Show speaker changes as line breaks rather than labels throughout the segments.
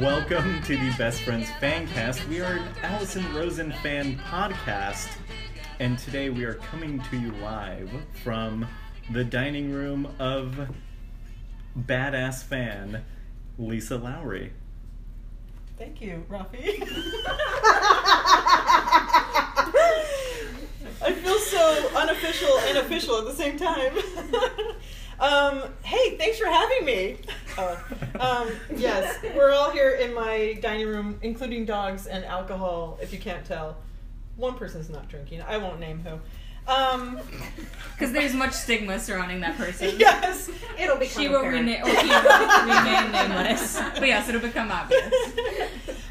Welcome to the Best Friends Fancast. We are an Allison Rosen fan podcast, and today we are coming to you live from the dining room of badass fan Lisa Lowry.
Thank you, Rafi. I feel so unofficial and official at the same time. um, hey, thanks for having me. Oh, um, yes, we're all here in my dining room, including dogs and alcohol, if you can't tell. One person's not drinking. I won't name who. Um,
Because there's much stigma surrounding that person.
yes.
It'll be
She will, rena- or he will remain nameless. But yes, it'll become obvious.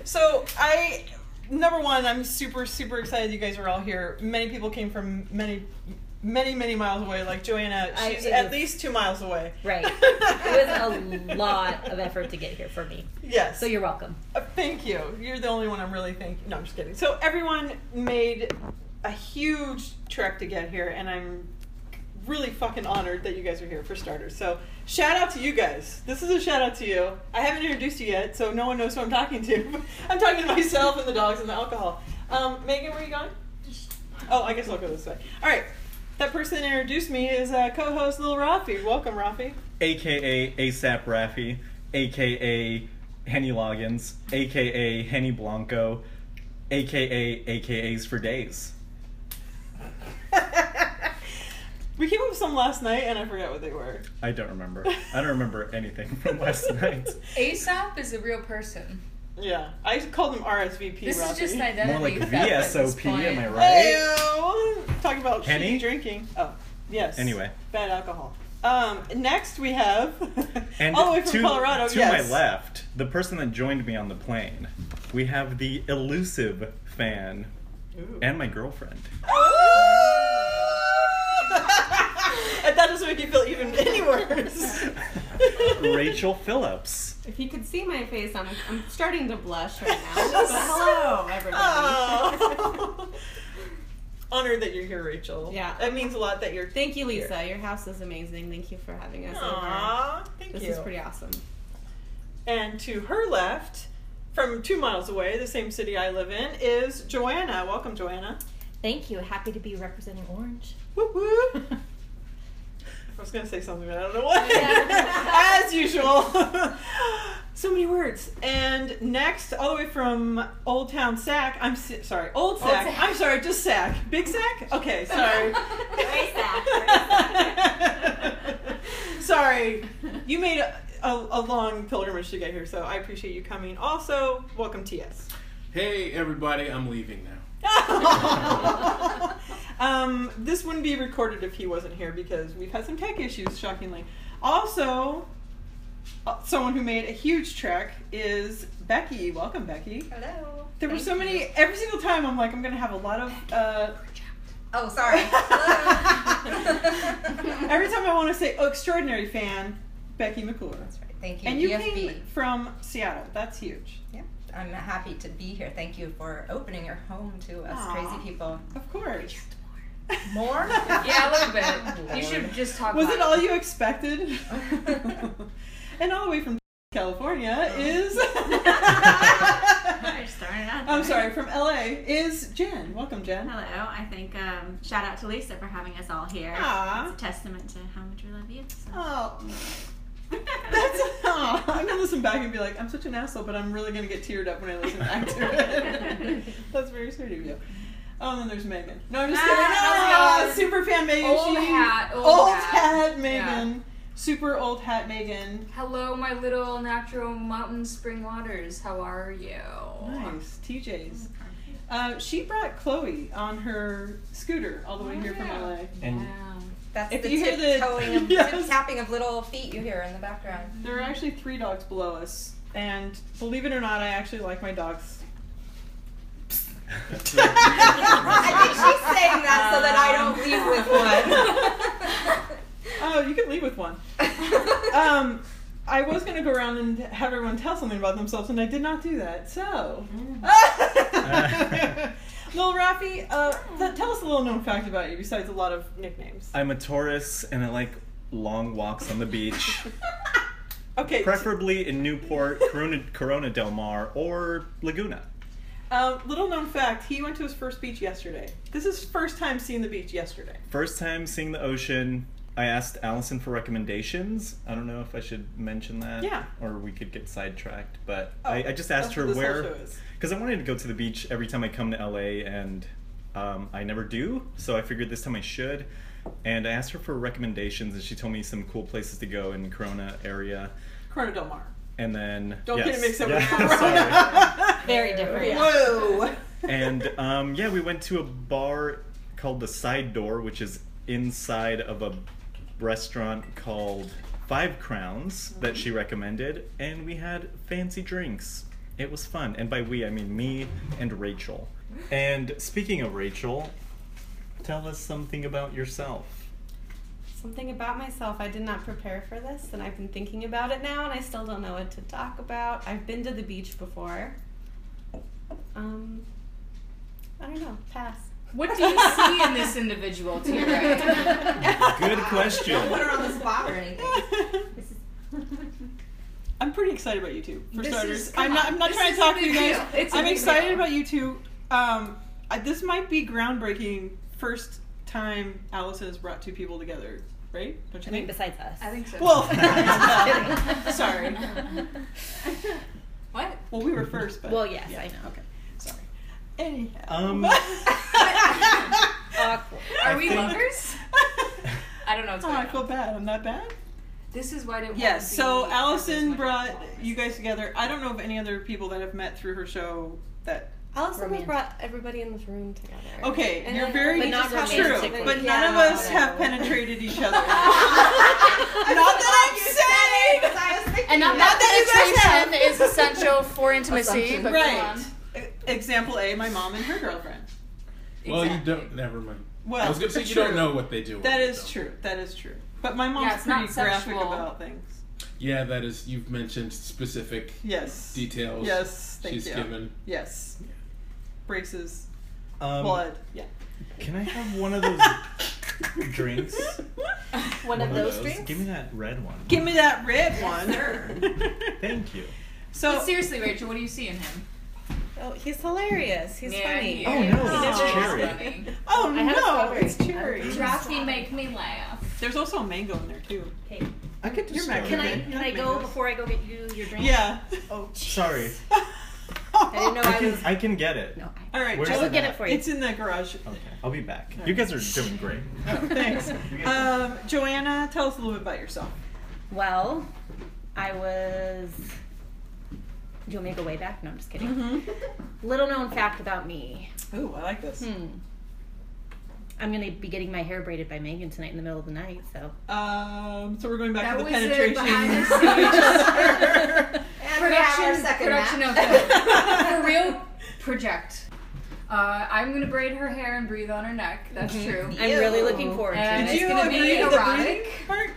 so I number one, I'm super super excited you guys are all here. Many people came from many many many miles away. Like Joanna,
I
she's
do.
at least two miles away.
Right. It was a lot of effort to get here for me.
Yes.
So you're welcome.
Uh, thank you. You're the only one I'm really thanking. No, I'm just kidding. So everyone made a huge trek to get here, and I'm really fucking honored that you guys are here for starters. So shout out to you guys. This is a shout out to you. I haven't introduced you yet, so no one knows who I'm talking to. I'm talking to myself and the dogs and the alcohol. Um, Megan, where you going? Oh, I guess I'll go this way. All right. That person that introduced me is uh, co-host Lil Rafi. Welcome, Rafi.
aka ASAP Raffy, aka Henny Loggins, aka Henny Blanco, aka AKAs for days.
We came up with some last night, and I forgot what they were.
I don't remember. I don't remember anything from last night.
ASAP is a real person.
Yeah, I called him RSVP.
This
Rafi.
is just an identity
More like
theft at this
VSOP, am I
point.
right?
Ayo! Talking about
Henny?
shitty drinking. Oh, yes.
Anyway.
bad alcohol. Um, next we have
And
all the way from
to,
Colorado.
to
yes.
my left, the person that joined me on the plane, we have the elusive fan
Ooh.
and my girlfriend.
and that doesn't make you feel even any worse.
Rachel Phillips.
If you could see my face, I'm, I'm starting to blush right now. But hello, everybody.
Oh. Honored that you're here, Rachel.
Yeah.
that means a lot that you're.
Thank you, Lisa. Your house is amazing. Thank you for having us over.
Aw, thank
This
you.
is pretty awesome.
And to her left, from two miles away, the same city I live in, is Joanna. Welcome, Joanna.
Thank you. Happy to be representing Orange.
Whoop whoop. I was gonna say something, but I don't know what. As usual. so many words. And next, all the way from Old Town Sac. I'm s- sorry, Old Sac.
Sac.
I'm sorry, just Sac. Big Sac. Okay, sorry.
Very Sac,
sorry, you made a, a, a long pilgrimage to get here, so I appreciate you coming. Also, welcome TS.
Hey everybody, I'm leaving now.
um, this wouldn't be recorded if he wasn't here because we've had some tech issues, shockingly. Also, uh, someone who made a huge trek is Becky. Welcome, Becky.
Hello.
There were
Thank
so many.
you.
Every single time, I'm like, I'm gonna have a lot of. Uh,
Oh, sorry. Hello.
every time I want to say oh, extraordinary fan, Becky McClure.
Thank you.
And you
EFB.
came from Seattle. That's huge.
Yep. I'm happy to be here. Thank you for opening your home to us
Aw.
crazy people.
Of course.
More?
Yeah, a little bit. You should just talk
Was
about
it all you expected? and all the way from California is.
I just throwing it out. there.
I'm sorry, from LA is Jen. Welcome, Jen.
Hello. I think um, shout out to Lisa for having us all here.
Aw.
It's a testament to how much we love you. So.
Oh, that's.
oh.
aw. I'm gonna listen back and be like, I'm such an asshole, but I'm really gonna get teared up when I listen back to it. that's very sweet of you. Oh, and then there's Megan. No, I'm just kidding.
Ah,
Ah,
God.
super fan Megan.
Old
she,
hat, old
old
hat.
hat Megan. Super old hat Megan.
Hello, my little natural mountain spring waters. How are you?
Nice. TJ's. Uh, she brought Chloe on her scooter all the way here from
Oh, Yeah.
LA.
And
Wow.
That's
If
the
you hear the-
tiptoeing of
Yes.
tip tapping of little feet you hear in the background.
There are actually three dogs below us, and believe it or not, I actually like my dogs.
I think she's saying that so that I don't leave with
Oh, you can leave with one.
one.
Um, I was gonna go around and have everyone tell something about themselves, and I did not do that. So,
Mm.
little Rafi, uh, th- tell us a little known fact about you besides a lot of nicknames.
I'm a Taurus and I like long walks on the beach.
Okay.
preferably in Newport, Corona, Corona Del Mar, or Laguna.
Um, little known fact: he went to his first beach yesterday. This is his first time seeing the beach yesterday.
First time seeing the ocean. I asked Allison for recommendations. I don't know if I should mention that.
Yeah.
Or we could get sidetracked, but
Oh,
I, I just asked
that's
her
what this whole
where.
show is.
Because I wanted to go to the beach every time I come to LA, and um, I never do, so I figured this time I should. And I asked her for recommendations, and she told me some cool places to go in Corona area.
Corona Del Mar.
And then
Don't get it
yes.
mixed up
Yeah,
with
sorry.
Corona.
Very different.
Whoa.
and um, yeah, we went to a bar called the Side Door, which is inside of a restaurant called Five Crowns that she recommended, and we had fancy drinks. It was fun, and by we I mean me and Rachel. And speaking of Rachel, tell us something about yourself.
Something about myself. I did not prepare for this, and I've been thinking about it now, and I still don't know what to talk about. I've been to the beach before. Um, I don't know. Pass.
What do you see in this individual to your right?
Good question.
Don't put her on the spot or anything.
I'm pretty excited about you two. For
This is-
starters,
come
I'm
on.
not. I'm not
This
trying
is
to
a
talk to
big
you guys.
deal. It's a
I'm
big
excited
deal.
about you two. Um, I, this might be groundbreaking. First time Allison has brought two people together, right? Don't
I
you
mean,
think?
besides us.
I think so.
Well, sorry.
What?
Well, we were first, but
Well, yes,
yeah.
I know.
Okay, sorry. Anyhow,
Um,
Awkward.
Are
I
we
think-
lovers? I don't know what's
oh, I
going
feel
on.
bad. I'm not bad.
This is why I didn't want
Yes.
to
So
be-
Allison
this
brought
one.
you guys together. I don't know of any other people that I've met through her show that
Allison
Romantic.
brought everybody in this room together.
Okay,
And
you're
then-
very
But not
just-
romantically.
true, but
Yeah,
none of us
whatever.
have penetrated each other. not that I'm saying,
And not
Not that
that penetration is essential for intimacy, but
right? E- Example A: my mom and her girlfriend.
Well, you
Exactly.
don't. Never mind.
Well,
I was gonna say you
true.
don't know what they do. or
That
what they
is
don't.
true. That is true. But my mom's
Yeah, it's
pretty
not
graphic
sexual.
about things.
Yeah, that is. You've mentioned specific
Yes.
details.
Yes. Thank
She's
you.
given.
Yes. Braces.
um,
blood. Yeah.
Can I have one of those drinks?
One of those drinks?
Give me that red one.
Give me that red one.
Thank you.
so
But seriously, Rachel, what do you see in him?
Oh, he's hilarious. He's
Yeah,
funny.
he
Oh
is.
no,
Oh.
that's
That's
cherry.
funny.
Oh
I had a
no,
strawberry.
it's cherry.
Drafty make me laugh.
There's also a mango in there too.
Okay.
I could just.
You're
start
Can I
with
can I go before I go get you your drink?
Yeah. Oh.
it. Sorry,
I
didn't know
I
I
can
was-
I can get it.
No, I,
All right,
Where's
I
Joe,
will
the
get
hat?
it for you.
it's in the garage.
Okay, I'll be back. You guys are doing great.
Thanks. Um, Joanna, tell us a little bit about yourself.
Well, I was. Do you want me to go way back? No, I'm just kidding.
Mm-hmm.
Little known fact about me.
Ooh, I like this.
Hmm. I'm gonna be getting my hair braided by Megan tonight in the middle of the night, so.
Um, so we're going back
That
to the
was a behind the
penetration.
scenes.
And we have our second
production
match.
note. For real, project. Uh, I'm gonna braid her hair and breathe on her neck. That's true.
I'm really looking forward to
And
it.
Did
it's
you
gonna
agree
be
with the
erotic.
breathing part?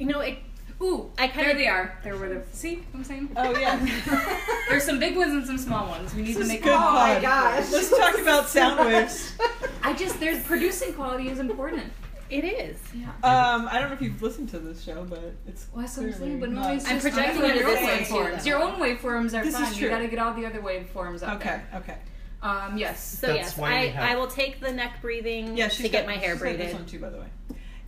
You know, it,
Ooh,
I kind
there
of.
they are. There were the see. What I'm saying
Oh yeah.
there's some big ones and some small ones. We need
This
to
is
make
good
them.
pod.
gosh.
Let's talk about sound waves.
I just there's producing quality is important.
It is.
Um, I don't know if you've listened to this show, but it's
Well, that's what I'm saying.
Clearly
But
not.
no, it's
I'm
just
projecting
on
it
your
as
own
this way,
waveforms.
too,
Your own waveforms are
This is
fun.
true.
You got to get all the other waveforms up
okay.
there.
Okay.
Um, yes.
So,
That's
yes,
why
I,
we have-
I will take the neck breathing
Yeah, she's
to
got-
get my hair
she's got This
braided.
one too, by the way.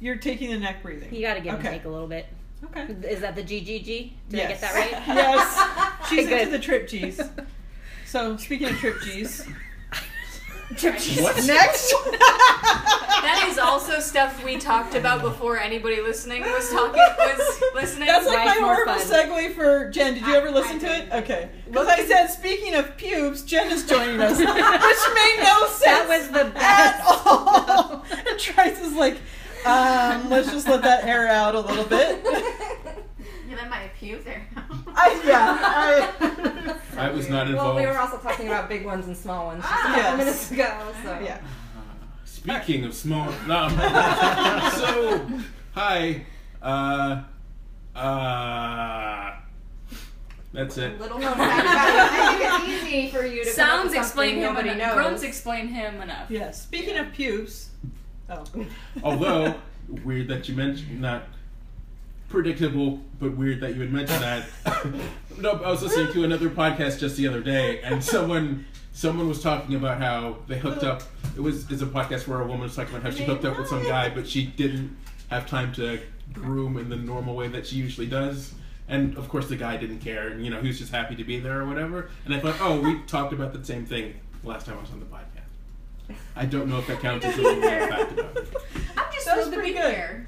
You're taking the neck breathing.
You gotta give
Okay.
and take a little bit.
Okay.
Is that the GGG? Did I
yes.
get that right?
yes. She's
Okay,
into the trip G's. So speaking of trip G's,
What?
next.
that is also stuff we talked about before anybody listening was talking was listening.
That's like my
Why it's more
horrible segue for Jen. Did you ever listen to it? Okay. Because I said, speaking of pubes, Jen is joining us, which made no sense
That was the
at
best.
all. and Trice is like, um, let's just let that air out a little bit.
You let my pubes there.
I, yeah.
I was not
Well,
involved.
we were also talking about big ones and small ones just a couple
Yes.
minutes ago. So.
I, yeah.
Speaking of small. No. so, hi. Uh. Uh. That's it.
Little known fact about you. I think it's easy for you to. come up
Sounds
with
explain
something
him
nobody knows.
enough. Grunts explain him enough.
Yeah. Speaking of pubes. Oh.
Although, weird that you mentioned not predictable but weird that you would mention that. no, I was listening to another podcast just the other day, and someone someone was talking about how they hooked up. It was is a podcast where a woman was talking about how she hooked up with some guy, but she didn't have time to groom in the normal way that she usually does. And of course, the guy didn't care, and you know he was just happy to be there or whatever. And I thought, oh, we talked about the same thing last time I was on the podcast. I don't know if that counts as a little fact
I'm
about it.
just
That was
supposed to
pretty
be
good.
there.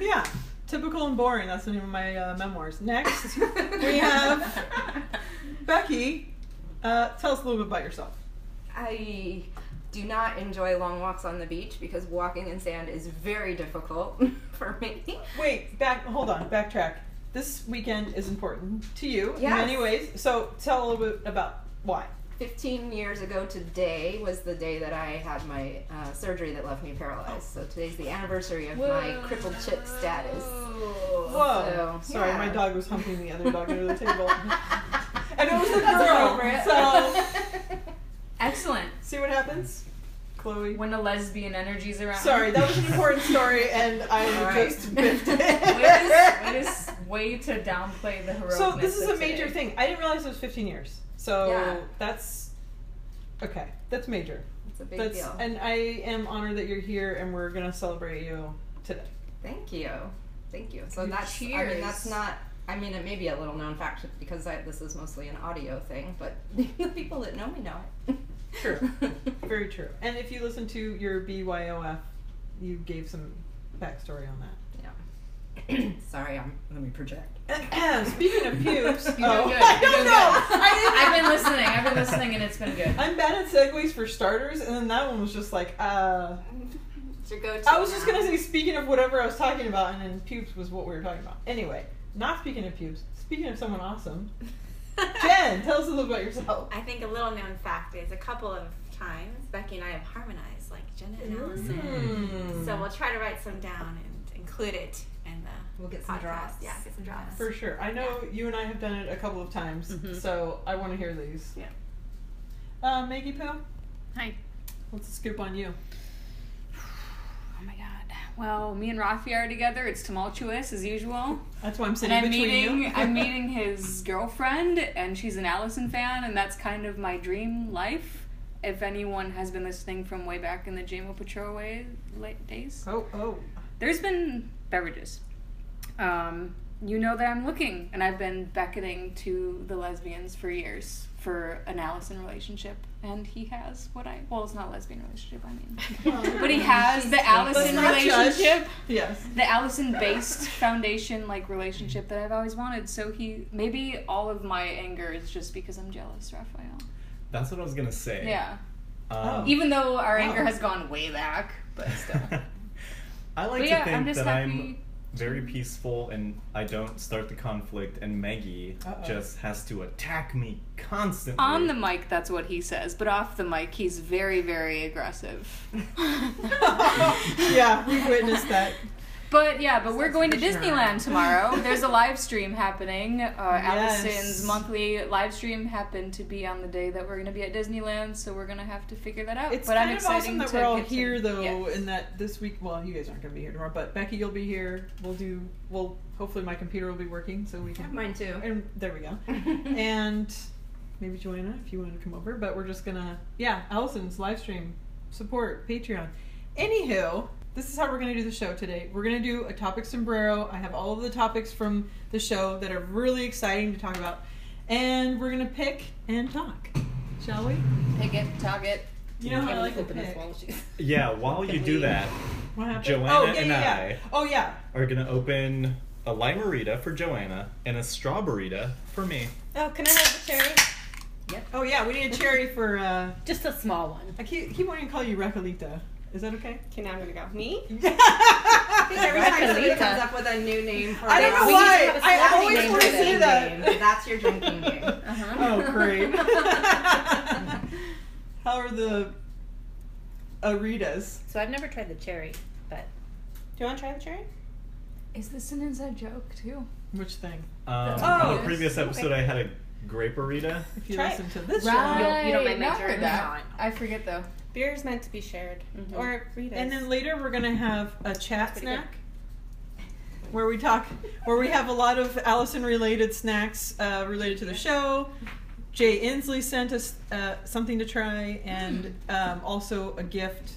Yeah. Typical and boring. That's the name of my uh, memoirs. Next, we have Becky. Uh, tell us a little bit about yourself.
I do not enjoy long walks on the beach because walking in sand is very difficult for me.
Wait, back. Hold on. Backtrack. This weekend is important to you in
Yes.
many ways. So tell a little bit about why.
15 years ago today was the day that I had my uh, surgery that left me paralyzed. So today's the anniversary of my crippled chip status.
Whoa.
So,
Sorry,
yeah.
my dog was humping the other dog under the table. and it was a girl. So
Excellent.
see what happens, Chloe.
When the lesbian energy's around.
Sorry, that was an important story, and I
All right.
just biffed it.
Way to- way to s- way to downplay the heroic.
So this is a major thing. I didn't realize it was 15 years. So
Yeah.
that's okay. That's major.
It's a big
that's
deal.
and I am honored that you're here, and we're gonna celebrate you today.
Thank you. Thank you. So that's I
Cheers.
mean that's not I mean it may be a little known fact because I, this is mostly an audio thing, but the people that know me know it.
True. Very true. And if you listen to your BYOF, you gave some backstory on
yeah. Sorry, I'm let me project.
that. Speaking of pubes,
You're doing
oh,
good.
I
You're
don't
doing
know.
I've been listening. I've been listening, and it's been good.
I'm bad at segues for starters, and then that one was just like, uh.
It's your go-to
I was just
now.
gonna say, speaking of whatever I was talking about, and then pubes was what we were talking about. Anyway, not speaking of pubes, speaking of someone awesome, Jen, tell us a little about yourself.
I think a little known fact is a couple of times Becky and I have harmonized, like Jenna and Allison.
Hmm.
So we'll try to write some down and include it in the
We'll get some
podcast.
drops.
Yeah, get some drops.
For sure. I know you and I have done it a couple of times,
Mm-hmm.
so I want to hear these.
Yeah.
Uh, Maggie Poo,
Hi.
what's the scoop on you?
Oh my god. Well, me and Rafi are together. It's tumultuous as usual.
That's why I'm
And
sitting
I'm
between
meeting
you.
I'm meeting his girlfriend and she's an Allison fan and that's kind of my dream life. If anyone has been listening from way back in the JMO Patrol way late days.
Oh, oh.
There's been beverages. Um, you know that I'm looking, and I've been beckoning to the lesbians for years for an Allison relationship, and he has what I well, it's not a lesbian relationship, I mean, but he has the Allison
not judge.
relationship,
Yes.
the Allison based foundation like relationship that I've always wanted. So he maybe all of my anger is just because I'm jealous, Raphael.
That's what I was gonna say.
Yeah, Oh,
Um,
even though our
Wow.
anger has gone way back, but still.
I like
But
to
yeah,
think
I'm just
that
happy.
I'm very peaceful and I don't start the conflict, and Maggie
Uh-oh.
just has to attack me constantly.
On the mic, that's what he says, but off the mic, he's very, very aggressive.
yeah, we witnessed that.
But yeah, but we're going to Disneyland tomorrow. There's a live stream happening. Uh,
Yes.
Allison's monthly live stream happened to be on the day that we're going to be at Disneyland, so we're going to have to figure that out.
It's
but
kind
I'm
of
excited
awesome that
to
we're all
get to-
here though,
Yes.
and that this week. Well, you guys aren't going to be here tomorrow, but Becky, you'll be here. We'll do. Well, hopefully my computer will be working, so we can.
Mine too.
And there we go. and maybe Joanna, if you wanted to come over, but we're just gonna. Yeah, Allison's live stream support Patreon. Anywho, this is how we're gonna do the show today. We're gonna do a topic sombrero. I have all of the topics from the show that are really exciting to talk about, and we're gonna pick and talk. Shall we?
Pick it, talk it.
You know how I like to
open his
pick.
wall shoes.
yeah, while you do that,
What happened?
Joanna
oh, yeah,
and
yeah, yeah.
I-
Oh yeah,
are gonna open a limerita for Joanna and a strawberryta for me.
Oh, can I have the cherry?
oh yeah. We need a cherry for. uh
Just a small one.
I keep keep wanting to call you Recolita. Is that okay?
Okay, now I'm gonna go. Me?
Every time somebody
Recoleta.
comes up with a new name for
I
it,
don't know
we
why.
need to have a
I
snappy
always
name
wanna
for
say
the
that.
name. That's your drinking game. Uh-huh.
Oh great. How are the Aritas?
So I've never tried the cherry, but
Do you want to try the cherry?
Is this an inside joke, too?
Which thing?
Um,
That's
on the
nice.
previous episode, I had a graperita.
If you
Try it.
listen to this
Right.
show.
you, you don't mind
now
my
I
cherry.
heard that. I forget though. Mm-hmm.
Beer is meant to be shared, or Rita's.
And then later we're gonna have a chat
pretty good.
snack. where we talk, where we have a lot of Allison related snacks uh, related to the show. Jay Inslee sent us uh, something to try, and um, also a gift.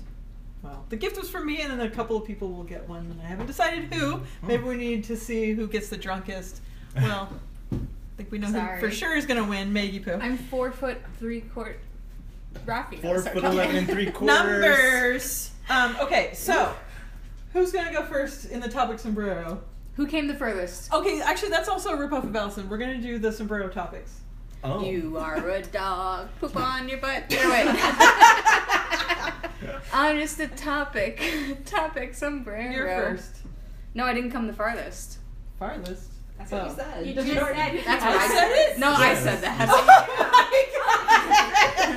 Well, the gift was from me, and then a couple of people will get one, and I haven't decided who. Maybe we need to see who gets the drunkest. Well, I think we know
Sorry.
who for sure is going to win. Maggie Poo.
I'm four foot three quart. Rafi.
Four
Sorry.
foot eleven and three quarters.
Numbers. Um, okay, so who's gonna go first in the topic sombrero?
Who came the furthest?
Okay, actually, that's also a ripoff of Allison. We're gonna do the sombrero topics.
Oh.
You are a dog. Poop on your butt. Get away.
I'm just a topic. topic sombrero.
You're first.
No, I didn't come the farthest.
Farthest.
That's what you
Oh.
said.
You
The
just
short-
said you
That's
had
what
I
I
said it.
No, I
Yes.
said that.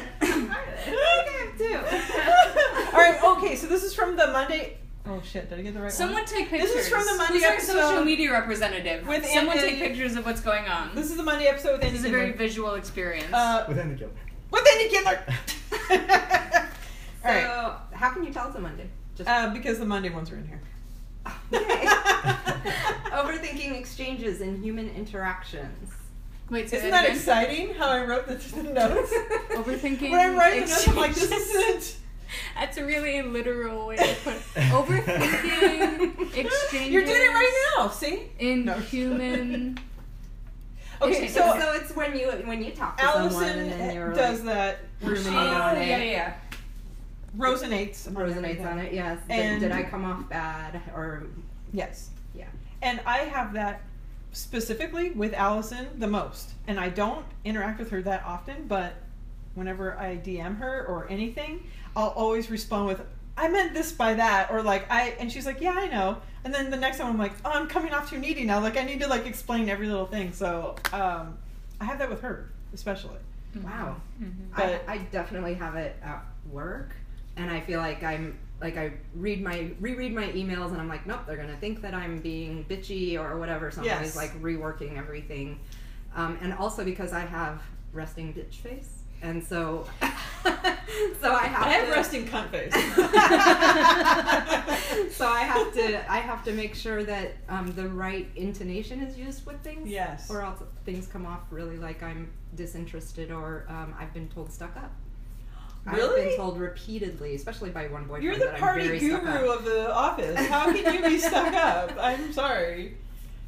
Oh my god. All right. Okay. So this is from the Monday. Oh shit! Did I get the right
Someone
one?
take
This
pictures.
is from the Monday
Who's our
episode.
social media representative?
With
Someone
Andy-
take pictures of what's going on.
This is the Monday episode with Andy.
This is a very
Kindler.
visual experience.
Uh,
With any killer.
with Andy Kindler.
So,
All right.
how can you tell it's a Monday? Just
Uh, because the Monday ones are in here.
okay. Overthinking exchanges and human interactions.
Wait, say
Isn't
that
that
again?
exciting how I wrote the, the notes?
Overthinking.
when I'm writing the notes, I'm like, this
exchanges.
isn't.
That's a really literal way to put overthinking exchanges.
You're doing it right now, see?
In
No.
human.
Okay,
So,
so
so it's when you when you talk to someone
Allison
and then you're
does that.
ruminating
Oh,
on
yeah,
it,
yeah.
Resonates. on
resonates
everything.
on it. Yes. Did-
And-
did I come off bad or
Yes.
Yeah.
And I have that specifically with Allison the most. And I don't interact with her that often, but whenever I DM her or anything, I'll always respond with, I meant this by that, or like I and she's like, Yeah, I know. And then the next time I'm like, Oh, I'm coming off too needy now. Like I need to like explain every little thing. So um I have that with her, especially.
Wow. I,
Mm-hmm. But-
I definitely have it at work, and I feel like I'm like I read my reread my emails, and I'm like, nope, they're gonna think that I'm being bitchy or whatever. So I'm
Yes.
always like reworking everything, um, and also because I have resting bitch face, and so so I have
I have
to-
resting cunt face.
so I have to I have to make sure that um, the right intonation is used with things
yes.
or else things come off really like I'm disinterested or um, I've been told stuck up. I've
Really?
been told repeatedly, especially by one boyfriend.
You're the
that I'm
party
very stuck
guru
up.
of the office. How can you be stuck up? I'm sorry.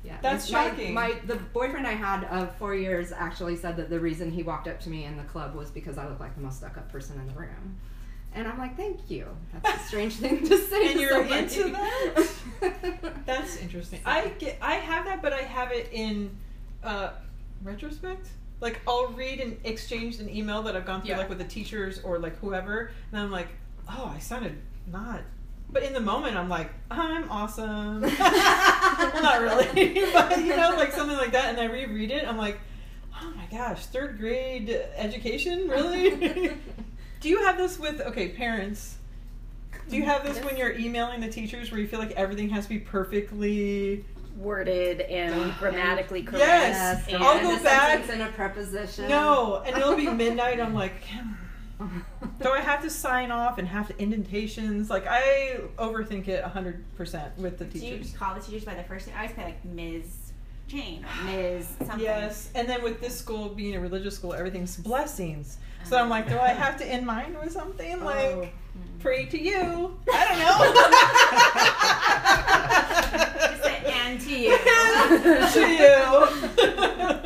Yeah,
that's
my-
shocking.
My, the boyfriend I had of four years actually said that the reason he walked up to me in the club was because I looked like the most stuck up person in the room. And I'm like, thank you. That's a strange thing to say.
And
to
you're
somebody.
into that? That's interesting. I get, I have that, but I have it in uh, retrospect. Like I'll read and exchange an email that I've gone through,
Yeah.
like with the teachers or like whoever, and I'm like, oh, I sounded not. But in the moment, I'm like, I'm awesome. well, not really, but you know, like something like that. And I reread it, I'm like, oh my gosh, third grade education, really? Do you have this with okay parents? Do you have this when you're emailing the teachers where you feel like everything has to be perfectly?
worded and grammatically correct.
Yes.
And
I'll go
a
back.
sentence and a preposition.
No, and it'll be midnight. I'm like, do I have to sign off and have to indentations? Like I overthink it hundred percent with the
Do you
teachers.
just call the teachers by their first name? I always say like Ms. Jane or Ms. something.
Yes, and then with this school being a religious school, everything's blessings. So I'm like, do I have to end mine with something like pray to you? I don't know.
Just say and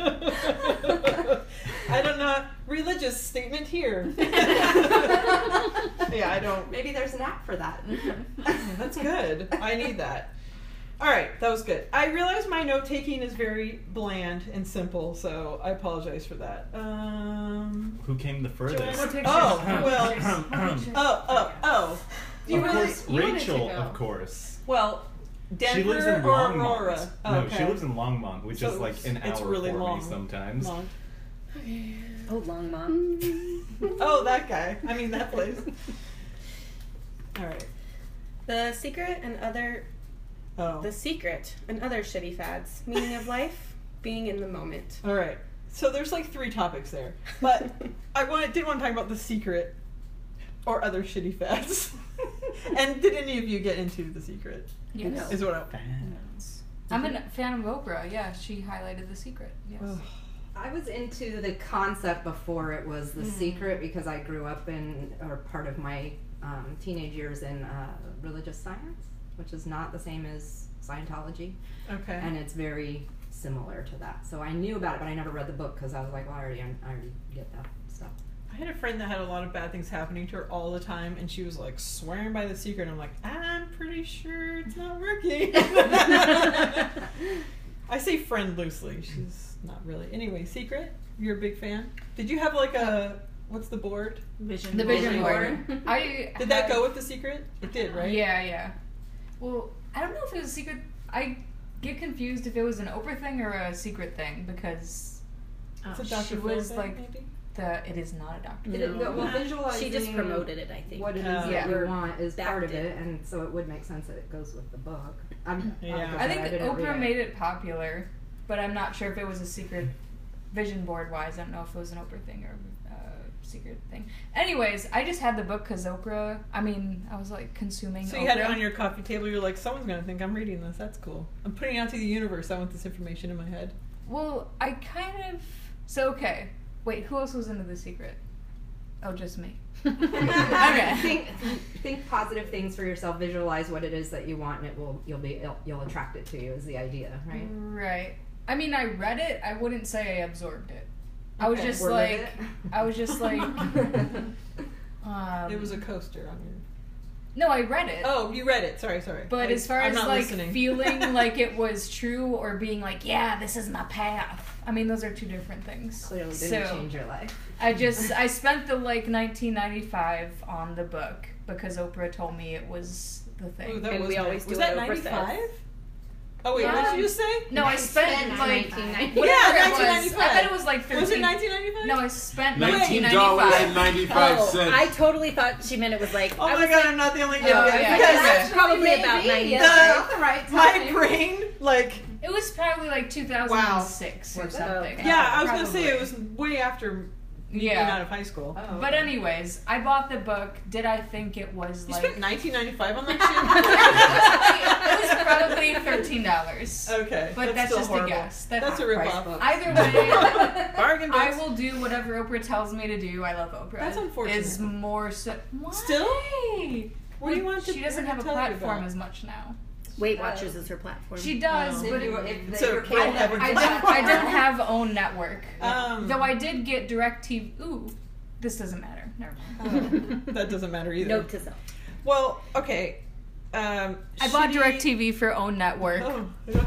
to you.
to you. I don't know. Religious statement here. yeah, I don't.
Maybe there's an app for that.
That's good. I need that. All right, that was good. I realize my note taking is very bland and simple, so I apologize for that. Um.
Who came the
Joanna-
furthest?
Oh well.
of
Oh oh oh. Do you really?
course,
you wanted to
Rachel.
go.
Of course.
Well, Denver
she lives in
or
Longmont.
Aurora?
No,
okay.
she lives in Longmont, which
So
is like an
it's
hour
really
for
long.
me sometimes.
Longmont.
Oh, long mom.
Oh, that guy. I mean that place. All right.
The secret and other
Oh.
the secret and other shitty fads. Meaning of life, being in the moment.
All right. So there's like three topics there, but I want, did want to talk about the secret or other shitty fads. and did any of you get into the secret?
Yes.
Is what I,
Fads.
I'm a fan of Oprah. Yeah, she highlighted The Secret. Yes.
I was into the concept before it was the secret because I grew up in, or part of my um, teenage years in uh, religious science, which is not the same as Scientology.
Okay.
And it's very similar to that. So I knew about it, but I never read the book because I was like, well, I already, I already get that stuff.
I had a friend that had a lot of bad things happening to her all the time, and she was like swearing by the secret. And I'm like, I'm pretty sure it's not working. I say friend loosely. She's not really. Anyway, secret. You're a big fan. Did you have like a what's the board?
Vision
The vision board. I
Did that go with the secret? It did, right?
Yeah, yeah. Well, I don't know if it was a secret. I get confused if it was an Oprah thing or a secret thing because
It's a
she
Dr. Phil
was
thing,
like
maybe?
the. It is not a doctor.
It- it- well,
She just
visualizing
promoted it, I think.
What it is
Oh.
that
Yeah.
you want is part of
Backed it.
it, and so it would make sense that it goes with the book. I'm,
Yeah.
like
I
said,
think
didn't read
Oprah
it.
made it popular, but I'm not sure if it was a secret vision board wise. I don't know if it was an Oprah thing or a secret thing. Anyways, I just had the book because Oprah. I mean, I was like consuming.
So you had it
Oprah.
on your coffee table. You're like, someone's gonna think I'm reading this. That's cool. I'm putting it out to the universe. I want this information in my head.
Well, I kind of. So okay, wait. Who else was into the secret? Oh, just me. Okay.
think think positive things for yourself. Visualize what it is that you want, and it will you'll be you'll, you'll attract it to you. Is the idea, right?
Right. I mean, I read it. I wouldn't say I absorbed it. I was
Okay.
just
Worded
like,
it.
I was just like, um,
It was a coaster on your.
no. I read Um, it.
Oh, you read it. Sorry, sorry.
But
I-
as far
I'm
as
not
like
listening.
feeling like it was true or being like, yeah, this is my path. I mean, those are two different things.
Clearly
so
didn't change your life.
I just I spent the like 1995 on the book because Oprah told me it was the thing.
Ooh, that
And
was
we
nice.
always do
was
what
that
Oprah says.
95? Oh wait, what
Yeah.
did you just say?
no, I spent like
Yeah,
whatever it was.
1995.
I bet it was like 13.
Was it 1995?
No, I spent
Nineteen dollars and
1995.
ninety-five
Oh, I totally thought she meant it was like.
Oh
I
my
was
god,
like,
I'm not the only
Oh,
guy.
yeah.
Because
That's probably
Maybe,
about 90.
yeah,
The-
at the right
my
time.
brain, like,
It was probably like 2006 or
Was it?
something.
Okay.
yeah, I was gonna say it
Probably.
was way after me
Yeah.
being out of high school.
Oh,
But anyways, I bought the book. Did I think it was
You
like
spent 1995 on that
it was probably thirteen dollars.
shit? okay,
But that's
still
just
horrible.
a guess. That's,
That's a
Price
ripoff.
book.
either way.
Bargain
I
basement.
will do whatever Oprah tells me to do. I love Oprah.
That's unfortunate.
Is more so. Why?
Still? What do you want to
She doesn't have a
tell you
platform
about?
as much now.
Weight Watchers is her platform.
She does,
No.
but
If you- if
It's
they
a
were
real
kind of-
heaven.
I don't. I don't have own network.
Um,
Though I did get Directv. Ooh, this doesn't matter. Never mind.
that doesn't matter either.
Note to self.
Well, okay. Um,
I bought
shitty-
Directv for own network,
Oh, go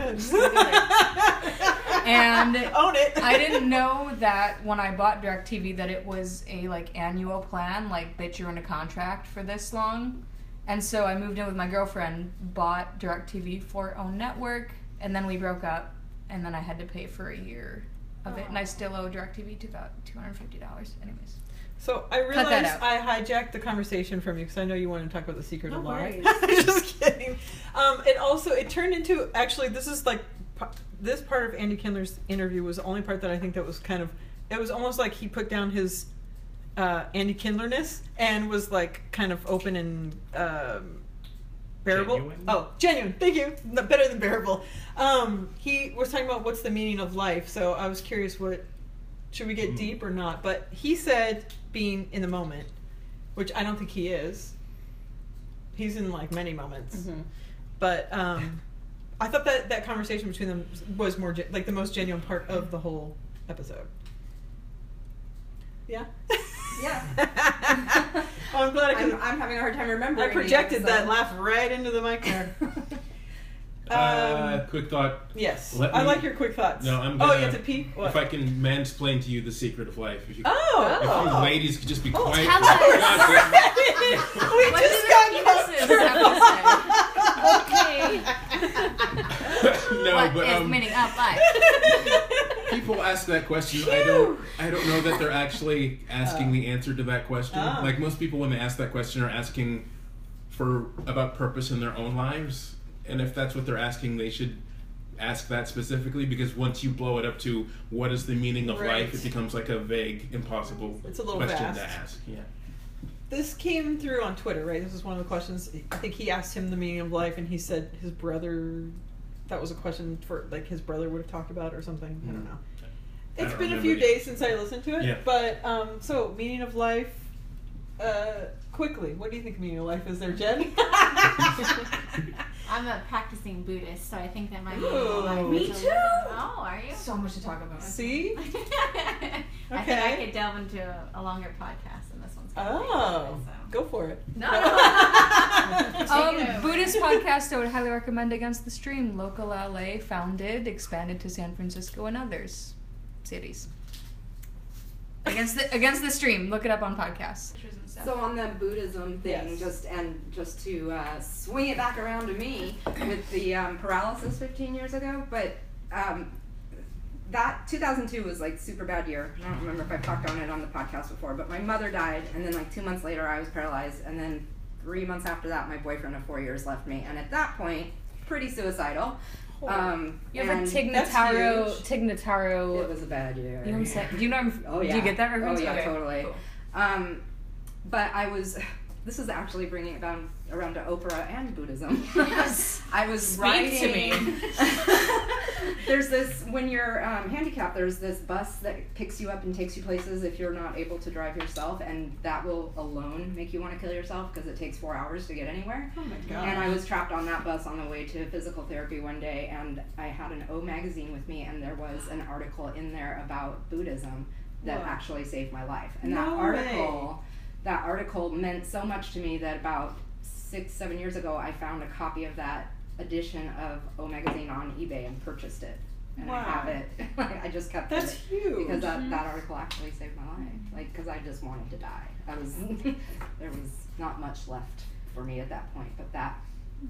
ahead.
and
Own it.
I didn't know that when I bought DirecTV that it was a like annual plan, like that you're in a contract for this long. And so I moved in with my girlfriend, bought DirecTV for our own network, and then we broke up, and then I had to pay for a year of it, and I
Oh.
still owe DirecTV to about two hundred fifty dollars. Anyways,
So I
that
realize
out.
I hijacked the conversation from you because I know you wanted to talk about the secret of law. Just kidding. Um, it also it turned into actually this is like p- this part of Andy Kindler's interview was the only part that I think that was kind of it was almost like he put down his uh, Andy Kindlerness and was like kind of open and um, bearable.
Genuine?
Oh, genuine. Thank you. No, better than bearable. Um, he was talking about what's the meaning of life. So I was curious what should we get
Hmm.
Mm.
deep or not? But he said being in the moment, which I don't think he is. He's in like many moments,
Mm-hmm.
but um, I thought that that conversation between them was more gen- like the most genuine part of the whole episode. Yeah.
Yeah.
Oh,
well, I'm glad I
I'm,
could.
I'm having a hard time remembering.
I projected
these,
that
so-
laugh right into the mic um, there.
uh,
Um,
quick thought.
yes,
let
I
me-
like your quick thoughts.
No, I'm
Oh,
gonna-
you have to peek. What?
If I can mansplain to you the secret of life, if you,
oh,
if you
oh.
ladies could just be quiet.
tell
for
us.
God's sake.
we
What
just
did
got
it-
cut.
this is episode.
no,
Oh,
What
but
is
um,
meaning of life?
people ask that question. I don't. I don't know that they're actually asking the answer to that question.
Uh. Oh.
Like most people, when they ask that question, are asking for about purpose in their own lives. And if that's what they're asking, they should ask that specifically because once you blow it up to what is the meaning of
Right.
life, it becomes like a vague, impossible
It's a little
question
vast.
to ask. Yeah.
This came through on Twitter, right? This was one of the questions. I think he asked him the meaning of life, and he said his brother that was a question for like his brother would have talked about or something. I don't know.
Hmm. I
It's
don't
been a
remember
few
either.
days since I listened to it,
Yeah.
but um, so meaning of life. Uh, quickly, what do you think meaning of life is there, Jen?
I'm a practicing Buddhist, so I think that might be.
Ooh.
like-
Me
it's a
too.
little- Oh, are you?
So much to talk about.
See?
I think I
Okay.
could delve into a, a longer podcast, and this one's. gonna be
Oh,
good, so.
go for it.
No. Oh, no.
Um,
Take it over.
Buddhist podcast I would highly recommend Against the Stream. Local LA, founded, expanded to San Francisco and others cities. Against the Against the Stream. Look it up on podcasts.
So on the Buddhism thing,
Yes.
just and just to uh, swing it back around to me with the um, paralysis 15 years ago, but um, that 2002 was like super bad year. I don't remember if I've talked on it on the podcast before, but my mother died, and then like two months later I was paralyzed, and then three months after that my boyfriend of four years left me, and at that point pretty suicidal. Um,
You have a
and
Tignataro.
huge.
It
Tignataro.
was a bad year.
You know what I'm saying? Do you know? I'm,
Oh yeah.
Do you get that reference?
Oh yeah,
Okay.
totally.
Cool.
Um, but I was. This is actually bringing it down around to Oprah and Buddhism. Yes. I was riding.
to me.
there's this when you're um, handicapped. There's this bus that picks you up and takes you places if you're not able to drive yourself, and that will alone make you want to kill yourself because it takes four hours to get anywhere.
Oh my
And I was trapped on that bus on the way to physical therapy one day, and I had an O magazine with me, and there was an article in there about Buddhism that
Whoa.
actually saved my life. And
No
that article, that article meant so much to me that about six, seven years ago, I found a copy of that edition of O magazine on eBay and purchased it, and I have
Wow.
it. I just kept
That's
it
huge.
because that, that article actually saved my life. Like, because I just wanted to die. I was there was not much left for me at that point, but that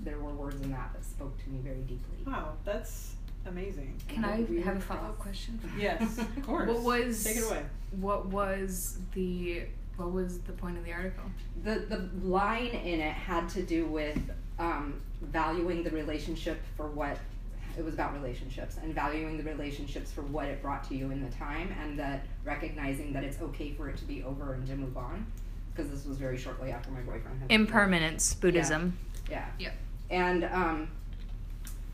there were words in that that spoke to me very deeply.
wow, that's amazing.
Can I
Weird
have a
things.
follow up question?
Yes, of course.
What was
Take it away.
What was the What was the point of the article?
The the line in it had to do with um, valuing the relationship for what it was about relationships and valuing the relationships for what it brought to you in the time and that recognizing that it's okay for it to be over and to move on because this was very shortly after my boyfriend had
Impermanence,
Buddhism. Yeah.
Yeah.
And um,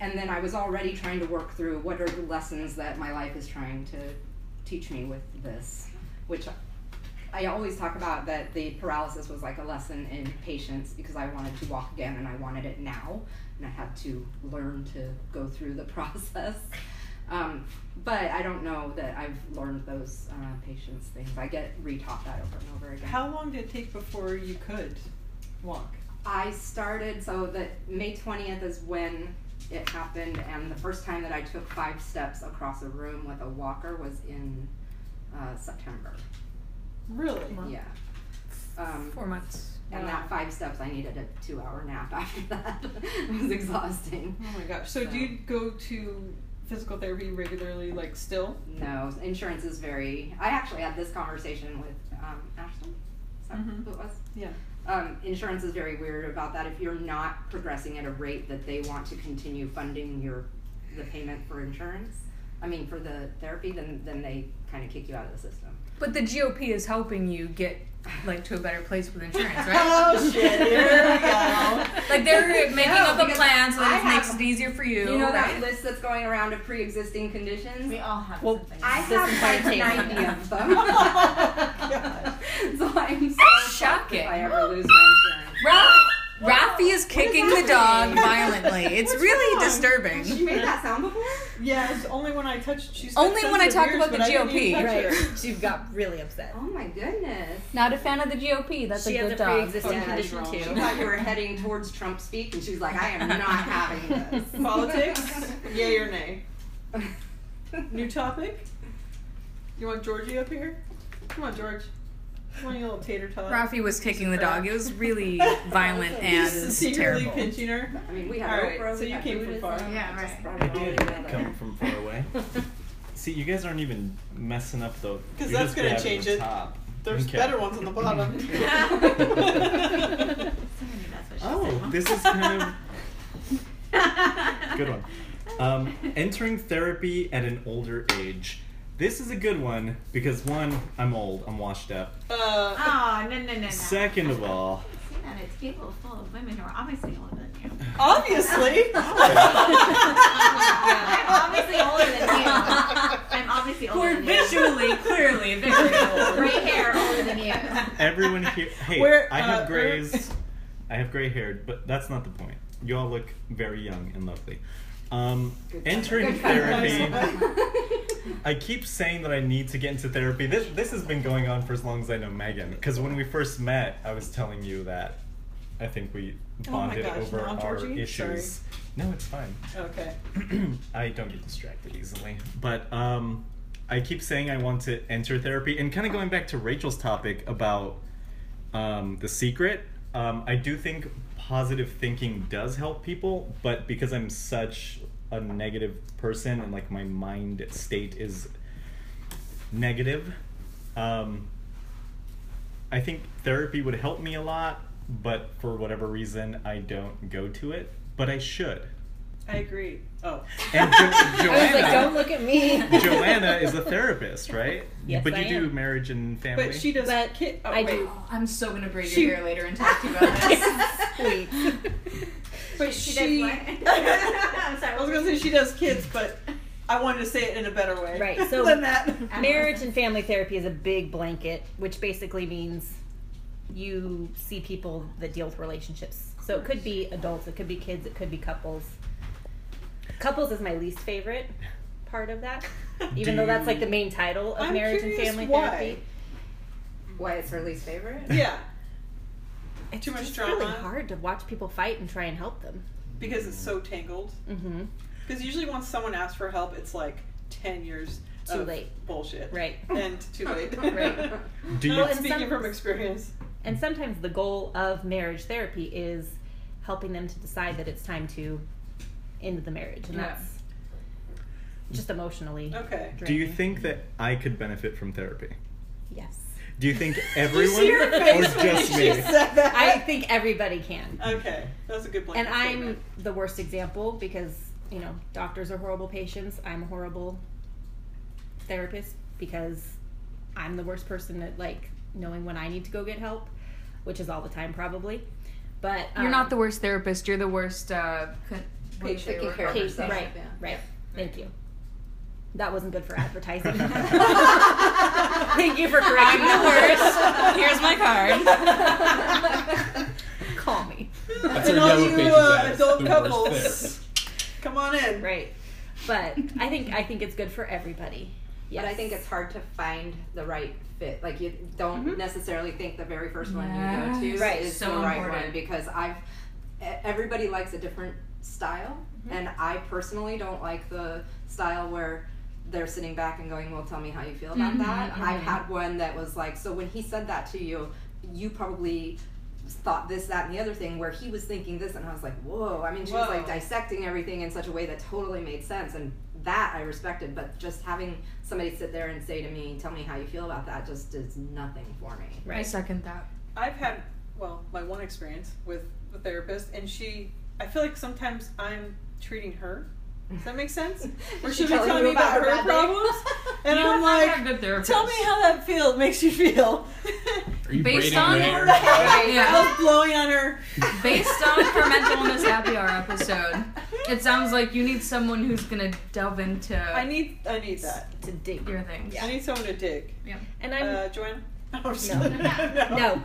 and then I was already trying to work through what are the lessons that my life is trying to teach me with this, which I always talk about that the paralysis was like a lesson in patience because I wanted to walk again and I wanted it now, and I had to learn to go through the process. Um, but I don't know that I've learned those uh, patience things. I get retaught that over and over again.
How long did it take before you could walk?
I started so that May 20th is when it happened, and the first time that I took five steps across a room with a walker was in uh, September.
Really?
Yeah. Um,
Four months.
and that five steps, I needed a two hour nap after that. it was exhausting.
Oh my gosh. So, do you go to physical therapy regularly, like still?
No, insurance is very. I actually had this conversation with um, Ashley. Is that
Mhm.
who it was?
Yeah.
Um, insurance is very weird about that. If you're not progressing at a rate that they want to continue funding your the payment for insurance, I mean for the therapy, then then they kind of kick you out of the system.
But the GOP is helping you get like to a better place with insurance, right?
Oh shit! Here we go.
like they're making
No,
up a
because
plan so
I
that it makes
have-
it easier for you.
You know that
right?
list that's going around of pre-existing conditions?
We all have
Well,
something.
I
This
have
entire
like
table.
90 of them. so I'm so shocked
Shocking.
if I ever lose my insurance.
Ra- Rafi is kicking the dog violently. It's really
wrong?
disturbing.
You made that sound before?
Yes, only when I touched. She's
Only when I talk about the GOP.
Right. She got really upset.
Oh my goodness.
Not a fan of the GOP. That's
she has a pre-existing
Yeah,
condition
She
too.
thought you were heading towards Trump speak, and she's like, I am not having this.
Politics, yay or nay? New topic. You want Georgie up here? Come on, George. Come on, you little tater tot.
Rafi was kicking the dog. It was really violent
He's
and
secretly
terrible.
pinching her.
I mean, we had
All right,
Oprah,
so
we
you
had
came from
Buddhism,
far.
we
Yeah,
just
right.
brought
I
it all
did
together.
come from far away. See, you guys aren't even messing up the. you're
'Cause that's
just
gonna
grabbing
change
the
it.
Top.
There's
Okay.
better ones on the bottom.
Maybe that's what she
Oh,
said.
this is kind of Good one. Um, entering therapy at an older age. This is a good one because one, I'm old, I'm washed up.
uh,
Oh no no no no.
Second of all,
No, no,
at a table full of women who are obviously older than you.
Obviously.
I'm obviously older than you. I'm obviously older
We're
than you.
visually, clearly very old.
Gray hair older than you.
Everyone here. Hey,
Where,
I
uh,
have grays. I have gray haired, but that's not the point. You all look very young and lovely. Um, entering therapy. I keep saying that I need to get into therapy. This this has been going on for as long as I know Megan. Because when we first met, I was telling you that I think we
Oh my
bonded
gosh,
over
now,
our
Georgie?
issues. No, it's fine.
okay.
I don't get distracted easily. But um, I keep saying I want to enter therapy, and kind of going back to Rachel's topic about um, the secret. Um, I do think positive thinking does help people, but because I'm such a negative person and like my mind state is negative, um, I think therapy would help me a lot. But for whatever reason, I don't go to it. But I should.
I agree. Oh.
And jo-
I was like,
Joanna,
don't look at me.
Joanna is a therapist, right?
Yes,
but you
I
do
am.
marriage and family.
But she does.
But
ki- oh,
I
wait.
do.
I'm so gonna braid
She-
your hair later and talk to you about this.
Sweet.
But
She
she.
did what? I'm sorry.
I was gonna say she does kids, but I wanted to say it in a better way.
Right, so-
than that.
Marriage and family therapy is a big blanket, which basically means you see people that deal with relationships. So it could be adults, it could be kids, it could be couples. Couples is my least favorite part of that, even though that's like the main title of
I'm
marriage and
curious
family
why.
therapy.
Why it's her least favorite?
Yeah,
It's
Too much
just
drama.
really hard to watch people fight and try and help them.
because it's so tangled.
Mm-hmm.
Because usually, once someone asks for help, it's like ten years
Too
of
late.
bullshit.
Right.
And too late.
Right.
do you
Well, and
Speaking
some-
from experience.
And sometimes the goal of marriage therapy is helping them to decide that it's time to end the marriage. And
Yeah.
that's just emotionally.
Okay.
do you
draining.
think that I could benefit from therapy?
Yes.
Do you think everyone
Your
or
face when
just
she
me?
said that.
I think everybody can.
Okay, that's a good blanket
And I'm
statement.
the worst example because, you know, doctors are horrible patients. I'm a horrible therapist because I'm the worst person at like knowing when I need to go get help, which is all the time probably. But
You're
um,
not the worst therapist. You're the worst uh, con-
Patient or-
of
Patient,
yourself.
right. Right. Thank you. That wasn't good for advertising. Thank you for correcting
I'm the worst. Here's my card.
Call me.
That's
and
our
all
yellow
you
pages
uh,
ad,
adult
the worst
couples, come on in.
Right. But I think I think it's good for everybody. Yes.
But I think it's hard to find the right fit. Like you don't
Mhm.
necessarily think the very first one you go to
Right,
is
Mm-hmm. so
the right
important.
one because I've e- everybody likes a different style,
Mm-hmm.
and I personally don't like the style where they're sitting back and going, "Well, tell me how you feel about
Mm-hmm.
that." I've had one that was like, "So when he said that to you, you probably." thought this that and the other thing where he was thinking this and i was like whoa i mean she was like
Whoa.
dissecting everything in such a way that totally made sense and that i respected but just having somebody sit there and say to me tell me how you feel about that just does nothing for me
I second that.
I've had well, my one experience with the therapist, and she. I feel like sometimes I'm treating her. Does that make sense? Or she'll be
telling
telling
you
me about,
about her
her
bad day?
problems, and I'm like,
good therapist.
"Tell me how that feel makes you feel."
Are you
Based
braiding
on-
hair?
I
Yeah.
was blowing on her.
Based on her mental illness happy hour episode, it sounds like you need someone who's gonna delve into
I need, I need that.
to dig.
your things.
I need someone to dig.
And I'm
Uh, Joanne. No, I'm just-
No.
no,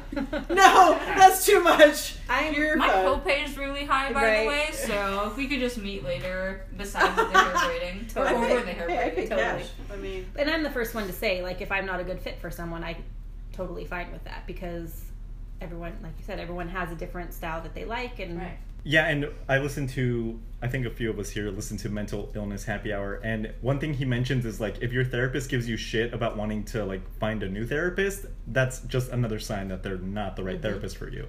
no.
no, that's too much.
I'm
You're
My
fine.
copay is really high, by
Right.
the way, so if we could just meet later, besides the hair braiding,
I
or
pay-
the hair
hey, I
braiding.
pay
Totally.
cash. I mean,
and I'm the first one to say like if I'm not a good fit for someone, I totally fine with that because everyone like you said everyone has a different style that they like and
Right.
Yeah, and I listened to I think a few of us here listen to mental illness happy hour and one thing he mentions is like if your therapist gives you shit about wanting to like find a new therapist, that's just another sign that they're not the
Mm-hmm.
right therapist for you.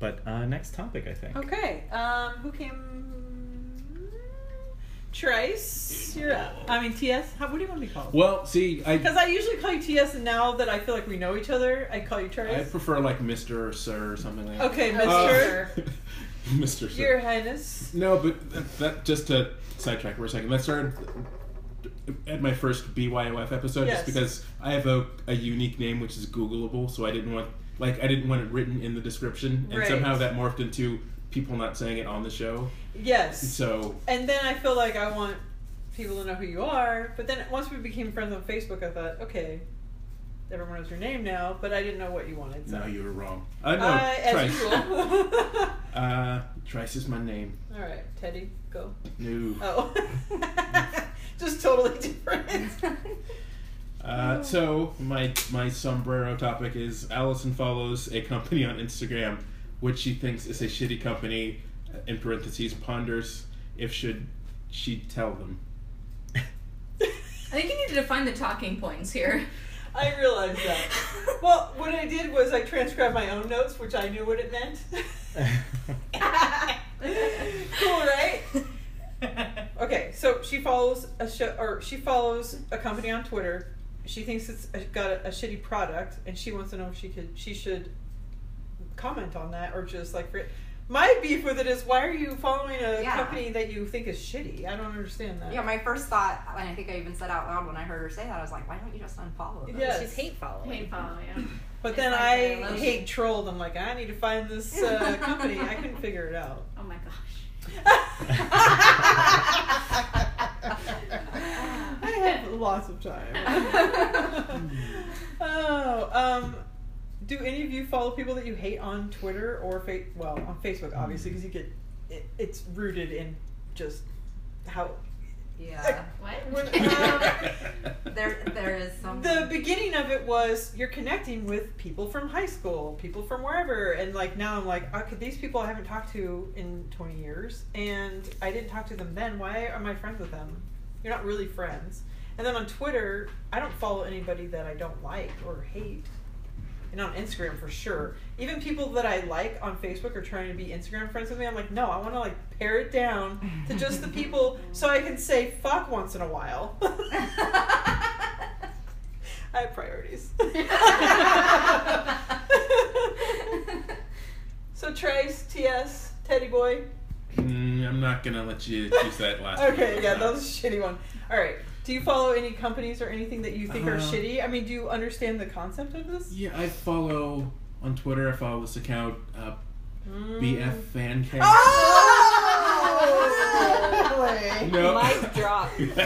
But uh, next topic I think.
okay. Um, who came? Trace, you're up. I mean, TS. How, what do you want to be called?
Well, see, I
Because I usually call you TS, and now that I feel like we know each other, I call you
I
Trace.
prefer like Mister or Sir or something like that.
Okay, Mister.
Uh, Mister. Sir.
Your Highness.
No, but that, that just to sidetrack for a second. That started at my first BYOF episode,
Yes.
just because I have a, a unique name which is Googleable, so I didn't want like I didn't want it written in the description, and
Right.
somehow that morphed into people not saying it on the show.
Yes.
So
And then I feel like I want people to know who you are. But then once we became friends on Facebook, I thought, okay, everyone knows your name now, but I didn't know what you wanted. So.
no, you were wrong. Uh, no,
uh, as
Trice.
usual. All
Uh, Trice is my name.
right, Teddy, go.
No.
Oh. Just totally different.
Uh, so my my sombrero topic is Allison follows a company on Instagram, which she thinks is a shitty company. uh, In parentheses, ponders if should she tell them.
I think you need to define the talking points here.
I realized that. Well, what I did was I transcribed my own notes, which I knew what it meant. cool, right? Okay, so she follows a show, or she follows a company on Twitter. She thinks it's a- got a, a shitty product, and she wants to know if she could, she should comment on that, or just like. fr- My beef with it is, why are you following a
Yeah.
company that you think is shitty? I don't understand that.
Yeah, my first thought, and I think I even said out loud when I heard her say that, I was like, why don't you just unfollow them?
Yes.
She's hate following.
Pain follow, yeah.
But
It's
then
like
I
their lotion.
hate trolled. I'm like, I need to find this uh, company. I couldn't figure it out.
Oh my gosh.
I had lots of time. oh, um, do any of you follow people that you hate on Twitter or fa- well on Facebook? Obviously, because you get it, it's rooted in just how
Yeah.
What? Um,
Um,
when-
There, there is some.
the beginning of it was you're connecting with people from high school, people from wherever, and like now I'm like, okay, these people I haven't talked to in 20 years, and I didn't talk to them then. Why am I friends with them? You're not really friends. And then on Twitter, I don't follow anybody that I don't like or hate. And on Instagram for sure. Even people that I like on Facebook are trying to be Instagram friends with me. I'm like, no, I want to like pare it down to just the people so I can say fuck once in a while. I have priorities. so Trace, TS, Teddy Boy.
Mm, I'm not gonna let you use that last. one.
Okay, yeah, that was a shitty one. All right. Do you follow any companies or anything that you think are
Uh,
shitty? I mean, do you understand the concept of this?
Yeah, I follow on Twitter. I follow this account, uh,
Mm.
BF Fancast.
Ah! Oh!
No.
Mic drop.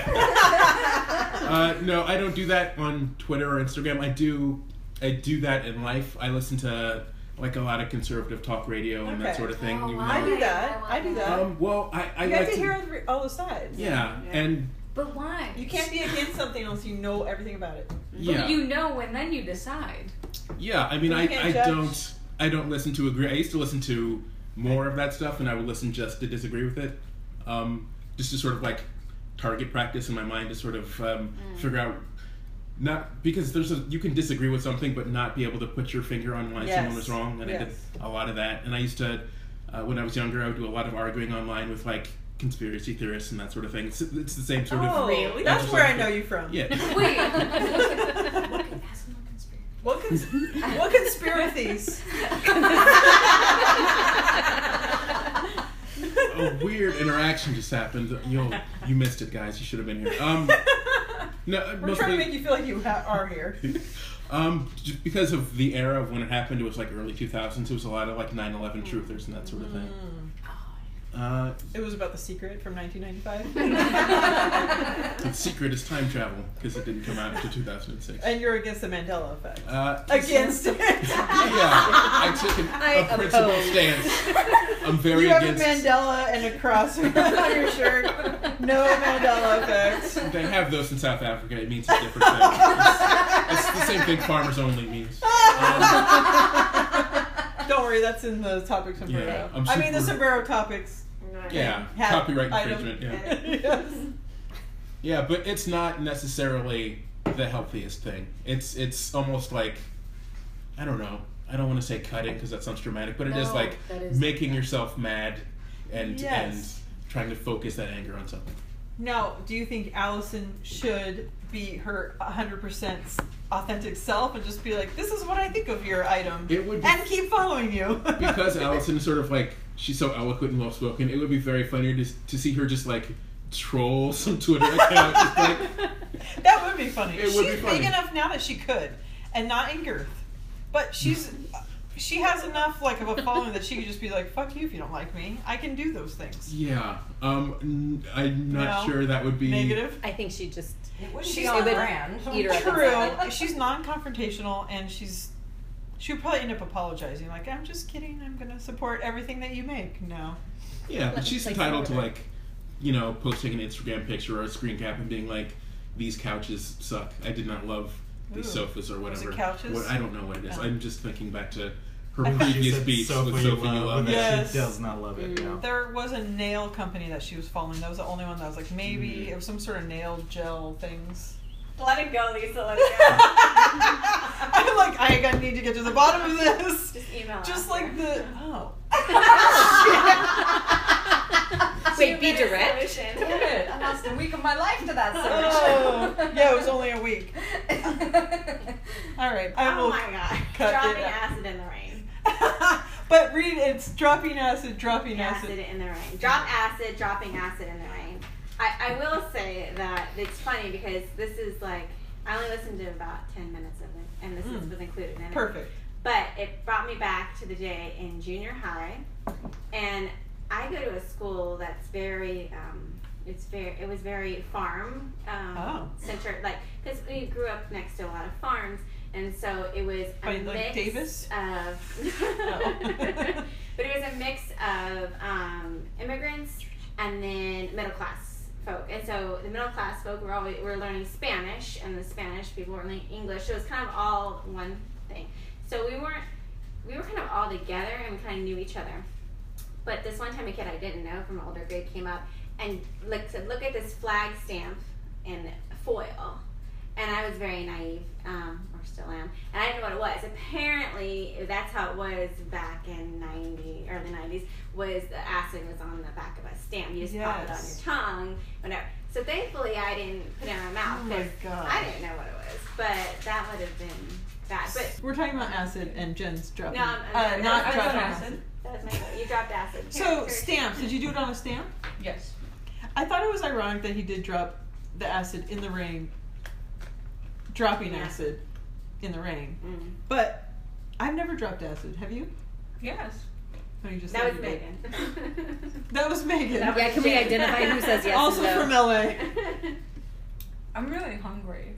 uh, no, I don't do that on Twitter or Instagram. I do, I do that in life. I listen to like a lot of conservative talk radio and
Okay.
that sort of thing.
Oh,
even
wow.
I do that. I do that.
though- um, well, I, I
you
like
have to
to-
hear all the- all the sides.
yeah,
Yeah.
and
But why?
You can't be against something else. You know everything about it.
yeah,
You know and then you decide.
yeah. I mean,
You
I,
can't
I
judge.
don't, I don't listen to agree. I used to listen to more of that stuff, and I would listen just to disagree with it, um, just to sort of like target practice in my mind to sort of um,
Mm.
figure out. Not because there's a you can disagree with something, but not be able to put your finger on why someone
Yes.
was wrong. And I did
Yes.
a lot of that. And I used to, uh, when I was younger, I would do a lot of arguing online with like conspiracy theorists and that sort of thing. It's, it's the same sort
Oh,
of.
Really?
that's where I know you from.
Yeah.
Wait.
what,
could- that's not conspiracy.
cons- what conspiracies?
a weird interaction just happened. You you missed it, guys. You should have been here. Um, no,
We're
mostly,
trying to make you feel like you ha- are here.
um, just because of the era of when it happened, it was like early 2000s. It was a lot of like
Mm.
9/11 truthers and that sort of thing. Uh,
It was about the secret from 1995.
the secret is time travel because it didn't come out until 2006.
and you're against the Mandela effect.
Uh,
Against it.
yeah, I took an, a principled
oppose.
stance. I'm very
you have
against.
a Mandela and a cross on your shirt. No Mandela effect.
They have those in South Africa. It means a different thing. It's, it's the same thing farmers only means. Um,
Don't worry, that's in the topic sombrero.
Yeah, I'm
I mean, the
super-
sombrero topics.
yeah,
have
copyright
item-
infringement. Yeah.
yes.
Yeah, but it's not necessarily the healthiest thing. It's it's almost like I don't know. I don't want to say cutting because that sounds dramatic, but it is
No,
like
that is-
making yourself mad and
Yes.
and trying to focus that anger on something.
Now, do you think Allison should be her 100% authentic self and just be like, this is what I think of your item?
It would be,
and keep following you.
because Allison is sort of like she's so eloquent and well spoken. It would be very funny to to see her just like troll some Twitter account. just like,
that would be funny.
It would
She's
be funny.
big enough now that she could, and not in girth. But she's she has enough like of a following that she could just be like, "Fuck you if you don't like me. I can do those things."
Yeah. Um, n- I'm not
No.
sure that would be
Negative.
I think she just
It wouldn't
She's
be on
a bit-
brand.
eat her up
True. she's non-confrontational, and she's she would probably end up apologizing, like, "I'm just kidding. I'm gonna support everything that you make." No.
Yeah, but
Like,
she's
like
entitled to
somewhere.
like, you know, posting an Instagram picture or a screen cap and being like, "These couches suck. I did not love these
Ooh.
sofas or
it
whatever."
couches?
What, I don't know what it is.
Oh.
I'm just thinking back to her
I thought you
previous
said
beats
Sofa
with
You
Sophie
Love,
Love.
and that
Yes. Mm.
She does not love it. No.
There was a nail company that she was following. That was the only one that was like maybe it was some sort of nail gel things.
Let it go, Lisa. Let it
I'm like, I gotta- need to get to the bottom of this.
go. just email.
Just
us.
like the oh.
wait, be direct.
Solution.
I lost a week of my life to that
Oh.
solution.
yeah, it was only a week. All right, I
Oh
will.
my god.
cut it
Dropping
out.
acid in the rain.
but read it's dropping acid, dropping acid.
Acid in the rain. Drop acid, dropping acid in the rain. I, I will say that it's funny because this is like, I only listened to about 10 minutes of it, and this is,
Mm.
was included in it.
Perfect.
But it brought me back to the day in junior high, and I go to a school that's very, um, it's very, it was very farm um,
Oh.
centered, like because we grew up next to a lot of farms, and so it was a
By,
mix
like, Davis?
of,
Oh.
but it was a mix of um, immigrants and then middle class folk, and so the middle class folk were always were learning Spanish, and the Spanish people were learning English, so it was kind of all one thing. So we weren't we were kind of all together and we kind of knew each other. But this one time, a kid I didn't know from an older grade came up and looked, said, "Look at this flag stamp in foil." And I was very naive, um, or still am, and I didn't know what it was. Apparently, that's how it was back in '90, early '90s. Was the acid was on the back of a stamp? You just pop it on your
Yes.
tongue, whatever. So thankfully, I didn't put it in my mouth
Oh my
because
God.
I didn't know what it was. But that would have been bad. Uh, But
We're talking about acid and Jen's dropping.
No, I'm-
uh,
I'm-
not
I'm
dropping
on
acid.
that was my fault. You dropped acid. Here,
So
here.
stamps. Did you do it on a stamp?
Yes.
I thought it was ironic that he did drop the acid in the rain. Dropping
Yeah.
acid in the rain,
Mm.
but I've never dropped acid. Have you?
Yes.
No, you just
That
said
was
you did.
Megan.
That was Megan.
That
Yeah, can we identify who says yes?
also
and no?
from LA.
I'm really hungry.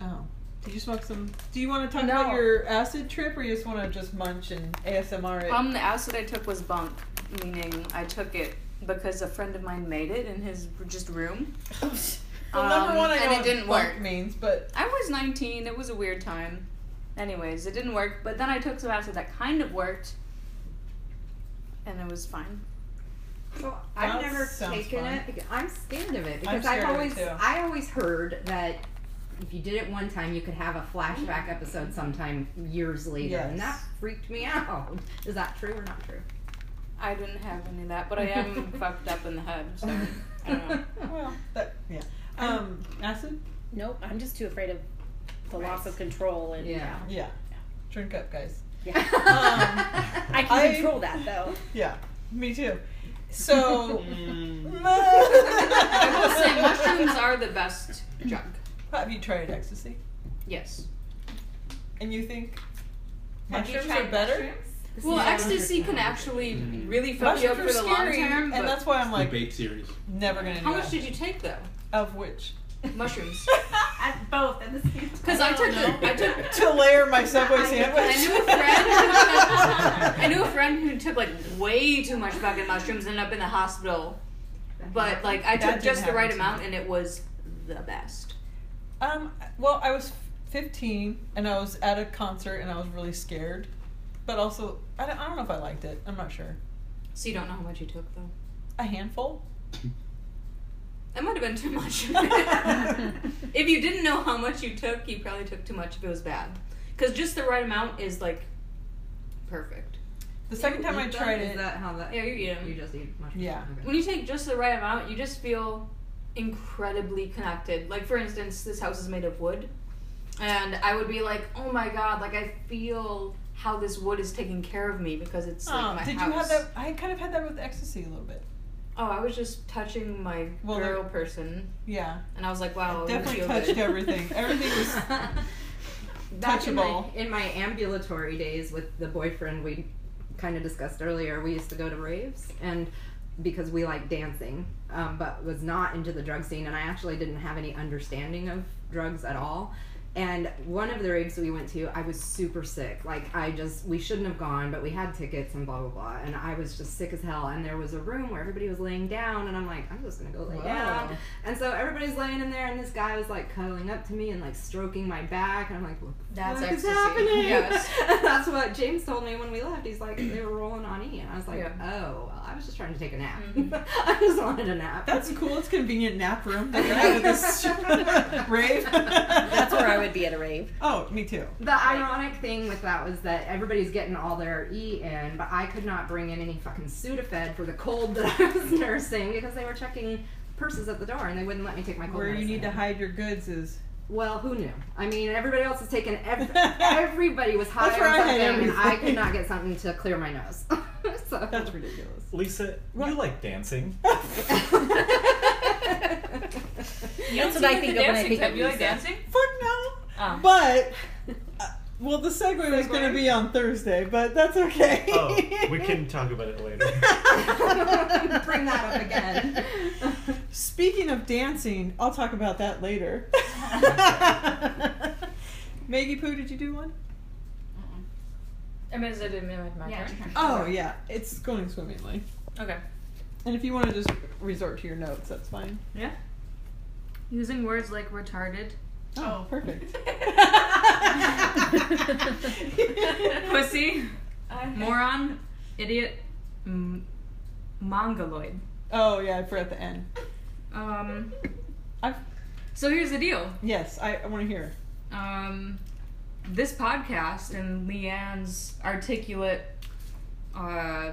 Oh. Did you smoke some? Do you want to talk
No.
about your acid trip, or you just want to just munch and ASMR it?
Um, the acid I took was bunk, meaning I took it because a friend of mine made it in his just room.
well, number
um,
one, I
and
know
it
what
didn't
bunk
work.
means, but
I was 19. It was a weird time. Anyways, it didn't work. But then I took some acid that kind of worked, and it was fine.
Well,
That
I've never
sounds
taken
fun.
it. because- I'm scared of it
I'm
because
scared
I've
of it
always
too.
I always heard that if you did it one time, you could have a flashback episode sometime years later, and that
Mm-hmm. Yes.
freaked me out. Is that true or not true?
I didn't have any of that, but I am fucked up in the head. So I don't know.
well, that yeah. Um, acid.
Nope, I'm just too afraid of the loss of control and
Yeah.
Yeah. Drink up, guys.
Um,
I can
I-
control that though.
Yeah. Me too. So. Mm.
I will say mushrooms are the best drug.
Have you tried ecstasy?
Yes.
And you think
Have you
mushrooms are
tried
better?
mushrooms?
Well, ecstasy can actually really fuck you up
Mushrooms
for
are
the long
scary,
term. But
and that's why I'm like
debate series.
never gonna.
how
do
much
that.
did you take though?
of which?
Mushrooms.
At both at the same time.
Because I took the, I took
to layer my Subway sandwich.
I knew a friend. I knew a friend who took like way too much fucking mushrooms and ended up in the hospital. But like I
That
took
didn't
just the
happen
right
to me.
amount and it was the best.
Um, well, I was 15 and I was at a concert and I was really scared, but also I don't, I don't know if I liked it. I'm not sure.
So you don't know how much you took though.
A handful.
That might have been too much.
That's
if you didn't know how much you took, you probably took too much if it was bad. Because just the right amount is like perfect.
The second time I
Is that-
tried
is
it,
that how that?
Yeah, you eat 'em.
You just eat mushrooms.
Yeah.
Okay.
When you take just the right amount, you just feel incredibly connected. Like for instance, this house is made of wood, and I would be like, "Oh my god!" Like I feel how this wood is taking care of me because it's like
um,
my
did
house.
you have that? I kind of had that with ecstasy a little bit.
Oh, I was just touching my
Well,
girl person,
Yeah,
Oh,
and I was like, "Wow, you
definitely
feel
touched
good."
everything. Everything was
back in my,
touchable.
in my ambulatory days with the boyfriend we kind of discussed earlier we used to go to raves and because we like dancing um, but was not into the drug scene and i actually didn't have any understanding of drugs at all and one of the raves we went to i was super sick like i just we shouldn't have gone but we had tickets and blah blah blah and i was just sick as hell and there was a room where everybody was laying down and i'm like i'm just gonna go lay down and so everybody's laying in there and this guy was like cuddling up to me and like stroking my back and i'm like what the
That's
fuck is
ecstasy.
happening
Yes.
that's what James told me when we left. He's like, they were rolling on E. And I was like, oh, well, I was just trying to take a nap.
Mm-hmm.
I just wanted a nap.
That's cool. It's convenient nap room that you have at this rave.
That's where
"Ah."
I would be at a rave.
Oh, me too.
the ironic thing with that was that everybody's getting all their E in, but I could not bring in any fucking Sudafed for the cold that I was nursing because they were checking purses at the door and they wouldn't let me take my cold
Where you
medicine.
need to hide your goods is.
Well, who knew? I mean, everybody else was taking. Ev- everybody was high
That's where I
on
had
something, and I
everything.
could not get something to clear my nose. so
That's ridiculous.
Lisa, you like dancing.
You don't
That's what
seem
I
like
think
the
of when I
dancing
think
type.
of
You like
Lisa.
dancing?
Fuck no.
Oh.
But, uh, well, the segue was going to be on Thursday, but that's okay.
Oh, we can talk about it later.
bring that up again.
Speaking of dancing, I'll talk about that later. Maggie Poo, did you do one?
I mean, is it in my my
Yeah.
turn?
Oh, yeah. It's going swimmingly.
Okay.
And if you want to just resort to your notes, that's fine.
Using words like retarded,
Oh, perfect.
pussy, moron, idiot, m- mongoloid.
oh, yeah, I forgot the N.
Um.
I've-
So here's the deal.
Yes, I, I want to hear.
um, this podcast and Leanne's articulate, uh,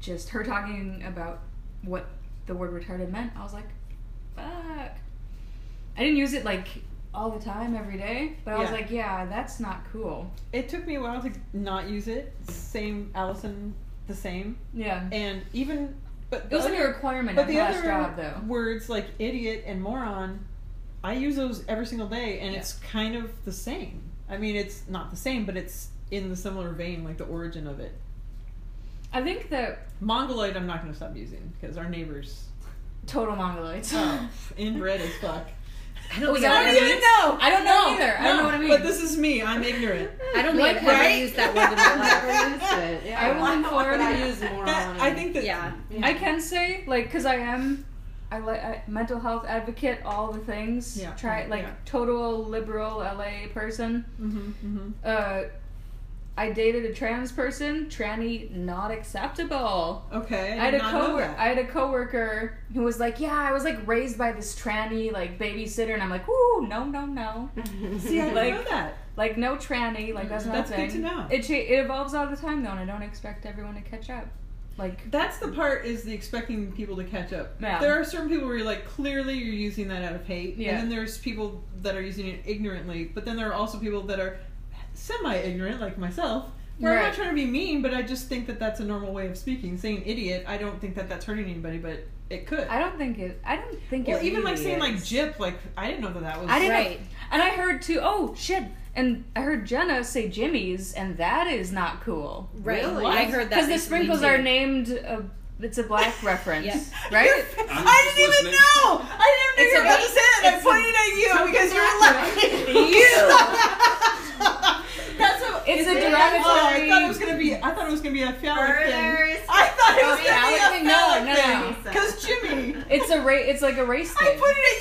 just her talking about what the word retarded meant, I was like, fuck. I didn't use it like all the time, every day, but I was
Yeah.
like, yeah, that's not cool.
It took me a while to not use it. Same, Allison, the same.
Yeah.
And even, but
It
the
wasn't
other-
a requirement
But
at
the
the last
other
job, though.
words like idiot and moron, I use those every single day, and it's kind of the same. I mean, it's not the same, but it's in the similar vein, like the origin of it.
I think that
Mongoloid, I'm not going to stop using because our neighbors
total mongoloids.
oh, inbred as fuck.
I don't
Was
think I've
that
ever
what you
used-
No,
I don't know either. I don't know what I mean.
But this is me. I'm ignorant.
I don't think I've ever used that word in my life.
Never used it. Yeah.
I was in Florida.
I use moron.
I think
Um,
that
Yeah.
I can say like because I am, I like I, mental health advocate, all the things.
Yeah.
Try like
Yeah.
total liberal LA person.
Mhm, mhm.
Uh, I dated a trans person. Tranny not acceptable.
Okay.
I had a
did not know
coworker.
that.
I had a coworker who was like, "Yeah, I was like raised by this tranny like babysitter," and I'm like, "Ooh, no, no, no,
See, I didn't
like-
know that.
like no tranny, like that's not
Mm, That's
a
good
thing."
to know.
It cha- it evolves all the time though, and I don't expect everyone to catch up. Like
That's the part is the expecting people to catch up.
Yeah.
There are certain people where you're like, clearly you're using that out of hate.
Yeah.
And then there's people that are using it ignorantly. But then there are also people that are semi ignorant, like myself, where I'm not
Right.
trying to be mean, but I just think that that's a normal way of speaking. Saying idiot, I don't think that that's hurting anybody, but it could.
I don't think it. I don't think
well,
it.
even like
really
saying like
is.
jip, like, I didn't know that that was.
I didn't
Right.
know. And I heard too, oh shit. And I heard Jenna say Jimmy's, and that is not cool.
Right.
Really?
I heard that.
Because the
recently,
sprinkles
too.
are named, uh, it's a black reference.
Yeah.
Right?
I didn't even
listening.
know! I didn't
It's
even know you were
a-
about to say that. and I'm
it's a-
pointing at you because you're like, you! that's what
It's a
Oh, I thought it
derogatory.
was gonna be. I thought it was gonna be a phallic thing.
Murders.
I thought it was
yeah, I would
gonna
think-
be a
no,
phallic
no,
thing.
no.
Because Jimmy,
It's a race. It's like a race
I
thing. Oh
put it at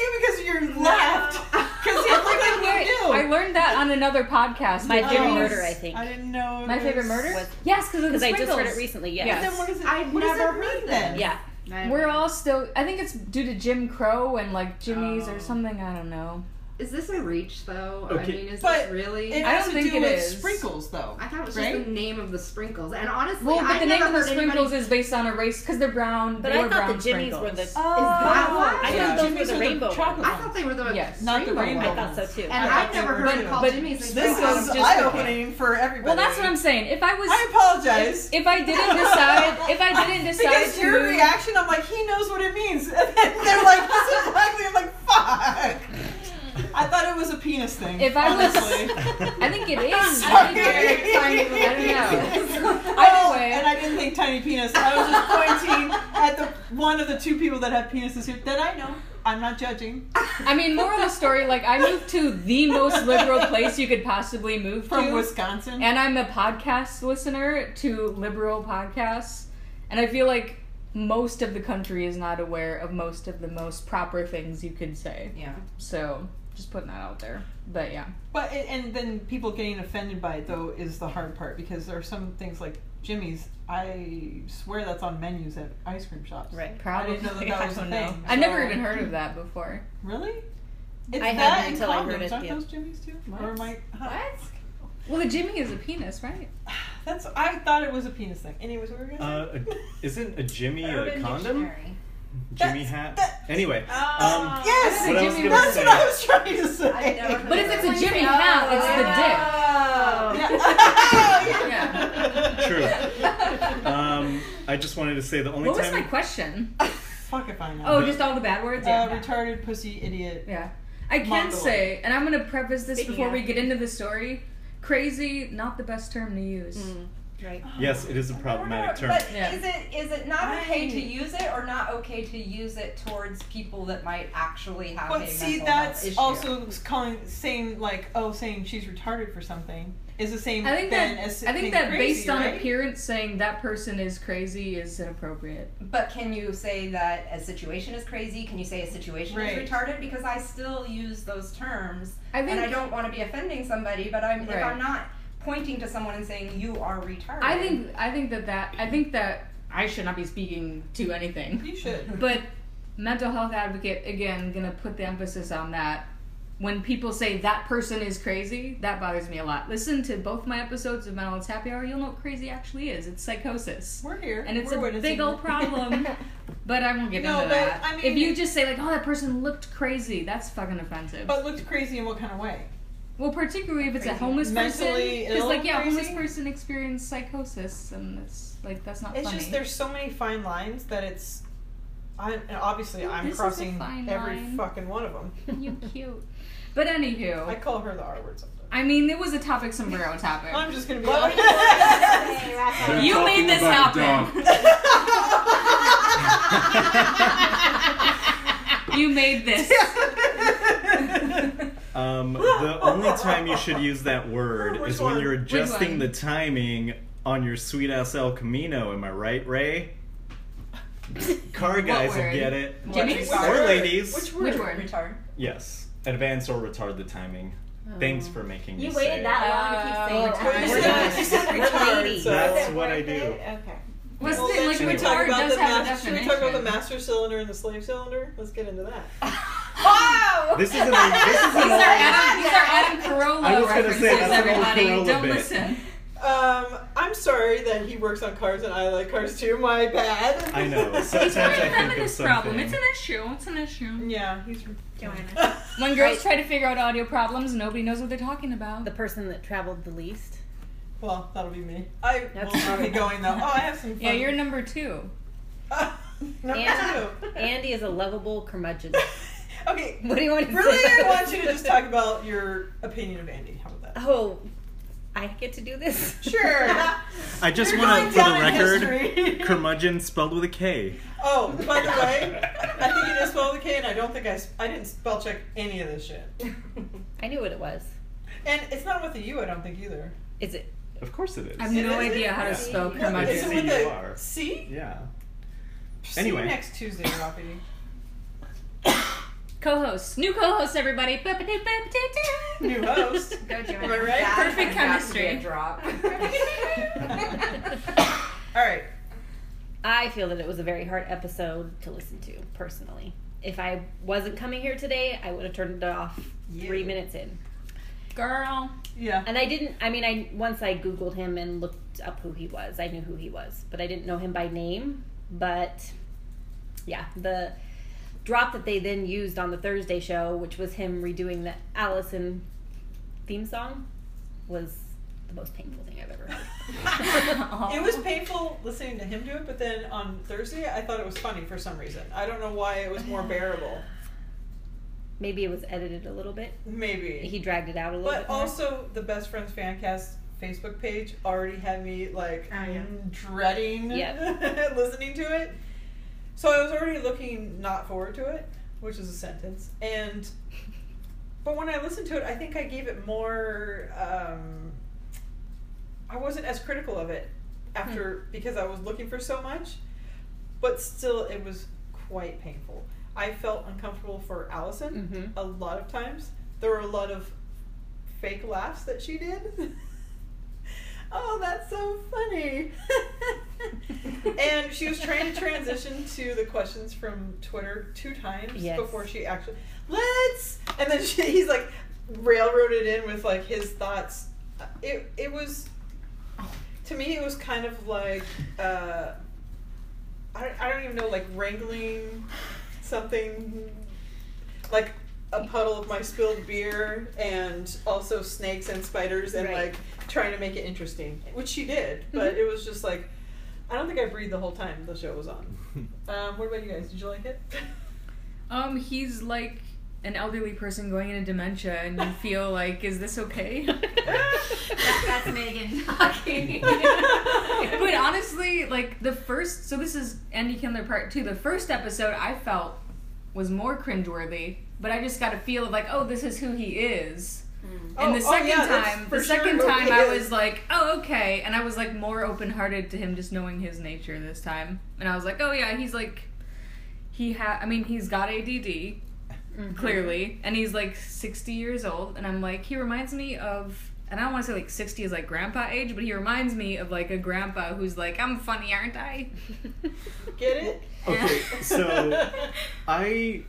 you because you laughed. Because you looked like you
I
knew.
learned that on another podcast.
My
It
favorite
was-
murder, I think.
I didn't know. it
My favorite
was-
murder.
Was-
yes, because of the
Because I
sprinkles.
just heard it recently. Yeah.
Yes.
Then what is it?
I've
what does
never
it
heard
mean
that.
Yeah.
We're all still. I think it's due to Jim Crow and like Jimmy's
Oh.
or something. I don't know.
Is this a reach though? I
Okay.
mean, is
But
this really?
It
I
has
don't
to
think
do
it
with
is.
sprinkles, though.
I thought it was
right?
just the name of the sprinkles, and honestly,
Well,
I've
but the name
never
of the
heard
sprinkles
anybody...
is based on a race because they're brown.
But
they
I
were
thought
brown
the Jimmies were the.
sprinkles.
Is that
Oh.
why?
I
Yeah.
thought those were
Jimmy's
the
are the
rainbow.
chocolate.
I thought they were the
Yes.
Not the
rainbow
rainbow
I
ones.
thought so too.
And
I
I've
thought they
never
were
heard
too.
it called
But
Jimmy's. and
This was
Sprinkles. Just
eye
like it.
opening for everybody.
Well, that's what I'm saying. If I was,
I apologize.
if I didn't decide, if I didn't decide
because
to
your
move,
reaction, I'm like, he knows what it means. And they're like, this is likely. I'm like, fuck. I thought it was a penis thing.
If I was-
honestly.
I think it is.
Sorry.
I don't know.
Oh,
Anyway.
and I didn't think tiny penis. I was just pointing at the one of the two people that have penises here that I know. I'm not judging.
I mean, moral of the story, like, I moved to the most liberal place you could possibly move
From
to.
Wisconsin.
and I'm a podcast listener to liberal podcasts, and I feel like most of the country is not aware of most of the most proper things you could say.
Yeah.
So just putting that out there. But yeah,
But it, and then people getting offended by it though is the hard part because there are some things like Jimmy's. I swear that's on menus at ice cream shops.
Right.
I
probably.
didn't know that that was a
I don't know.
thing.
I've never
so-
even heard of that before.
Really? It's
I
that
haven't
and
until I heard
condoms.
it,
Aren't
yeah.
those Jimmy's too? Or am I? huh.
What?
Well, the Jimmy is a penis, right?
That's. I thought it was a penis thing. Anyways, what were we
Uh,
gonna say?
Isn't a Jimmy a
Urban
condom?
Dictionary.
Jimmy
That's-
hat?
that-
Anyway.
Oh.
Um,
Ah. yes.
what I was
Jimmy
gonna
That's
say-
what I was trying to say.
I've never heard
But
of
if
that.
it's a Jimmy hat, it's the
Yeah.
dick.
True. Um, I just wanted to say the only
What was
time.
my question?
Fuck if I know.
Oh, just all the bad words. Yeah.
Uh, retarded, pussy, idiot.
Yeah. I can
Mongoloid.
say, and I'm going to preface this
Speaking
before
of-
we get into the story crazy, not the best term to use.
Mm.
yes, it is a problematic term.
But
Yeah.
is it is it not okay to
Right.
use it or not okay to use it towards people that might actually have a
But
mental
see,
health
that's
issue?
also calling saying like, oh, saying she's retarded for something is the same
I think
thing
that
as
I think
being
that
crazy,
based on
right?
appearance, saying that person is crazy is inappropriate.
But can you say that a situation is crazy? Can you say a situation
Right.
is retarded? Because I still use those terms,
I think
and I don't want to be offending somebody. But I'm if
Right.
I'm not pointing to someone and saying you are retarded.
I think I think that that I think that I should not be speaking to anything.
You should.
But mental health advocate again going to put the emphasis on that. When people say that person is crazy, that bothers me a lot. Listen to both my episodes of Mental Health Happy Hour. You'll know what crazy actually is. It's psychosis.
We're here,
and it's
We're
a
witnessing
big old
it.
problem. but I won't get
No,
into
but,
that.
I mean-
if you just say like, "Oh, that person looked crazy," that's fucking offensive.
but looked crazy in what kind of way?
well, particularly if it's a homeless
Mentally
person,
ill
like yeah, a homeless
crazy?
person experienced psychosis, and it's like that's not
It's
funny.
just there's so many fine lines that it's. I, and obviously, I'm
This is a
crossing
fine
every
line.
fucking one of them.
you cute. But anywho,
I call her the R word sometimes.
I mean, it was a topic sombrero topic.
I'm just gonna be
What
like,
would you want to say, Raphael?
You
They're talking
made this
about a
happen.
dog.
you made this.
Um, the only time you should use that word
Which
is when
one?
you're
Which
adjusting
one?
the timing on your sweet ass El Camino. Am I right, Ray? Car guys will
word?
get it.
Jimmy's?
Or ladies.
Which word?
retard.
Yes. Advance or retard the timing. Thanks for making
You
me say it.
waited that
Oh.
long to keep saying
We're
retarded.
done. We're
ladies.
so-
That's what I do.
Okay.
What's
Well,
the,
then
like
should we
retard
talk
retard
about
does
the
have a
master, Should we
definition.
talk about the master cylinder and the slave cylinder? Let's get into that.
Wow!
This is an this is an
These are
old,
Adam, these are Adam
I
Carolla
was gonna
references,
say, that's an old
everybody.
Carolla
Don't
bit.
listen.
Um, I'm sorry that he works on cars and I like cars too. My bad.
I know. Sometimes
It's not a
I think of
feminist problem.
something.
It's an issue. It's an issue.
Yeah, he's
Joanna.
When girls try to figure out audio problems, nobody knows what they're talking about.
The person that traveled the least.
well. That'll be me. I
That's
will be
probably-
going though. Oh, I have some. Fun.
Yeah, you're number two.
number
And-
two.
Andy is a lovable curmudgeon.
Okay.
What do you want to say?
Really, I want you to just talk about your opinion of Andy. How about that?
Oh, I get to do this.
Sure.
I just
You're
want to, for
going
the
down in
record,
history.
curmudgeon spelled with a K.
Oh, by the way, I think it is spelled with a K, and I don't think I, s- I didn't spell check any of this shit.
I knew what it was.
And it's not with a U, I don't think either.
Is it?
Of course it is.
I have
It
no
is-
idea how to
yeah.
spell
Yeah, it's
Is
a
curmudgeon.
it with
C-U-R.
a C?
yeah.
See
Anyway.
you next Tuesday, Rafi.
Co-host, new co-host, everybody. Boop-a-doop-boop-doop-doop.
New host.
Go, Jimmy.
Am I right?
Perfect chemistry.
Drop.
All right.
I feel that it was a very hard episode to listen to personally. If I wasn't coming here today, I would have turned it off three
Yeah.
minutes in.
Girl.
Yeah.
And I didn't. I mean, I once I googled him and looked up who he was. I knew who he was, but I didn't know him by name. But yeah, the drop that they then used on the Thursday show, which was him redoing the Allison theme song, was the most painful thing I've ever heard.
It was painful listening to him do it, but then on Thursday, I thought it was funny for some reason. I don't know why it was more bearable.
Maybe it was edited a little bit.
Maybe.
He dragged it out a little
But
bit. more.
also, the Best Friends Fancast Facebook page already had me like mm,
Oh, yeah.
dreading listening to it. So I was already looking not forward to it, which is a sentence. And but when I listened to it, I think I gave it more. Um, I wasn't as critical of it after because I was looking for so much, but still, it was quite painful. I felt uncomfortable for Allison
Mhm.
a lot of times. There were a lot of fake laughs that she did. oh, that's so funny. and she was trying to transition to the questions from Twitter two times
Yes.
before she actually let's and then she, he's like railroaded in with like his thoughts. Uh, It it was to me it was kind of like uh, I don't, I don't even know like wrangling something like a puddle of my spilled beer and also snakes and spiders and
Right.
like trying to make it interesting, which she did,
Mm-hmm.
but it was just like I don't think I breathed the whole time the show was on. Um, what about you guys? Did you like it?
Um, he's like an elderly person going into dementia, and you feel like, is this okay?
That's Megan talking.
but honestly, like the first, so this is Andy Kindler part two. The first episode I felt was more cringeworthy, but I just got a feel of like, oh, this is who he is.
Oh,
and the
oh,
second
yeah, that's
time,
for
the
sure
second
who
time
he
I
is.
was like, oh, okay, and I was like more open-hearted to him just knowing his nature this time, and I was like, oh yeah, he's like, he ha, I mean, he's got ADD
Mm-hmm.
clearly, and he's like 60 years old, and I'm like, he reminds me of, and I don't want to say like 60 is like grandpa age, but he reminds me of like a grandpa who's like, I'm funny, aren't I?
Get it?
Okay, so I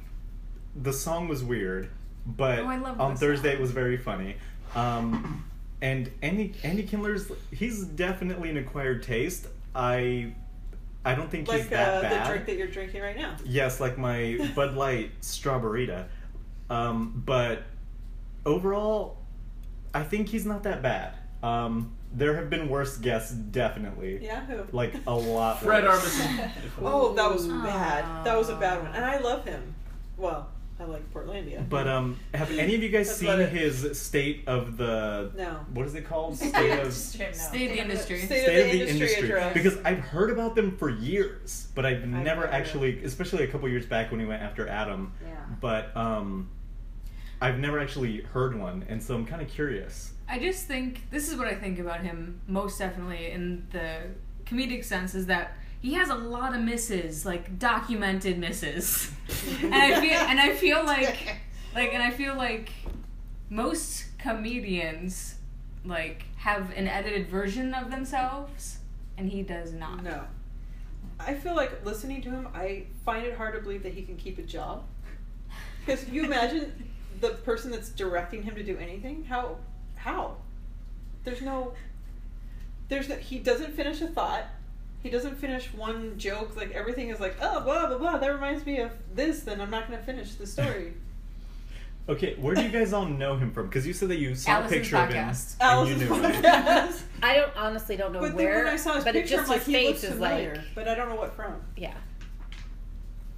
the song was weird, but
Oh, I love
on
the
Thursday
song.
it was very funny. Um, and Andy Andy Kindler's he's definitely an acquired taste. I I don't think he's
like
that
uh,
bad.
the drink that you're drinking right now.
Yes, like my Bud Light Strawberryta. Um, but overall, I think he's not that bad. Um, there have been worse guests, definitely.
Yeah, who?
Like a lot.
Fred
worse.
Armisen.
Oh, that was bad. That was a bad one. And I love him. Well, I like Portlandia.
But um, have any of you guys
That's
seen
about it.
his state of the
no.
what is it called? State of
Stay the industry.
State,
State
of the, industry, address.
because I've heard about them for years, but I've never
heard of
actually, especially a couple years back when he went after Adam.
Yeah.
But um, I've never actually heard one, and so I'm kind of curious.
I just think this is what I think about him most definitely in the comedic sense is that he has a lot of misses, like documented misses. and I feel and I feel like like and I feel like most comedians like have an edited version of themselves and he does not.
no. I feel like listening to him, I find it hard to believe that he can keep a job. Because you imagine the person that's directing him to do anything. How? How? There's no. There's no. He doesn't finish a thought. He doesn't finish one joke. Like everything is like, oh blah blah blah. That reminds me of this. Then I'm not gonna finish the story.
Okay, where do you guys all know him from? Because you said that you saw a
Allison's
picture
podcast.
of him. and
Alice's
you knew him.
podcast.
I don't honestly don't know
But
where,
then when I saw his
but it
picture,
just
I'm like,
his
he
face
looks
is
familiar,
like
but I don't know what from.
yeah.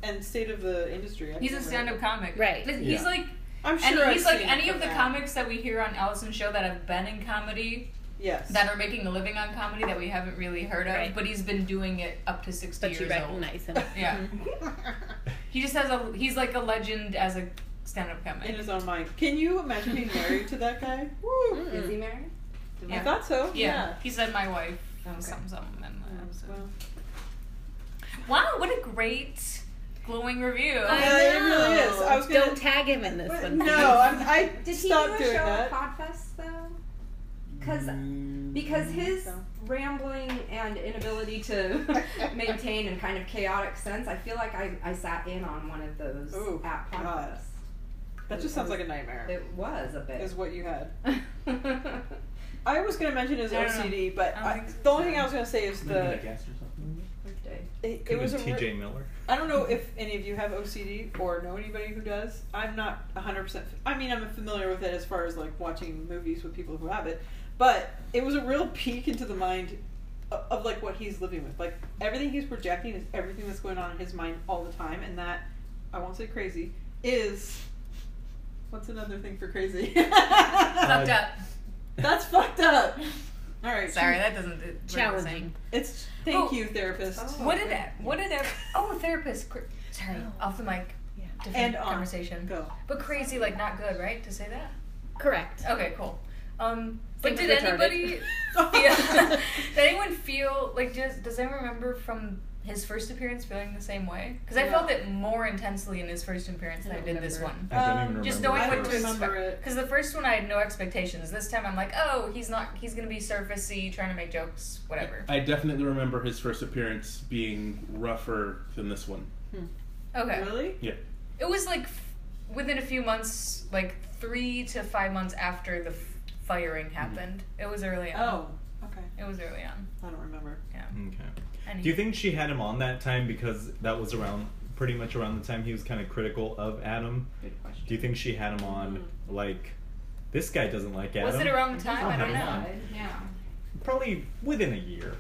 And state of the industry. I
He's a
can't
stand up
remember.
comic.
Right.
He's
Yeah.
like
I'm sure.
and
I've
he's like
seen
any
him
of the
from that.
comics that we hear on Allison's show that have been in comedy
Yes.
that are making a living on comedy that we haven't really heard of,
Right.
but he's been doing it up to 60
But
years
you recognize him.
old.
Mm-hmm.
Yeah. he just has a he's like a legend as a stand-up
In
comic.
his own mind. Can you imagine being married to that guy? Woo.
Is he married?
I
Yeah.
thought so.
Yeah. He said my wife
Okay.
um, something something in the episode.
Well,
Wow, what a great glowing review.
Yeah, it really is. I was gonna.
Don't tag him in this one.
no, I'm, I
Did he
stopped
do a
doing
show
that.
at Podfest though? Because because
Mm-hmm.
his
so.
rambling and inability to maintain and kind of chaotic sense, I feel like I, I sat in on one of those
Ooh,
at Podfest.
God. that just sounds like a nightmare.
It was a bit.
Is what you had.
I
I was gonna mention his
I don't know.
OCD, but
I don't
I,
think so.
the only thing I was gonna say is the it, it
Could
was a
have been
re-
T.J. Miller.
I don't know if any of you have OCD or know anybody who does. I'm not 100%. f- I mean, I'm familiar with it as far as like watching movies with people who have it, but it was a real peek into the mind of, of like what he's living with. Like everything he's projecting is everything that's going on in his mind all the time, and that I won't say crazy is What's another thing for crazy?
Uh,
Fucked up.
That's fucked up. All right.
Sorry, that doesn't it- we're not saying-
It's thank
Oh.
you, therapist.
What did that? What did that? Oh, therapist. cr- Sorry, off the mic. Yeah. Different
And on.
conversation.
Go.
But crazy, like not good, right? To say that.
Correct.
Okay, cool. Um, but
Same
did
with retarded.
anybody? Yeah. did anyone feel like? Does Does anyone remember from his first appearance feeling the same way? Because I
Yeah.
felt it more intensely in his first appearance
I
than I
don't
did this
remember.
one.
I don't
Um,
even
Just
remember.
knowing
I
what
don't
to
remember
expect.
it.
Because the first one I had no expectations. This time I'm like, oh, he's not. He's gonna be surfacey, trying to make jokes, whatever.
I definitely remember his first appearance being rougher than this one.
Okay.
Really?
It was like f- within a few months, like three to five months after the f-
Mm-hmm.
firing happened. It was early on.
Oh. Okay.
It was early on.
I don't remember.
Okay.
And
Mm-hmm. Do you think she had him on that time because that was around pretty much around the time he was kind of critical of Adam?
Good question. Mm.
Do you think she had him on like this guy doesn't like Adam?
was it around the time?
I'll
I
have
don't
him
know.
on.
Yeah.
Probably within a year.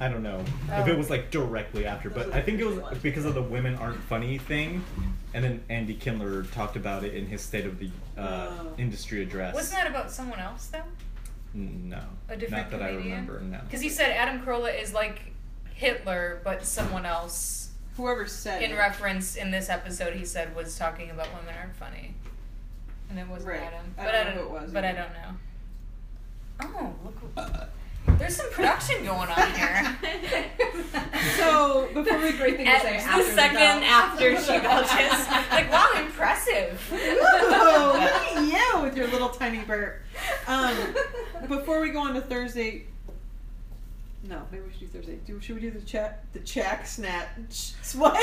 I don't know if
Oh.
it was like directly after, but I think it was because of the women aren't funny thing, and then Andy Kindler talked about it in his State of the uh,
Oh.
Industry address.
Wasn't that about someone else though?
No,
A different
not that I
comedian?
remember. No,
Because he said Adam Carolla is like Hitler, but someone else.
Whoever said
In
it.
reference in this episode, he said was talking about women aren't funny, and it wasn't
Right.
Adam.
I
But
don't
I
know
don't.
who it was
but I
either.
don't know. Oh look! There's some production going on here.
So before we
Great thing to
At
say
the
after the
second
bell.
after she belches, like wow, impressive.
Ooh, look at you with your little tiny burp. Um, before we go on to Thursday. No, maybe we should do Thursday. Do, should we do the chat? The chat snap? ch- What?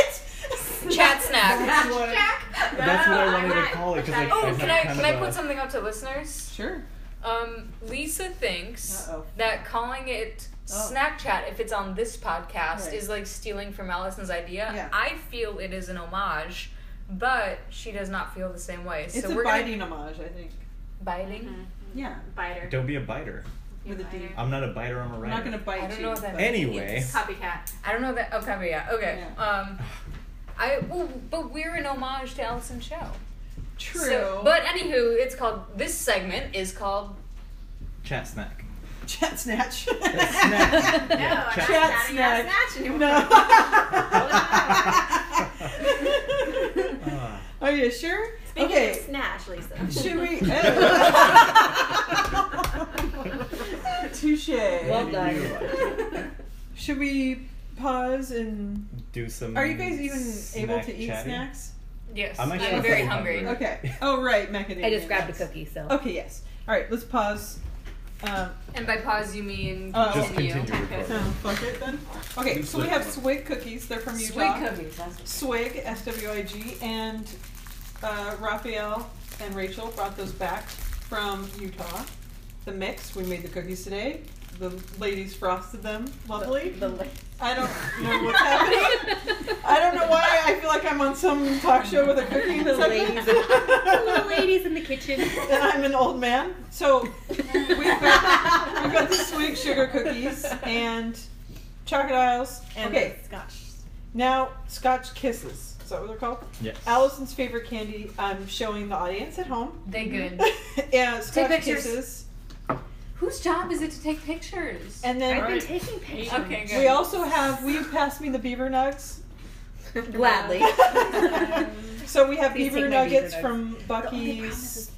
Chat snack.
That's what I-
that's
"Ah,
what I
No,
wanted
I'm
to
not.
call it because I,
Oh,
I had
can I
kind
can
of
I
a-
put something up to listeners?
Sure.
Um, Lisa thinks
Uh-oh.
that calling it
Oh.
snack chat if it's on this podcast
Right.
is like stealing from Allison's idea.
Yeah.
I feel it is an homage, but she does not feel the same way.
It's
so
a
we're
biting homage, I think.
gonna biting.
Yeah.
Biter.
Don't be a biter.
With a D.
I'm not a biter. I'm a
I'm
writer.
not gonna bite
I don't
you.
know if that
but-
means-
Anyway,
Copycat.
I don't know that. Okay, but yeah. Okay.
Yeah.
Um, I well, but we're an homage to Allison's show.
True.
So- but anywho, it's called. This segment is called.
chat snack.
chat snatch.
Chat snack.
No,
Yeah,
I'm
chat
not
Chat
shouting out
snack.
snatch anymore.
No.
Ah.
Are you sure?
Speaking of
okay.
snatch, Lisa.
Should we? Touche.
Well
Maybe
done.
you like it.
Should we pause and?
Do some.
Are you guys even able
snack
to eat
chatting?
snacks?
Yes.
I'm
I'm,
actually
very
fucking
hungry.
hungry.
Okay. Oh right, macadamia.
I just grabbed a
nuts.
cookie, so.
Okay. Yes. All right. Let's pause. Um,
And by pause, you mean
Oh.
Just
continue.
continue
no,
recording.
fuck it then. Okay. So we have Swig cookies. They're from Utah.
cookies. That's
Swig, S W I G, and uh, Raphael and Rachel brought those back from Utah. The mix, we made the cookies today. The ladies frosted them. Lovely. I don't know what's happening. I don't know why I feel like I'm on some talk show with a cookie in
The ladies. Little
the
ladies in the kitchen.
And I'm an old man. So we've got, we've got the Swig sugar crunchies and crocodiles. And okay.
Scotch.
Now, Scotch Kisses. Is that what they're called?
Yes.
Allison's favorite candy. I'm showing the audience at home.
They good.
yeah, Scotch
pictures.
Kisses.
Whose job is it to take pictures?
And then
I've been taking pictures.
Okay, good.
we also have. Will you pass me the beaver nugs?
Gladly.
so we have
Please
beaver
take my beaver
nuggets
nugs.
from
only problem
Bucky's.
is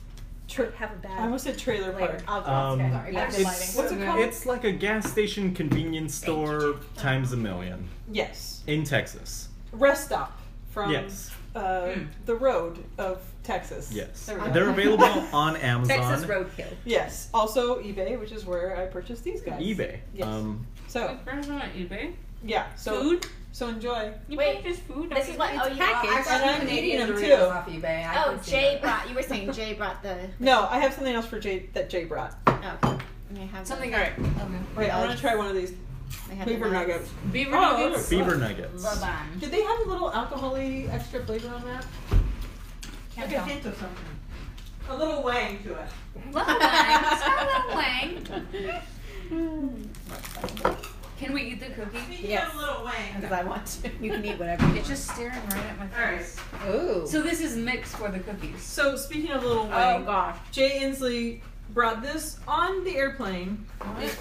Tra-
Have a
I
bad
almost said trailer
later.
park.
I'll go.
Um,
Sorry, back to
it's-
lighting.
What's it called?
It's like a gas station convenience store times a million
Yes.
in Texas.
Rest stop from
Yes,
uh, the road of Texas.
yes.
There we go.
They're available on
Texas
Amazon,
roadkill.
Yes. Also eBay, which is where I purchased these guys.
eBay.
Yes.
Um,
So
Friends on eBay.
yeah. So
Food?
so enjoy.
You
Wait.
Wait, just food.
This is what. Oh, you
Package.
I
And
brought
I'm
you
eating
Canadian.
them
Doritos
too.
off eBay. I
Oh,
can see
Jay
that.
brought. You were saying Jay brought the.
No, I have something else for Jay that Jay brought.
Okay. And I have
Something.
The,
All right.
Wait, I want to try one of these
I have the
beaver
nuts.
nuggets.
Beaver
Oh,
nuggets.
Beaver Nuggets.
Laban.
Did they have a little alcoholy extra flavor on that?
Can't
like a hint of something. A little wang to it.
Laban. It's not that Lang.
Can we eat the cookie?
Speaking
Yes.
of Little Wayne, because I want to.
You can eat whatever. You
It's just staring right at my
All right.
face.
Ooh.
So this is mixed for the cookies.
So speaking of Little Wayne,
Oh gosh.
Jay Inslee brought this on the airplane.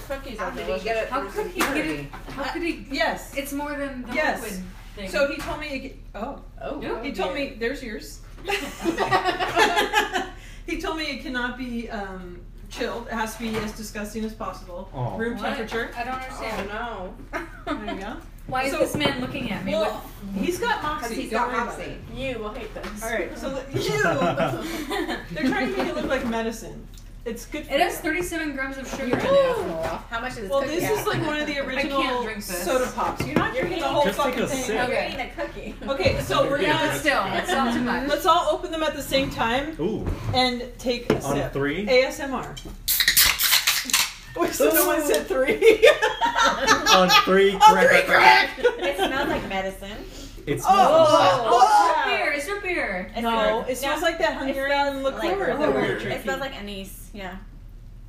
cookies
are
How did he get it
How
for
could he get
security?
it? How could he?
Yes.
It's more than the
Uh, Yes.
liquid thing.
So he told me. It, g- oh.
Oh.
He told me there's yours. he told me it cannot be um, chilled. It has to be as disgusting as possible.
Oh.
Room
What?
temperature.
I don't understand.
Oh
There you
no.
go.
Why
Oh. So-
is this man looking at me?
Well, he's got moxie.
he's
don't
got
worry about
moxie.
it.
You will hate this.
All right. So the, you. They're trying to make it look like medicine. It's good. For
it has
you.
37 grams of sugar in it.
Ooh.
How much is this
Well,
cookie?
this is like one of the original
drink this.
soda pops. You're not drinking the whole
Just take
fucking
a
thing.
sip.
Okay.
eating a cookie.
Okay, so we're
Yeah,
gonna
that's-
Still, it's not too much.
let's all open them at the same time
Ooh,
and take a
on
sip.
three.
ASMR. Wait, so no one said three.
on three.
On
crack,
three
crack,
crack.
It smells like medicine.
crack. It smells
Oh,
Oh, it's your beer. It's your beer.
It's
no,
good.
it smells like that Hungarian
smells like oh,
liqueur that
liqueur.
we were
It
It
drinking.
smells like anise. Yeah.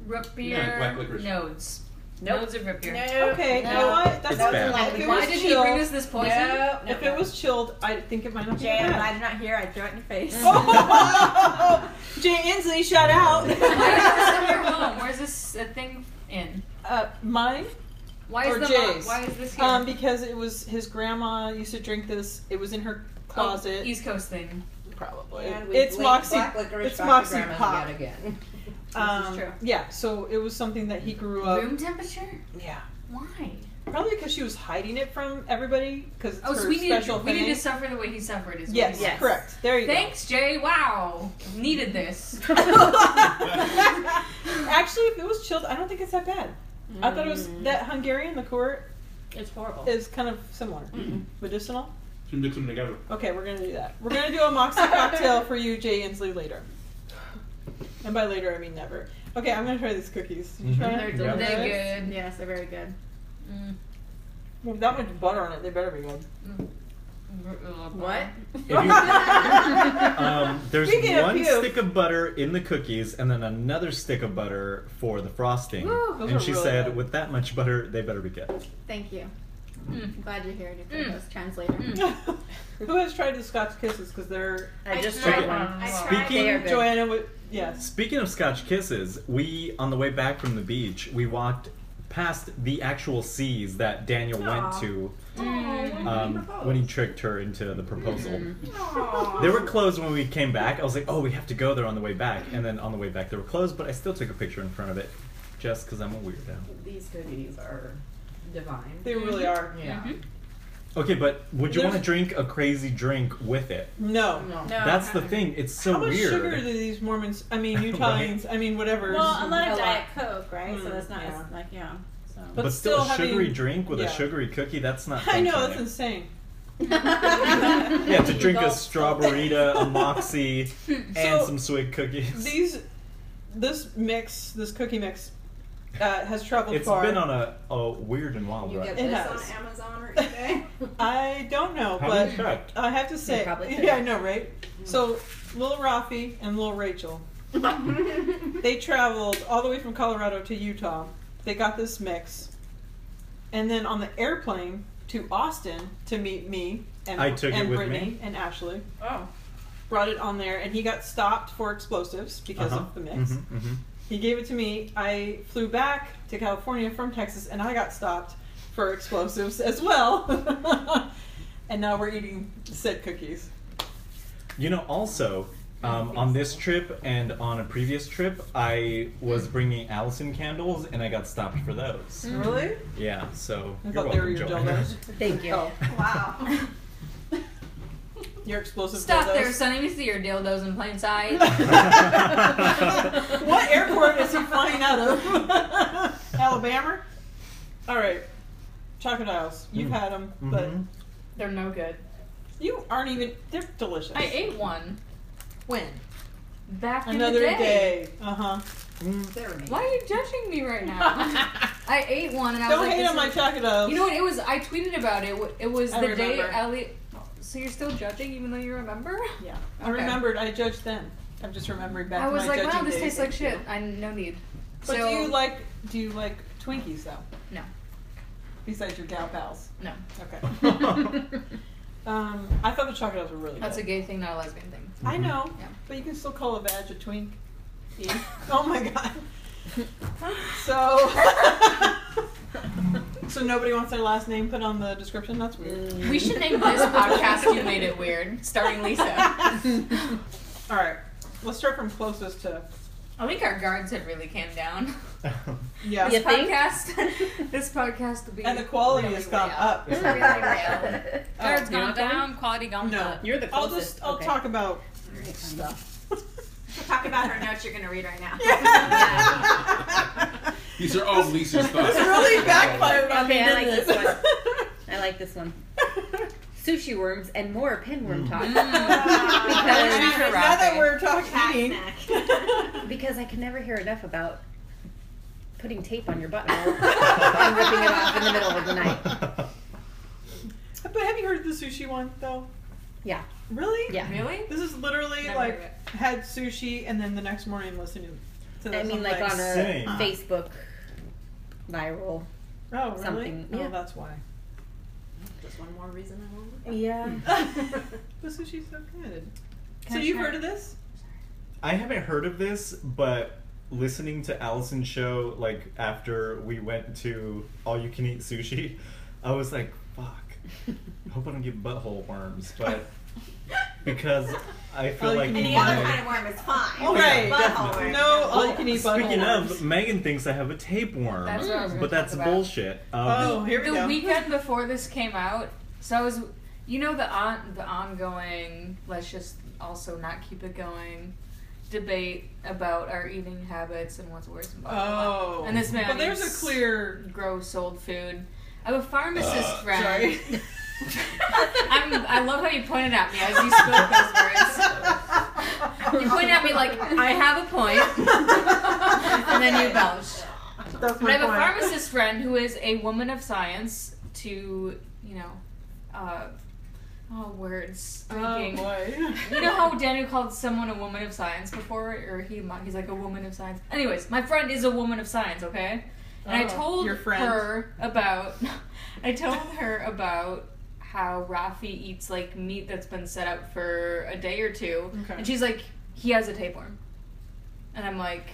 Root beer.
Yeah, black licorice.
Nodes.
Nope.
Nodes of root beer.
Okay, you know
No.
what? That's
It's
not
bad.
If it
Why
was
did he
chilled,
bring us this poison?
if it was chilled, I think it might not be
Jay, I'm
bad.
glad you're not here. I'd throw it in your face.
Oh, Jay Inslee, shout out.
Where's this in your home? Where's this a thing in?
uh, mine.
Why is
Or
the mom,
Jay's.
Why is this here?
Um, because it was his grandma used to drink this. It was in her closet.
Oh, East Coast thing.
probably.
And we
It's
linked
Moxie.
Black licorice
it's
back to
Moxie
grandma's
Pop.
Yet again.
Um,
true.
Yeah, so it was something that he grew up.
Room temperature?
Mm-hmm. Yeah,
Why?
probably because she was hiding it from everybody because it's
Oh,
her
so we need,
special
we
thing.
need to suffer the way he suffered. Is what
yes,
we want.
correct. There you
Thanks, Jay. Wow. Needed this.
go. Actually, if it was chilled, I don't think it's that bad. I thought it was that Hungarian liqueur
It's horrible.
is kind of similar, medicinal.
Should mix them together.
Okay, we're gonna do that. We're gonna do a moxie cocktail for you, Jay Inslee, later. And by later, I mean never. Okay, I'm gonna try these cookies. You try
They're
it?
Yeah.
They're
Really?
good.
Yes, they're very good.
With that much butter on it, they better be good.
Mm,
What?
If you- Um, there's
Speaking of
one
puke.
stick of butter in the cookies and then another stick of butter for the frosting.
Woo, those are
and she
really
said,
good.
with that much butter, they better be good.
Thank you.
Mm.
I'm glad you're here to be
Mm.
this translator.
Who has tried the Scotch Kisses? Because they're
I just
tried
tried one.
uh,
I tried
Speaking
They're good.
Joanna. Would, yes.
Speaking of Scotch kisses, we on the way back from the beach, we walked past the actual seas that Daniel went to
Mm.
Mm.
um, when he tricked her into the proposal.
Mm-hmm.
uh,
They were closed when we came back. I was like, "Oh, we have to go there on the way back." And then on the way back, they were closed, but I still took a picture in front of it, just because I'm a weirdo.
These cookies are divine.
They really
Mm-hmm.
are.
Yeah.
Okay, but would you
There's-
want to drink a crazy drink with it?
No.
No.
No.
That's the thing. It's so
How much
weird.
sugar do these Mormons? I mean,
Right.
Utahns. I mean, whatever.
Oh, Well, a lot
A
of Diet Coke, right?
Mm,
so that's not
yeah.
as, like, yeah. So.
but,
But
still, a
still
sugary
having-
drink with
yeah.
a sugary cookie. That's not.
I know that's
functioning.
insane.
Yeah, to drink a strawberryta, a moxie, and
So,
some swig cookies.
These, this mix, this cookie mix, uh, has traveled
it's
far.
been on a, a weird and wild
You get
ride.
It
this
has.
on Amazon or eBay?
I don't know,
Have
but
you checked?
I have to say,
probably could.
yeah, I know, right? So, little Rafi and little Rachel, they traveled all the way from Colorado to Utah. They got this mix, and then on the airplane to Austin to meet me and
I took it
and
with
Brittany
me.
and Ashley.
Oh.
Brought it on there, and he got stopped for explosives because
Uh-huh.
of the mix.
Mhm, mhm.
He gave it to me. I flew back to California from Texas, and I got stopped for explosives as well. and now we're eating said cookies.
You know, also, um, on this trip and on a previous trip, I was bringing Allison candles and I got stopped for those.
Really?
Yeah, so
I
you're
thought they were
welcome,
your
Joanna.
dildos.
Thank you.
Oh,
Wow.
your explosive
Stop
dildos.
there, Sonny. We see your dildos in plain sight.
what airport is he flying out of? Alabama? All right. Crocodiles. You've
Mm.
had them,
Mhm.
but
They're no good.
you aren't even. They're delicious.
I ate one
When?
back
Another
in the day.
day. Uh huh.
They're amazing.
Why are you judging me right now? I ate one and I was
Don't
like,
hate
this
on my
is-
crocodiles.
You know what? It was. I tweeted about it. It was
I
the day
remember.
Elliot. So you're still judging, even though you remember.
Yeah. I
Okay.
remembered. I judged then. I'm just remembering back.
I
to
was
my
like, wow,
judging
this
days.
tastes like shit. I no need.
But
so
do you like? Do you like Twinkies though?
No.
Besides your gal pals.
No.
Okay. Um, I thought the chocolates were really
That's a
good.
gay thing, not a lesbian thing.
I know,
Yeah.
but you can still call a vag a twink. Yeah. oh my god. So. so nobody wants their last name put on the description. That's weird.
We should name this podcast You Made It Weird, starring Lisa.
All right. Let's start from closest to.
I think our guards had really calmed down.
Yeah.
Yeah. You think?
podcast. this podcast will be.
And the quality
really
has gone
way
up. Oh,
Really way up.
Guards
you
gone
don't think?
down, quality gone
No.
up.
You're the
I'll
closest.
just I'll
Okay.
talk about stuff.
Talk about her notes you're gonna read right now.
These are all Lisa's thoughts.
It's really backfired on
Okay,
me.
I like
didn't
this
it?
I like this one. Sushi worms and more pinworm talk.
now
because,
that we're talking
Cat
eating,
snack.
because I can never hear enough about putting tape on your butthole and ripping it off in the middle of the night.
But have you heard of the sushi one though?
Yeah.
Really?
Yeah.
Really?
This is literally
Never heard of it.
like had sushi and then the next morning listened to. to
I mean, like
something.
on a
Same.
Facebook viral.
oh really?
something,
Oh,
yeah.
that's why.
Just one more reason I won't.
Yeah.
the sushi's so good. so you've heard of this?
I haven't heard of this, but listening to Allison's show, like after we went to All You Can Eat Sushi, I was like, fuck. I hope I don't get butthole worms, but because I feel
All you
like
can eat
Any
my-
other kind of worm is fine.
Oh, right,
Butthole
definitely.
worm.
No, all you can eat butthole
Speaking
worms.
of, Megan thinks I have a tapeworm,
That's what I was gonna
but that's
talk about.
bullshit. Um,
Oh, here we
the
go.
weekend before this came out, so I was, you know, the on the ongoing. Let's just also not keep it going. Debate about our eating habits and what's worse. And blah, blah, blah.
Oh.
And this man
But there's
eats-
a clear.
gross old food. I have a pharmacist friend.
Sorry.
I'm, I love how you pointed at me as you spoke those words. You pointed at me like I have a point, and then you belched.
That's
But I
my
have a
point.
pharmacist friend who is a woman of science to, you know, uh, oh, words.
Oh
Thinking.
boy.
you know how Daniel called someone a woman of science before? Or he mo- he's like a woman of science. Anyways, my friend is a woman of science, okay? And I
Oh,
told
your friend.
her about. I told her about how Rafi eats like meat that's been set up for a day or two.
Okay.
And she's like, he has a tapeworm. And I'm like,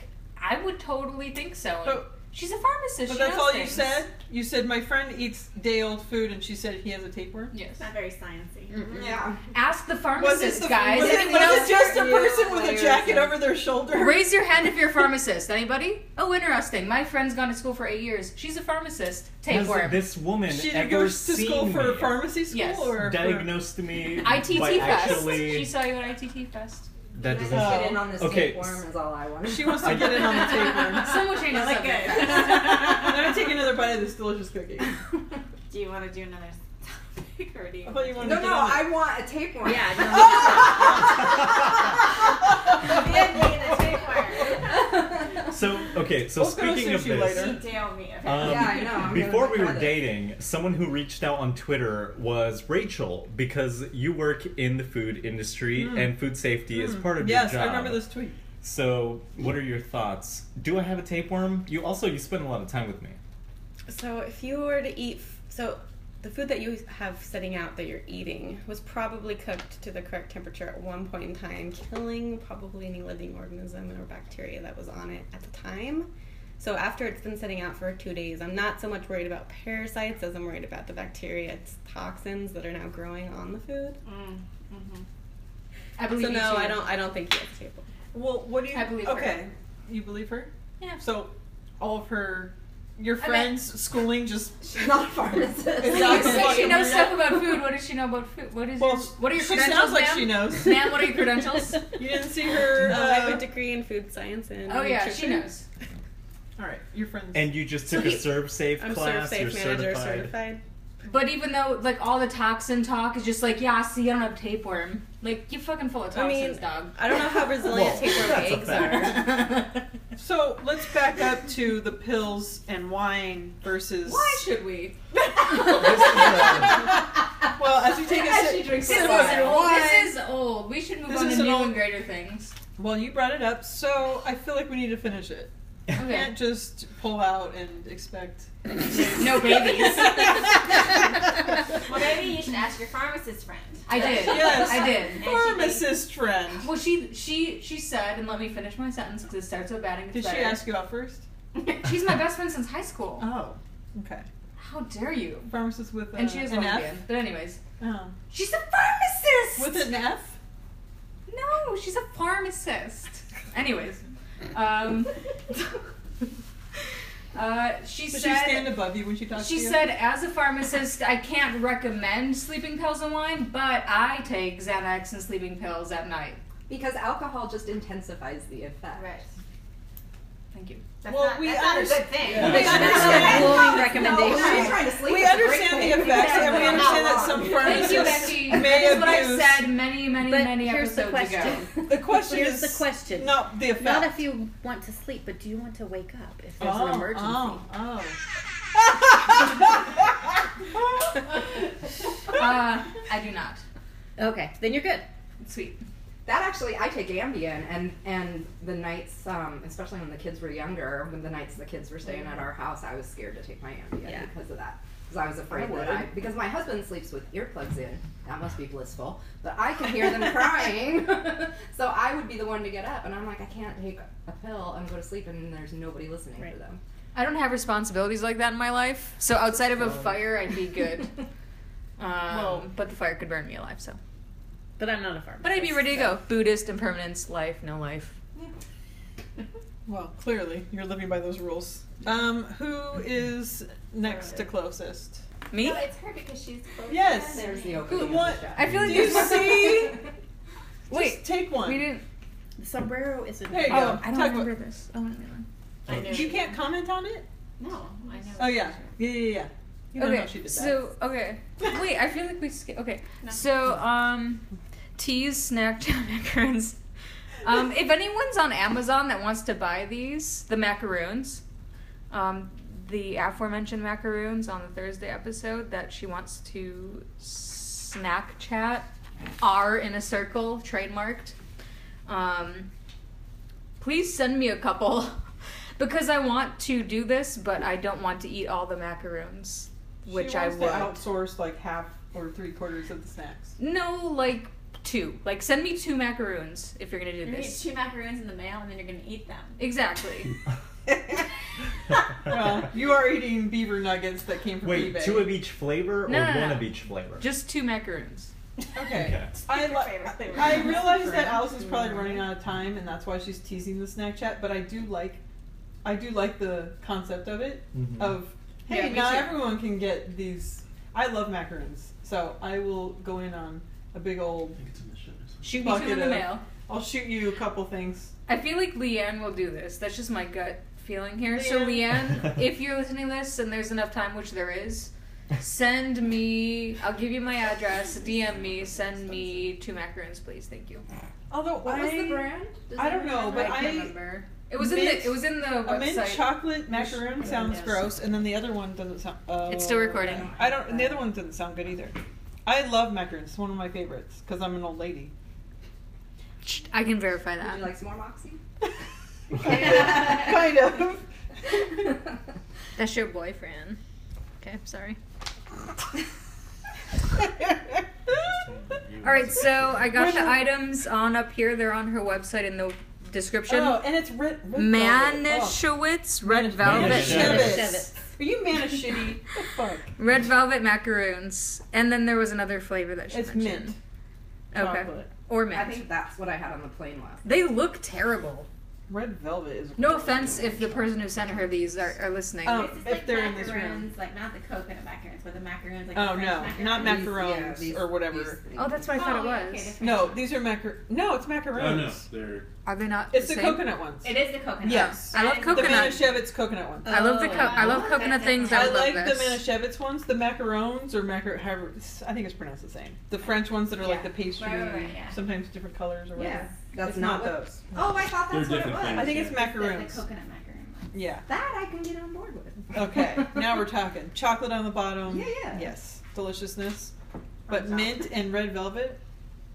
I would totally think so. And
But-
she's a pharmacist.
But
she
that's
knows
all you
things.
said. You said my friend eats day old food, and she said he has a tapeworm.
Yes.
Not very sciencey. Yeah.
Ask the
Was this
pharmacist,
the
guys.
Was it,
Anyone
was it
else
just a
here?
person with a jacket over their shoulder?
Raise your hand if you're a pharmacist. Anybody? Oh, interesting. My friend's gone to school for eight years. She's a pharmacist.
Has
Tapeworm.
this woman
She
ever
goes to
seen
school for
me?
pharmacy school
Yes.
or for-
diagnosed me
ITT
by
Fest.
actually
She saw you at ITT Fest.
that
Can
doesn't
I just
Oh.
get in on this
Okay.
tapeworm is all I want.
She wants to get in on the tapeworm.
Someone change the
Like
subject.
Mm.
I'm gonna take another bite of this delicious cookie.
Do you want to do another topic or do you?
I thought you wanted
No,
to
no, I want a tapeworm.
Yeah,
Oh,
so okay so
We'll go
speaking of
sushi
this
later.
Dale me. Okay.
um,
Yeah, I know. I'm gonna
before we
try
were
this.
dating someone who reached out on twitter was rachel because you work in the food industry and food safety is part of
Hmm. Yes,
your
I
job
remember this tweet.
so what are your thoughts do i have a tapeworm you also you spend a lot of time with me
So if you were to eat, f- so the food that you have sitting out that you're eating was probably cooked to the correct temperature at one point in time, killing probably any living organism or bacteria that was on it at the time. So after it's been sitting out for two days, I'm not so much worried about parasites as I'm worried about the bacteria, its toxins that are now growing on the food.
Mm, mm-hmm. I believe
So
you
no,
too.
I don't. I don't think yes, table.
Well, what do you?
I believe her.
okay, you believe her?
Yeah.
So, all of her, your
bet-
friends, schooling just
She's not a pharmacist.
When you
Exactly.
say she knows stuff about food, what does she know about food? What is
Well,
your, what are your
she
credentials,
sounds like
ma'am?
she knows.
Ma'am, what are your credentials?
You didn't see her.
No, I have
uh,
a degree in food science and
Oh yeah, she
nutrition.
knows.
all right, your friends.
and you just took
So
a
he-
serve safe
I'm
class
serve
you're
safe manager
certified
certified.
But even though like all the toxin talk is just like, yeah, see, I don't have tapeworm. Like you fucking full of
I mean,
toxins, dog.
I don't know how resilient
Whoa,
tapeworm
that's a
eggs
fact.
are.
so let's back up to the pills and wine versus.
Why should we?
This is a-
Well, as you take a sip,
This
sip
is,
of your
old.
wine.
this is old. We should move
This
on
is
to
an
new
old-
and greater things.
Well, you brought it up, so I feel like we need to finish it. You
Okay.
can't just pull out and expect.
No babies.
Well, maybe you should ask your pharmacist friend.
I did.
Yes.
I did.
Pharmacist friend.
Well, she she she said, and let me finish my sentence because it starts so bad and
Did
gets
she
better.
ask you out first?
She's my best friend since high school.
Oh, okay.
How dare you?
Pharmacist with a,
And she is
an
lesbian.
F.
But anyways,
Oh.
she's a pharmacist.
With an F.
no, she's a pharmacist. anyways, um, uh, she
Does she
said.
stand above you when she talks
She
to you?
said, as a pharmacist, I can't recommend sleeping pills and wine, but I take Xanax and sleeping pills at night.
Because alcohol just intensifies the effect.
Right.
Thank you.
That's
Well,
not,
we
that's not a
understand-
good thing.
Yeah.
We understand-
glowing
No,
recommendation.
she's trying to sleep.
we
It's a great
understand
thing.
the effects, and we
Yeah.
understand that some
Thank you,
Thank you,
pharmacists.
Becky.
may
That is what I
abuse-
said many, many,
But
many
here's the
episodes ago.
question.
The question is
Here's the question.
Not the effect.
Not if you want to sleep, but do you want to wake up if there's an emergency?
Oh, oh. oh,
Uh, I do not.
Okay, then you're good.
Sweet.
That actually, I take Ambien, and and the nights, um, especially when the kids were younger, when the nights the kids were staying
Mm.
at our house, I was scared to take my Ambien
Yeah.
because of that. Because I was afraid
I
that I, because my husband sleeps with earplugs in. That must be blissful. But I can hear them crying, so I would be the one to get up, and I'm like, I can't take a pill and go to sleep, and there's nobody listening for
Right.
them.
I don't have responsibilities like that in my life, so outside of a fire, I'd be good. Um, but the fire could burn me alive, so.
But I'm not a farmer.
But I'd be ready to go. Buddhist, impermanence, life, no life.
Well, clearly you're living by those rules. Um, who is next to closest?
Me?
No, it's her because she's close.
Yes.
There's the
Who
opening.
want-
Of the shot.
I feel
Do
like
you
there's
see?
Wait,
Just take one.
we didn't.
The sombrero is in
There you go.
Oh, I don't
Talk about-
remember this. I don't remember.
I know.
You can't comment on it.
No, I know.
Oh yeah, yeah, yeah, yeah. You don't know
okay,
she did that.
so okay, wait. I feel like we sk- okay. So um, teas, snack time macaroons. Um, if anyone's on Amazon that wants to buy these, the macaroons, um, the aforementioned macaroons on the Thursday episode that she wants to snack chat are in a circle, trademarked. Um, please send me a couple because I want to do this, but I don't want to eat all the macaroons,
She
which I
wants
would.
to outsource like half or three quarters of the snacks.
No, like two. Like send me two macaroons if you're gonna do
You're gonna get
this.
two macaroons in the mail and then you're gonna eat them.
Exactly.
Well, you are eating beaver nuggets that came from
Wait,
eBay.
two of each flavor or
No, no,
one
no.
of each flavor?
Just two macaroons.
okay.
okay.
I,
Your favorite
li-
flavor.
I realize that Alice is probably running out of time, and that's why she's teasing the snack chat. But I do like, I do like the concept of it.
Mhm.
Of hey,
Yeah, me
not
too.
everyone can get these. I love macaroons, so I will go in on a big old.
think it's in the show. notes.
Shoot me two
Bucket
in the
of-
mail.
I'll shoot you a couple things.
I feel like Leanne will do this. That's just my gut feeling here. So Leanne, if you're listening to this and there's enough time, which there is, send me. I'll give you my address. DM me. Send me two macaroons, please. Thank you.
Although
What
I,
was the brand? Does
I don't know,
anyone
but
remember?
I
I,
can't remember. It was in the. It was in the
a mint
website.
chocolate macaroon sounds gross, and then the other one doesn't sound. Oh,
It's still recording.
I don't. And the other one doesn't sound good either. I love macaroons. It's one of my favorites because I'm an old lady.
I can verify
Would you
that.
like some more Moxie?
kind of.
That's your boyfriend. Okay, sorry. All right, so I got the items on up here. They're on her website in the description.
oh, and it's writ. writ velvet.
Manischewitz red velvet.
Manischewitz.
Manischewitz. Are you man of shitty? the fuck.
Red velvet macaroons. And then there was another flavor that she
It's
mentioned.
mint.
Okay.
Chocolate.
Or
I
mint.
think that's what I had on the plane last.
they look terrible.
Red velvet is.
No offense if the person who sent her these are, are listening.
Oh,
This is
if
like
they're in
macaroons,
this room.
like not the coconut macaroons, but the macaroons. Like
Oh
the French
no, not macarons
macaroons.
yeah, these-
or
these
whatever.
things.
oh, that's what I
Oh,
thought it
yeah,
was.
okay, the French
No,
ones.
these are macar. No, it's macaroons.
Oh no, they're
Are they not?
It's the,
the, same?
coconut ones.
It is the coconut.
Yes.
I love
And
The
coconut.
Manischewitz coconut ones.
I love the co- I love
Oh,
coconut
that's
things. I,
I
would love
like
this.
the Manischewitz ones, the macarons or macar. However, it's- I think it's pronounced the same. The French ones that are like the
Yeah.
pastry,
Right, right, right, yeah.
sometimes different colors or whatever.
Yeah, that's
it's
not,
not,
what.
those.
Oh, I thought
they're
that's what it
different
was.
things.
I think it's
yeah.
The, the
macaroons.
coconut macaroon. ones.
Yeah.
That I can get on board with.
Okay. now we're talking. Chocolate on the bottom.
Yeah, yeah.
Yes. Deliciousness. But
top.
mint and red velvet.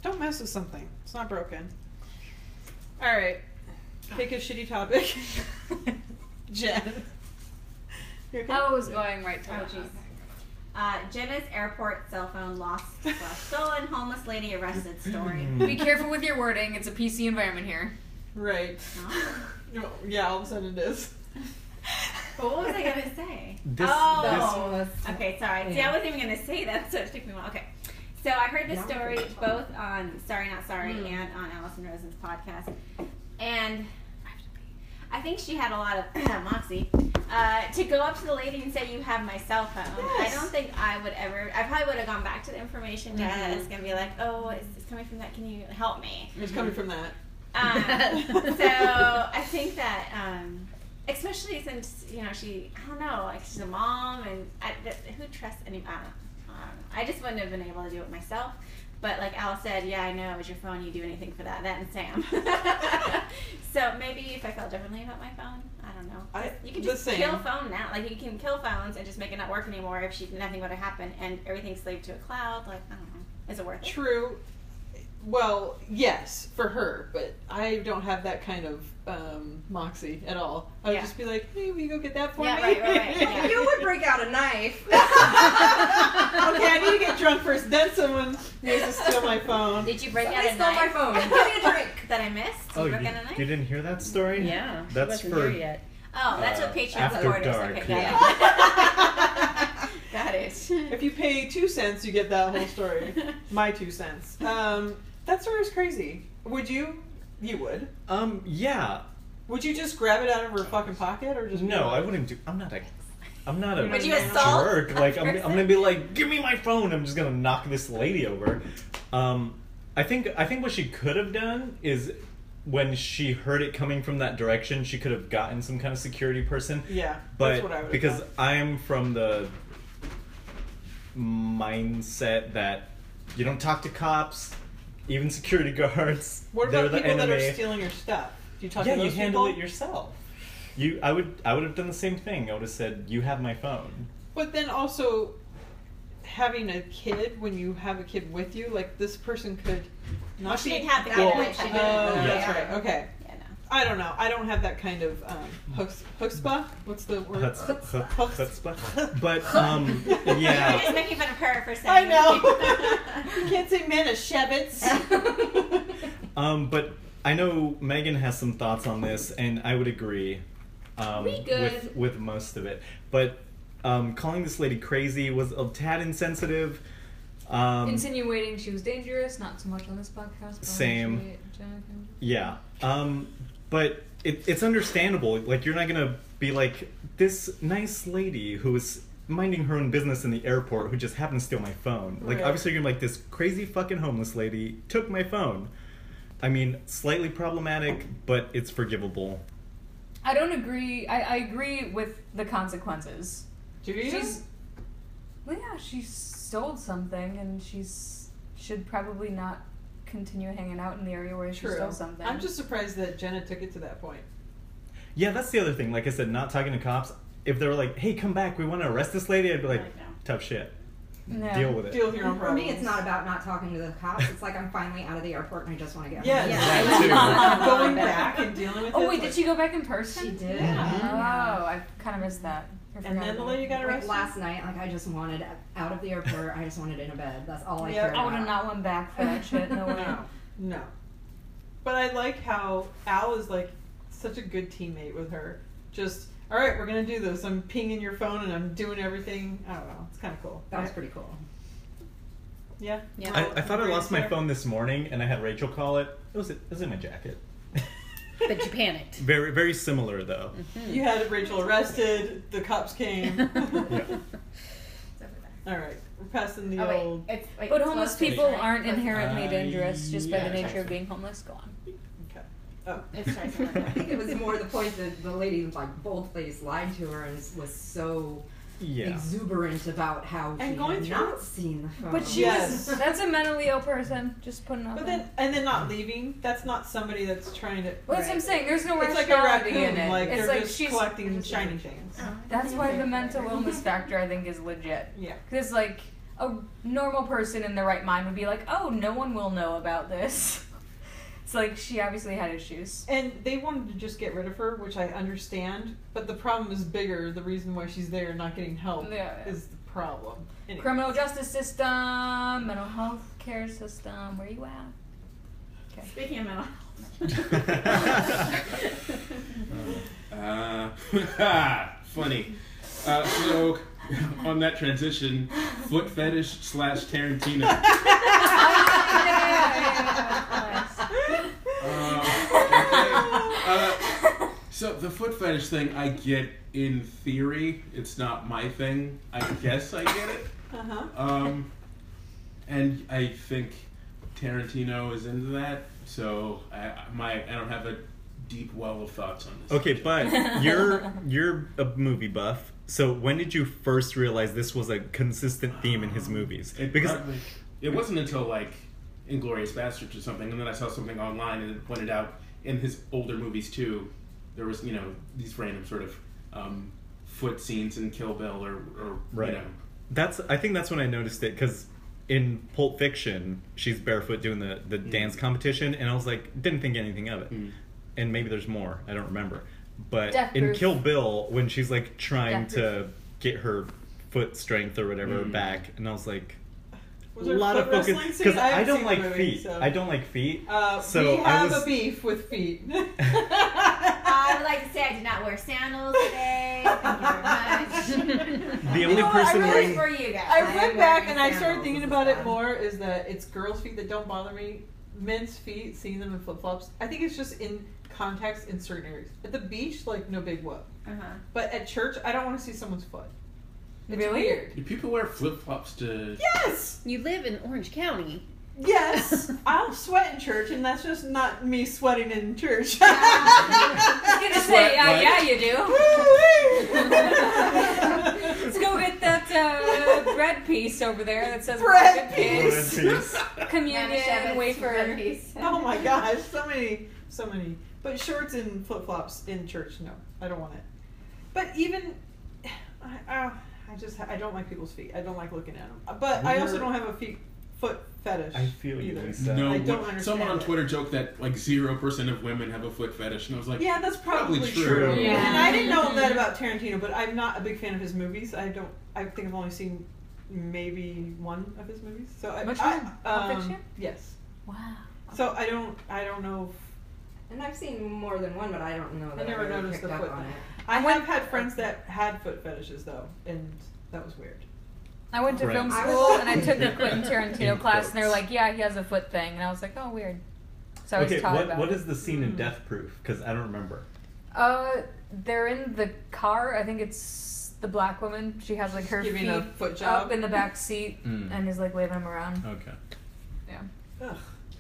Don't mess with something. It's not broken. All right. Pick a shitty topic. Jen. You're okay?
Oh, it was going right to
Oh,
oh,
jeez. Uh, Jenna's airport cell phone lost slash stolen, homeless lady arrested story.
Oh.
Be careful with your wording. It's a PC environment here.
Right. No, Yeah, all of a sudden it is.
But what was I gonna say?
This-
oh, okay, sorry. See, I wasn't even gonna say that, so it took me a while. Okay, so I heard this story both on Sorry Not Sorry
Hmm.
and on Allison Rosen's podcast, and I think she had a lot of moxie uh, to go up to the lady and say, "You have my cell phone."
Yes.
I don't think I would ever. I probably would have gone back to the information
Mm-hmm.
desk and be like, "Oh, it's, it's coming from that. Can you help me?"
It's coming from that.
Um, so I think that, um, especially since you know she, I don't know, like she's a mom, and I, th- who trusts any? I don't, I don't know. I just wouldn't have been able to do it myself. But like Al said, yeah, I know it was your phone. You do anything for that. That and Sam. so maybe if I felt differently about my phone, I don't know.
I-
you can
the
just
same.
kill phone now. Like you can kill phones and just make it not work anymore if she nothing would have happened and everything's saved to a cloud. Like I don't know. Is it worth it?
True. Well, yes, for her, but I don't have that kind of um, moxie at all. I would
Yeah.
just be like, hey, will you go get that for
Yeah,
me?
right, right, right.
you would break out a knife.
okay, I need to get drunk first, then someone needs to steal my phone.
Did you break out
Somebody
a
stole my
knife
phone.
that I missed?
Oh,
you
you,
broke out a knife?
you didn't hear that story?
Yeah. she
That's
wasn't
for-
here yet.
Oh, that's
Uh,
what Patreon
After
supporters.
Dark,
okay,
yeah.
got it. got it.
If you pay two cents, you get that whole story. my two cents. Um, that story is crazy. Would you? You would.
Um, yeah.
Would you just grab it out of her fucking pocket or just
No, I wouldn't do. I'm not a. I'm not a
Would you assault
jerk.
a
Like I'm, I'm
person?
gonna be like, give me my phone. I'm just gonna knock this lady over. Um, I think I think what she could have done is when she heard it coming from that direction, she could have gotten some kind of security person.
Yeah,
but
that's what I would.
because I'm from the mindset that you don't talk to cops, even security guards.
What
they're
about
the
people that
enemy
are stealing your stuff? Do you talk
yeah,
to those
you handle
people?
it yourself. You, I would, I would have done the same thing. I would have said, "You have my phone."
But then also, having a kid when you have a kid with you, like this person could not
she
be
didn't have the
that
kid
way.
when she did it,
Oh,
but,
that's
yeah.
right. Okay,
Yeah, no.
I don't know. I don't have that kind of um, hooks, hookspa. What's the word?
That's-
Hooks.
that's- But um,
You're
yeah,
just making fun of her for
I
saying.
know. you can't say Manischewitz.
um, but I know Megan has some thoughts on this, and I would agree um,
We good.
with with most of it. But um, calling this lady crazy was a tad insensitive. Um,
Insinuating she was dangerous, not so much on this podcast. but on
Same.
Shea- Jenna Kendrick.
Yeah. Um, but it, it's understandable. Like, you're not going to be like, this nice lady who is minding her own business in the airport who just happened to steal my phone. Like,
Right.
obviously, you're going to be like, this crazy fucking homeless lady took my phone. I mean, slightly problematic, but it's forgivable.
I don't agree. I, I agree with the consequences.
Do you?
She's, well, yeah, she stole something, and she's should probably not continue hanging out in the area where she
True.
stole something.
I'm just surprised that Jenna took it to that point.
Yeah, that's the other thing. Like I said, not talking to cops. If they were like, hey, come back, we want to arrest this lady, I'd be like,
Like, no.
tough shit.
No.
Deal with it.
Deal with your own
For
problems.
me, it's not about not talking to the cops. It's like I'm finally out of the airport and I just want to get
Yes.
home.
That too.
Going back and dealing with it,
Oh wait,
like-
did she go back in person?
She did.
Oh, I kind of missed that. I
And
forgot
then the
about
lady
it.
got
Like
arrested.
last night, like I just wanted out of the airport. I just wanted in a bed. That's all I
Yeah.
cared
I would have
about.
not went back for that shit. No way.
No, no. But I like how Al is like such a good teammate with her. Just all right, we're gonna do this. I'm pinging your phone and I'm doing everything. I don't know. It's kind of cool.
That was pretty cool.
yeah.
Yeah.
Well,
I, I thought I
great
lost my
here.
phone this morning, and I had Rachel call it. It was, it was in my jacket.
But you panicked.
Very, very similar though.
You had Rachel arrested. The cops came.
It's over there.
All right, we're passing the
Oh, wait.
old.
It's, wait,
But
it's
homeless
left page,
people
right?
aren't
Left-
inherently
Uh,
dangerous just by
yeah.
the nature of being homeless. Go on.
Okay. Oh,
It's right somewhere.
I think it was more the point that the lady like boldface lied to her and was so
Yeah.
exuberant about how
And
she
going
had
through-
not seen the phone.
But she
Yes.
was. That's a mentally ill person. Just putting out.
but
there.
then and then not leaving. That's not somebody that's trying to.
Well, that's what I'm saying. There's no
It's like a
rationality
raccoon.
in it.
Like they're
it's like
just
she's. oh.
collecting shiny things.
That's why the mental illness factor I think is legit.
Yeah.
Because like a normal person in their right mind would be like, oh, no one will know about this. It's like she obviously had issues.
And they wanted to just get rid of her, which I understand, but the problem is bigger. The reason why she's there and not getting help
Yeah, yeah.
is the problem. Anyway.
Criminal justice system, mental health care system. Where you at?
Speaking of mental
Uh, funny. Uh, so, on that transition, foot fetish slash Tarantino. Uh, okay. Uh, so the foot fetish thing, I get in theory. It's not my thing. I guess I get it.
Uh-huh.
Um, and I think Tarantino is into that. So I, I- my I don't have a deep well of thoughts on this.
Okay,
subject.
but you're you're a movie buff. So when did you first realize this was a consistent theme in his movies?
It
Because
probably- it wasn't until like Inglorious Bastards or something, and then I saw something online and it pointed out in his older movies too, there was you know these random sort of um, foot scenes in Kill Bill or, or
Right.
you know
that's I think that's when I noticed it because in Pulp Fiction she's barefoot doing the the
Mm.
dance competition, and I was like didn't think anything of it.
Mm.
And maybe there's more I don't remember. But
Death
in
Proof.
Kill Bill when she's like trying
Death
to get her foot strength or whatever
Mm.
back, and I was like.
Was there foot wrestling scene?
because
I haven't
I, don't
seen the
like
movie,
feet.
so-
I don't like feet.
Uh,
So
we
I
have
was-
a beef with feet.
I would like to say I did not wear sandals today. Thank you very much.
The only
know, I
person
really-
wearing
for you guys.
I went back and I
sandals.
started thinking
This is
about it
fun.
more is that it's girls' feet that don't bother me. Men's feet, seeing them in flip flops, I think it's just in context in certain areas. At the beach, like no big whoop.
Uh-huh.
But at church, I don't want to see someone's foot. It's
Really?
weird.
do people wear flip flops to
Yes!
You live in Orange County.
Yes! I'll sweat in church, and that's just not me sweating in church.
I was gonna
Sweat
say, uh,
like-
yeah, you do. Let's
Woo-wee!
go get that uh, bread piece over there that says
Bread
Good
piece.
communion
Manischewitz,
wafer.
red piece.
oh my gosh, so many, so many. But shorts and flip flops in church, no, I don't want it. But even, I, I, I just I don't like people's feet. I don't like looking at them. But I also
Wonder-
don't have a feet foot fetish.
I feel you,
either.
Lisa.
no
I don't
what-
understand
someone on
it.
Twitter joked that like zero percent of women have a foot fetish, and I was like
Yeah, that's probably,
Probably
true.
true.
Yeah.
And I didn't know that about Tarantino, but I'm not a big fan of his movies. I don't. I think I've only seen maybe one of his movies. So I,
Which
I,
one? Pulp
Um,
Fiction?
Yes.
Wow.
So I don't. I don't know. if-
And I've seen more than one, but I don't know that
never
really
noticed
picked
the
up
foot
on
thing.
it.
I have had friends that had foot fetishes though, and that was weird.
I went to
Right.
film
I
school
was-
and I took a Quentin Tarantino
In
class, and they were
quotes.
like, "Yeah, he has a foot thing," and I was like, "Oh, weird." So I was
Okay,
taught
what,
about.
what
it. Mm.
is the scene in Death Proof? Because I don't remember.
Uh, they're in the car. I think it's the black woman. She has like her
Giving
feet
a foot job.
up in the back seat
Mm.
and is like waving them around.
Okay.
Ugh.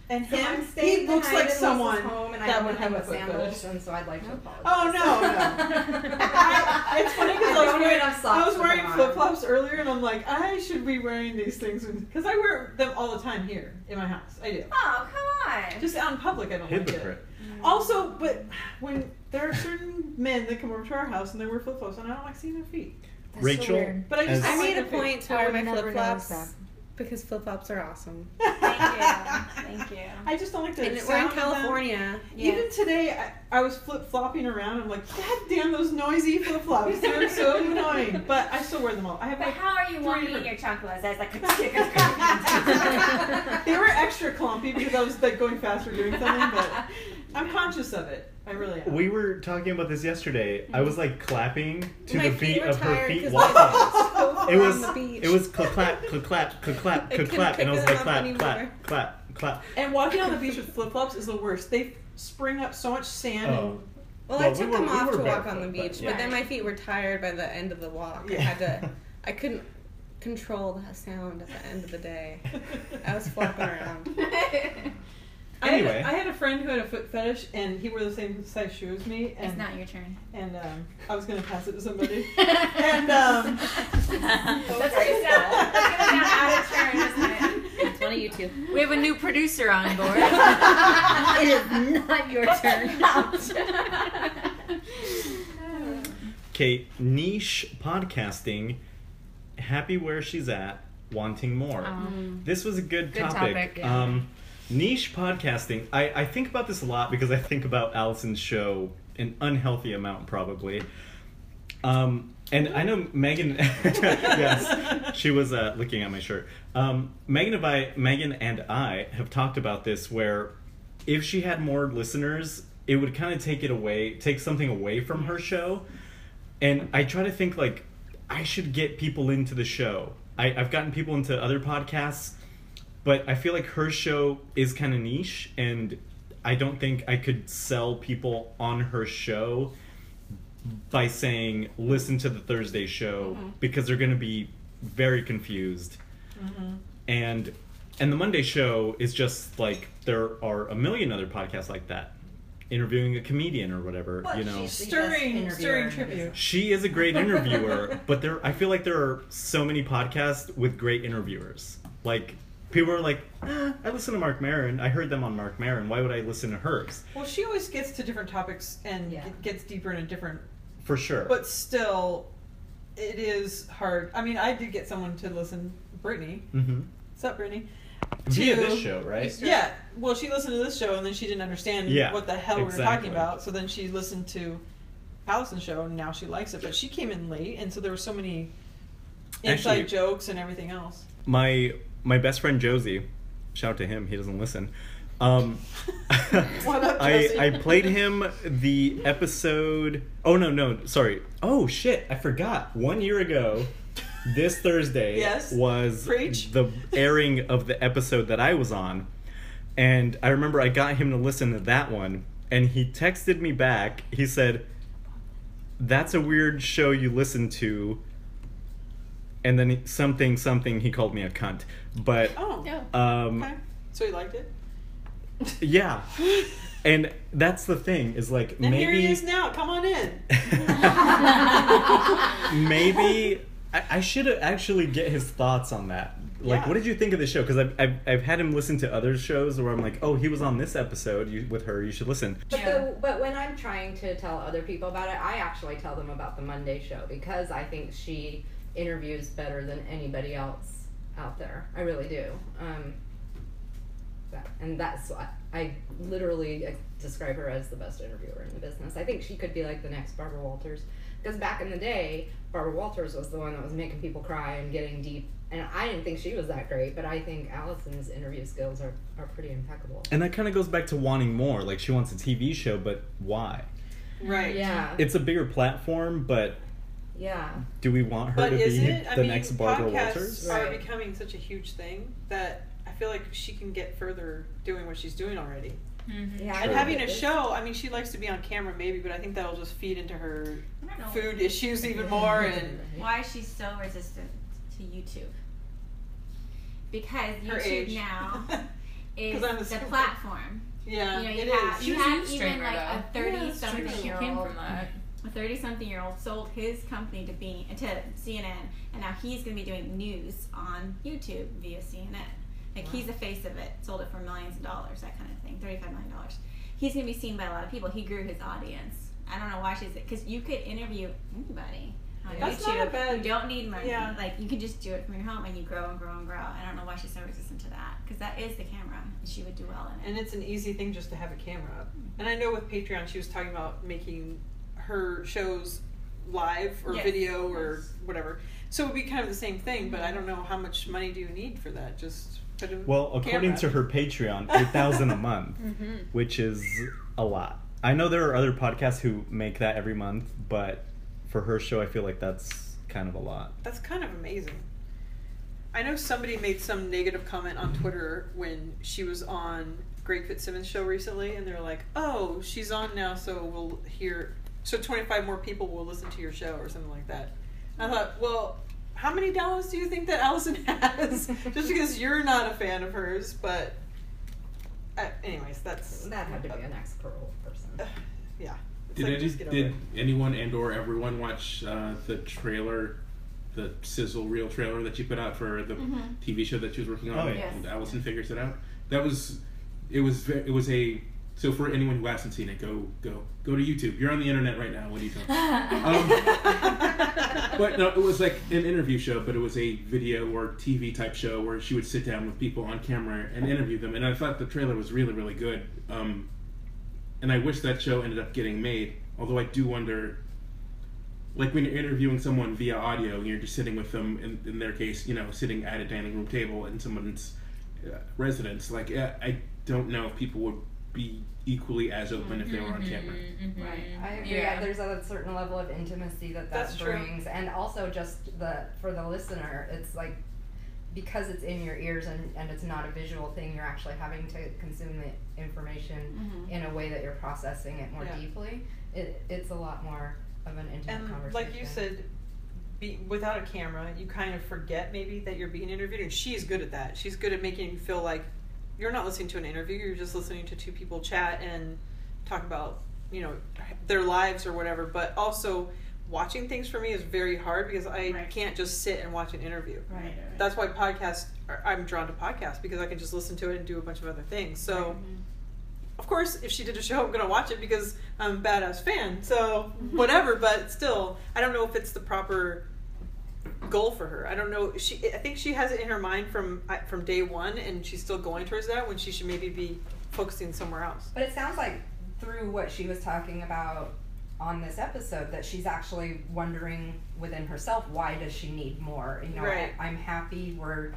And
So I'm
him,
staying
he looks
behind
like
at Lisa's
someone
home, and I
that
don't
would
think
have a
it's
foot
sandals,
fetish.
and so I'd like to apologize.
Oh no, no. I, it's funny because
I
I,
don't
was wearing,
even have socks
I was
with
wearing
them on.
flip flops earlier, and I'm like, I should be wearing these things because I wear them all the time here in my house. I do.
Oh, come on.
Just out in public, I don't like
Hypocrite.
it. Also, but when there are certain men that come over to our house and they wear flip flops, and I don't like seeing their feet.
That's so
Rachel,
weird.
But I
As-
just don't
I
like
made a
their feet.
point to
I
wear
would
my
never
flip
notice
flops because flip flops are awesome.
Thank you. Thank you.
I just don't like the
And we're in
sound of them.
California.
Even today, I, I was flip flopping around. I'm like, God damn, those noisy flip flops. They're so annoying. But I still wear them all. I have
But
like,
how are you
Three
wanting
different-
your chocolates? I was like,
they were extra clumpy because I was like going faster doing something, but I'm conscious of it. I really am.
We were talking about this yesterday. I was like clapping to
My
the beat
were
of her
tired
feet
'cause
walking.
my-
It was
on the beach.
it was clap clap clap clap clap clap
I couldn't
clap, and
pick
I was
them
like
up
clap
anymore.
clap clap clap.
And walking on the beach with flip flops is the worst. They spring up so much sand.
Oh,
Well,
Well,
I
we
took
were-
them
we
off
were
to walk on
barefoot,
the
but-
beach,
Yeah.
but then my feet were tired by the end of the walk. I had to, I couldn't control the sound at the end of the day. I was flopping around.
I had,
Anyway.
a- I had a friend who had a foot fetish, and he wore the same size shoe as me, and
It's not your turn.
and um, I was gonna pass it to somebody, and um,
That's how you sound. That's gonna sound out of turn, isn't it?
It's one of you two.
We have a new producer on board.
it is not your turn.
Okay, niche podcasting. Happy where she's at, wanting more.
Um,
This was a good,
Good topic, yeah.
Um, Niche podcasting. I, I think about this a lot because I think about Allison's show an unhealthy amount, probably. Um, and I know Megan. yes, she was uh, looking at my shirt. Um, Megan and I, Megan and I have talked about this where if she had more listeners, it would kind of take it away, take something away from her show. And I try to think like I should get people into the show. I, I've gotten people into other podcasts, but I feel like her show is kind of niche, and I don't think I could sell people on her show by saying listen to the Thursday show because they're going to be very confused. And and the Monday show is just like there are a million other podcasts like that, interviewing a comedian or whatever. you know,
Stirring, stirring tribute.
she is a great interviewer, but there I feel like there are so many podcasts with great interviewers. Like people are like, "Ah, I listen to Mark Maron. I heard them on Mark Maron. Why would I listen to hers?
Well, she always gets to different topics and
Yeah.
it gets deeper in a different.
For sure.
But still, it is hard. I mean, I did get someone to listen, Brittany.
mm-hmm.
What's up, Brittany?
via
To-
this show, right?
Yeah. Well, she listened to this show and then she didn't understand
Yeah,
what the hell we were
exactly.
talking about. So then she listened to Allison's show and now she likes it. But she came in late, and so there were so many inside
Actually-
jokes and everything else.
my my best friend Josie, shout to him, he doesn't listen. Um,
What up,
I,
Josie?
I played him the episode. Oh no no sorry. Oh shit! I forgot. One year ago, this Thursday
Yes.
was
Preach.
the airing of the episode that I was on, and I remember I got him to listen to that one, and he texted me back. He said, "That's a weird show you listen to." And then he- something something he called me a cunt, but
Oh.
Yeah.
um,
Okay. So he liked it.
yeah, and that's the thing is like
And
maybe
here he is now. Come on in.
maybe I, I should actually get his thoughts on that. Like,
Yeah.
what did you think of the show? Because I've, I've, I've had him listen to other shows where I'm like, oh, he was on this episode you, with her. You should listen.
But, the, but when I'm trying to tell other people about it, I actually tell them about the Monday show because I think she interviews better than anybody else out there. I really do. Um, that, and that's why I literally describe her as the best interviewer in the business. I think she could be like the next Barbara Walters because back in the day, Barbara Walters was the one that was making people cry and getting deep. And I didn't think she was that great, but I think Allison's interview skills are, are pretty impeccable.
And that kind of goes back to wanting more. Like, she wants a TV show, but why?
Right.
Yeah,
It's a bigger platform, but
yeah.
do we want her
But
to
is
be
it? I
the
mean,
next Barbara
podcasts
Walters?
are
Right.
becoming such a huge thing that I feel like she can get further doing what she's doing already.
yeah I
And
think
having a
it is.
show, I mean, she likes to be on camera maybe, but I think that'll just feed into her food issues even more. And
why she's so resistant to YouTube. Because
Her
YouTube
age.
now is
'Cause I'm a
the
streamer.
platform.
yeah,
You know,
it
you have
is.
you
was a
have
youth
even
streamer,
like a
though.
thirty
Streaming
something year
came
old
from that.
a thirty something year old sold his company to be to CNN and now he's gonna be doing news on YouTube via CNN. Like he's the face of it, sold it for millions of dollars, that kind of thing, thirty five million dollars. He's gonna be seen by a lot of people. He grew his audience. I don't know why she's because you could interview anybody on
That's
YouTube.
not a bad-
You don't need money.
Yeah.
Like you can just do it from your home and you grow and grow and grow. I don't know why she's so resistant to that because that is the camera and she would do well in it.
And it's an easy thing just to have a camera up. And I know with Patreon, she was talking about making her shows live or
Yes.
video or
Yes.
whatever. So it would be kind of the same thing, but I don't know how much money do you need for that? Just put a
Well, according
camera.
to her Patreon, eight thousand a month, which is a lot. I know there are other podcasts who make that every month, but for her show, I feel like that's kind of a lot.
That's kind of amazing. I know somebody made some negative comment on Twitter when she was on Greg Fitzsimmons' show recently, and they're like, "Oh, she's on now, so we'll hear, so twenty-five more people will listen to your show or something like that." And I thought, well, how many downloads do you think that Allison has? Just because you're not a fan of hers, but uh, anyways, that's
That had to be an ex-parole person.
yeah. It's
Did,
like,
any-
just get over
did
it.
anyone and or everyone watch uh, the trailer, the sizzle reel trailer that you put out for the
Mm-hmm.
TV show that she was working on?
Oh,
and
yeah.
Allison figures it out. That was it was ve- it was a So for anyone who hasn't seen it, go go go to YouTube. You're on the internet right now. What are you Um, doing? But no, it was like an interview show, but it was a video or TV type show where she would sit down with people on camera and interview them. And I thought the trailer was really, really good. Um, and I wish that show ended up getting made. Although I do wonder, like when you're interviewing someone via audio, and you're just sitting with them. In, in their case, you know, sitting at a dining room table in someone's uh, residence. Like I I don't know if people would be equally as open if they were on
Mm-hmm.
camera.
Mm-hmm.
Right. I agree.
Yeah.
that There's a certain level of intimacy that that
That's true.
brings, and also just the for the listener, it's like because it's in your ears and, and it's not a visual thing, you're actually having to consume the information
Mm-hmm.
in a way that you're processing it more
Yeah.
deeply. It, it's a lot more of an intimate
And
conversation.
like you said, be, without a camera, you kind of forget maybe that you're being interviewed, and she's good at that. She's good at making you feel like you're not listening to an interview. You're just listening to two people chat and talk about you know their lives or whatever. But also watching things for me is very hard because I
Right.
can't just sit and watch an interview.
Right.
That's why podcasts. are- I'm drawn to podcasts because I can just listen to it and do a bunch of other things. So. Of course, if she did a show, I'm gonna watch it because I'm a badass fan. So whatever, but still, I don't know if it's the proper goal for her. I don't know. She, I think she has it in her mind from I- from day one, and she's still going towards that when she should maybe be focusing somewhere else.
But it sounds like through what she was talking about on this episode that she's actually wondering within herself why does she need more? You know,
Right.
I, I'm happy we're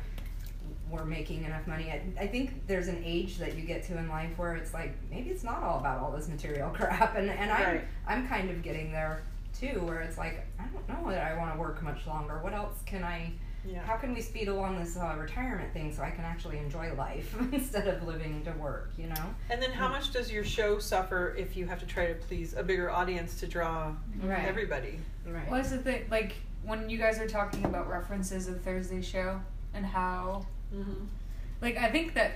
we're making enough money. I, I think there's an age that you get to in life where it's like maybe it's not all about all this material crap, and and I'm
Right.
I'm kind of getting there too, where it's like I don't know that I want to work much longer. What else can I?
Yeah.
How can we speed along this uh, retirement thing so I can actually enjoy life instead of living to work? You know.
And then, how much does your show suffer if you have to try to please a bigger audience to draw
Right.
everybody?
Right.
What's the thing? Like when you guys are talking about references of Thursday's show and how,
Mm-hmm.
like, I think that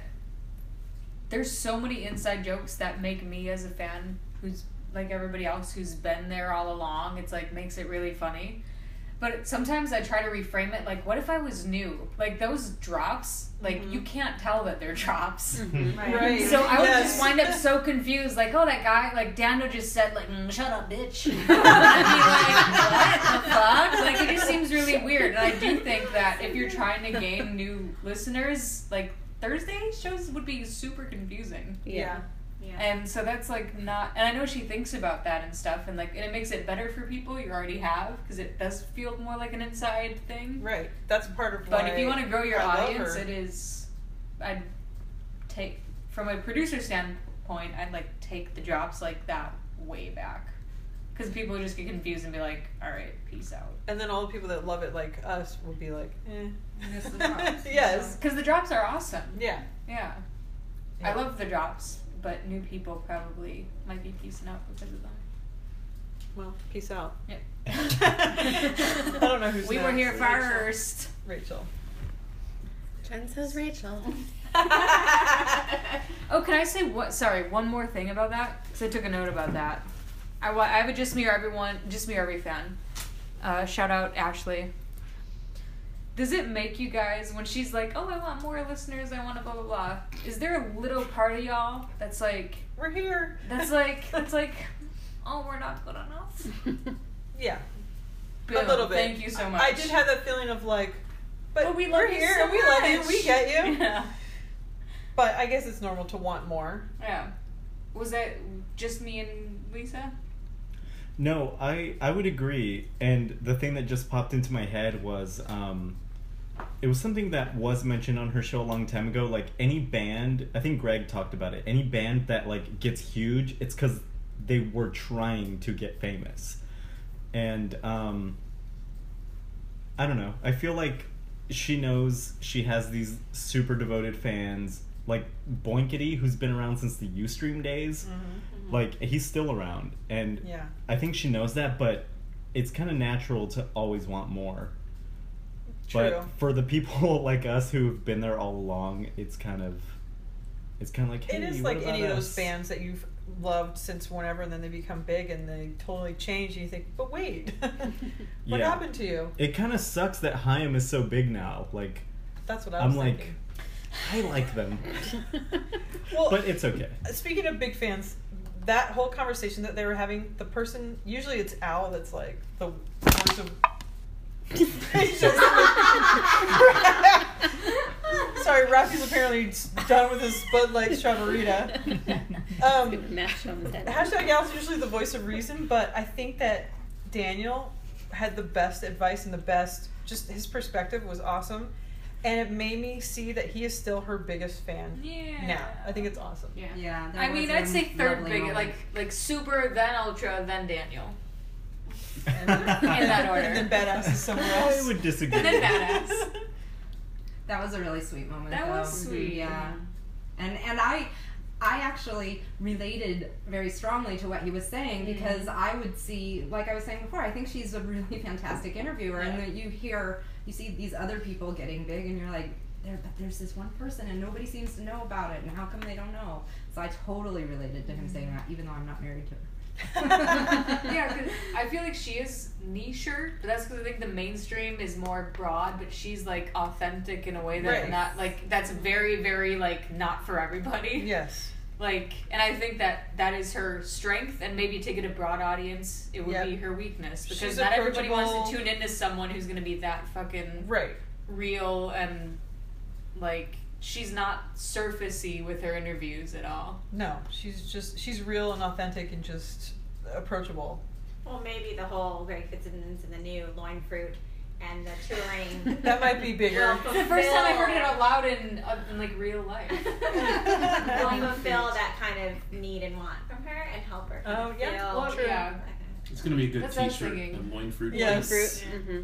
there's so many inside jokes that make me as a fan, who's like everybody else who's been there all along, it's like makes it really funny. But sometimes I try to reframe it like, what if I was new? Like those drops, like
Mm-hmm.
you can't tell that they're drops.
Mm-hmm.
Right.
So I would
Yes.
just wind up so confused, like, oh, that guy, like Dando just said, like, mm, shut up, bitch. And I'd be like, what the fuck? Like, it just seems really weird. And I do think that if you're trying to gain new listeners, like Thursday shows would be super confusing.
Yeah.
And so that's like not, and I know she thinks about that and stuff, and like, and it makes it better for people you already have because it does feel more like an inside thing.
Right. That's part of.
But
why
if you want to grow your
I love
audience,
her.
it is. I'd take from a producer standpoint. I'd like take the drops like that way back, because people just get confused and be like, "All right, peace out."
and then all the people that love it like us will be like, eh.
Miss the drops.
yes.
Because the drops are awesome.
Yeah.
Yeah. I
Yeah.
love the drops, but new people probably might be piecing out because of them.
Well, peace out.
Yep.
I don't know who's
we were
next.
here first.
Rachel.
Jen says Rachel.
Oh, can I say what? Sorry, one more thing about that because I took a note about that. I, wa- I have a just me or everyone, just me or every fan. Uh, shout out Ashley. Does it make you guys when she's like, "Oh, I want more listeners. I want to blah blah blah." Is there a little part of y'all that's like,
We're here.
that's like, that's like, oh, we're not good enough?
Yeah.
Boom.
A little bit.
Thank you so much.
I did have that feeling of like, but,
But we
we
love
are
you
here
so
and we love you.
much.
We get you.
Yeah.
But I guess it's normal to want more.
Yeah. Was that just me and Lisa?
No, I I would agree. And the thing that just popped into my head was um it was something that was mentioned on her show a long time ago like any band, I think Greg talked about it. Any band that like gets huge, it's cuz they were trying to get famous. And um I don't know. I feel like she knows she has these super devoted fans like Boinkity who's been around since the Ustream days.
Mm-hmm.
Like he's still around and
Yeah.
I think she knows that, but it's kind of natural to always want more.
True.
But for the people like us who've been there all along, it's kind of, it's kind of like hey,
it is
what
like
about
any of those
us?
bands that you've loved since whenever and then they become big and they totally change and you think, but wait, what
Yeah.
happened to you?
It kind of sucks that Haim is so big now. Like
That's what I
I'm
was
like,
thinking.
I like them,
Well,
but it's okay.
Uh, speaking of big fans, that whole conversation that they were having, the person usually it's Al that's like the worst of. He's just- Sorry, Rafi's apparently done with his Bud Light Stravarita. Um,
Mash on the head.
Hashtag Al's usually the voice of reason, but I think that Daniel had the best advice and the best, just his perspective was awesome. And it made me see that he is still her biggest fan
Yeah.
now. I think it's awesome.
Yeah.
Yeah. there
I
was
mean,
a
I'd say third
lovely
biggest,
moment.
like like super, then ultra, then Daniel,
In
in that
And then
order.
Badass is somewhere
I
else.
would disagree.
then badass.
That was a really sweet moment.
That
though.
was sweet.
um, Yeah. And and I I actually related very strongly to what he was saying
Mm-hmm.
because I would see like I was saying before, I think she's a really fantastic interviewer and that you hear you see these other people getting big and you're like there, but there's this one person and nobody seems to know about it and how come they don't know so i totally related to him saying that even though i'm not married to her
yeah, 'cause I feel like she is nicher, but that's because I think the mainstream is more broad, but she's like authentic in a way that
Right.
not like that's very very like not for everybody.
Yes.
Like, and I think that that is her strength, and maybe to get a broad audience, it would
Yep.
be her weakness because
She's
not everybody wants to
approachable.
tune into someone who's going to be that fucking
Right.
real and like she's not surfacey with her interviews at all.
No, she's just, she's real and authentic and just approachable.
Well, maybe the whole Greg fits into the new loin fruit and the touring.
That might be bigger.
Well,
The first time I heard it
fulfill-
out loud in, uh, in like real life.
will fulfill that kind of need and want from her and help her. kind of
Oh, yeah.
feel-
Well,
True.
yeah.
It's gonna be a good
That's what I was
T-shirt. The
thinking.
loin fruit.
Yes.
Mm-hmm.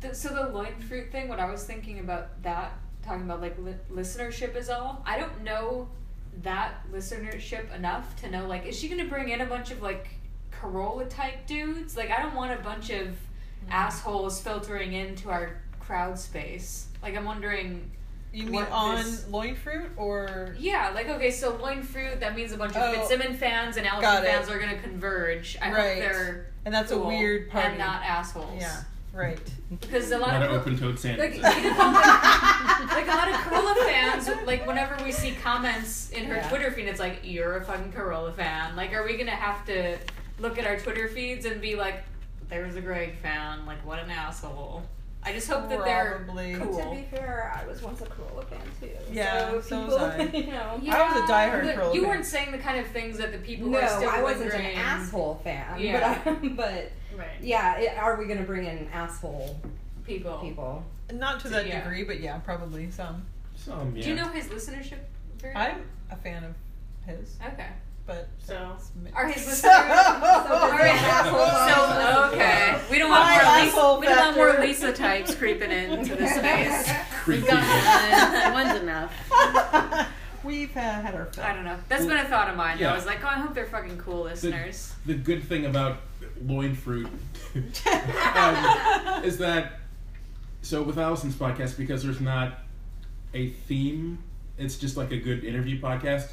The, so the loin fruit thing, what I was thinking about that, talking about like li- listenership is all. I don't know that listenership enough to know like, is she gonna bring in a bunch of like Corolla type dudes? Like, I don't want a bunch of
Mm-hmm.
assholes filtering into our crowd space. Like, I'm wondering.
You mean
What
on
this-
loin fruit or?
Yeah, like okay, so loin fruit that means a bunch of
Oh.
Fitzsimmons fans and
Got
Allison
it.
fans are gonna converge. I
Right.
hope they're
And that's
cool
a weird party.
and not assholes.
yeah. Right.
because a
A
lot,
lot
of
of
people
open-toed
like,
sandals.
you know, like, like a lot of Corolla fans, like whenever we see comments in her
Yeah.
Twitter feed, it's like you're a fucking Corolla fan. Like, are we gonna have to look at our Twitter feeds and be like, "There's a Greg fan. Like, what an asshole." I just hope that they're
Probably.
cool.
To be fair, I was once a Corolla fan too.
Yeah,
so,
so
people,
was I.
you know.
Yeah,
was a diehard
but
Corolla
You
fan.
weren't saying the kind of things that the people
No,
were still
I wasn't an
wondering.
asshole fan,
Yeah.
but I, but
Right.
yeah, it, are we gonna bring in asshole
People.
people?
Not to that
Yeah.
degree, but yeah, probably some.
Some, yeah.
Do you know his listenership? very
I'm a fan of his,
Okay.
but
So
it's mi-
Are his listeners?
So-
so okay, we don't want
My
more Lisa,
asshole
we don't want more
factor.
Lisa types creeping into the space.
Creepy.
one, one's enough.
We've uh, had our
I
fill.
don't know. That's been a thought of mine.
Yeah.
I was like, oh, I hope they're fucking cool listeners.
the good thing about loin fruit um, is that so with Allison's podcast because there's not a theme it's just like a good interview podcast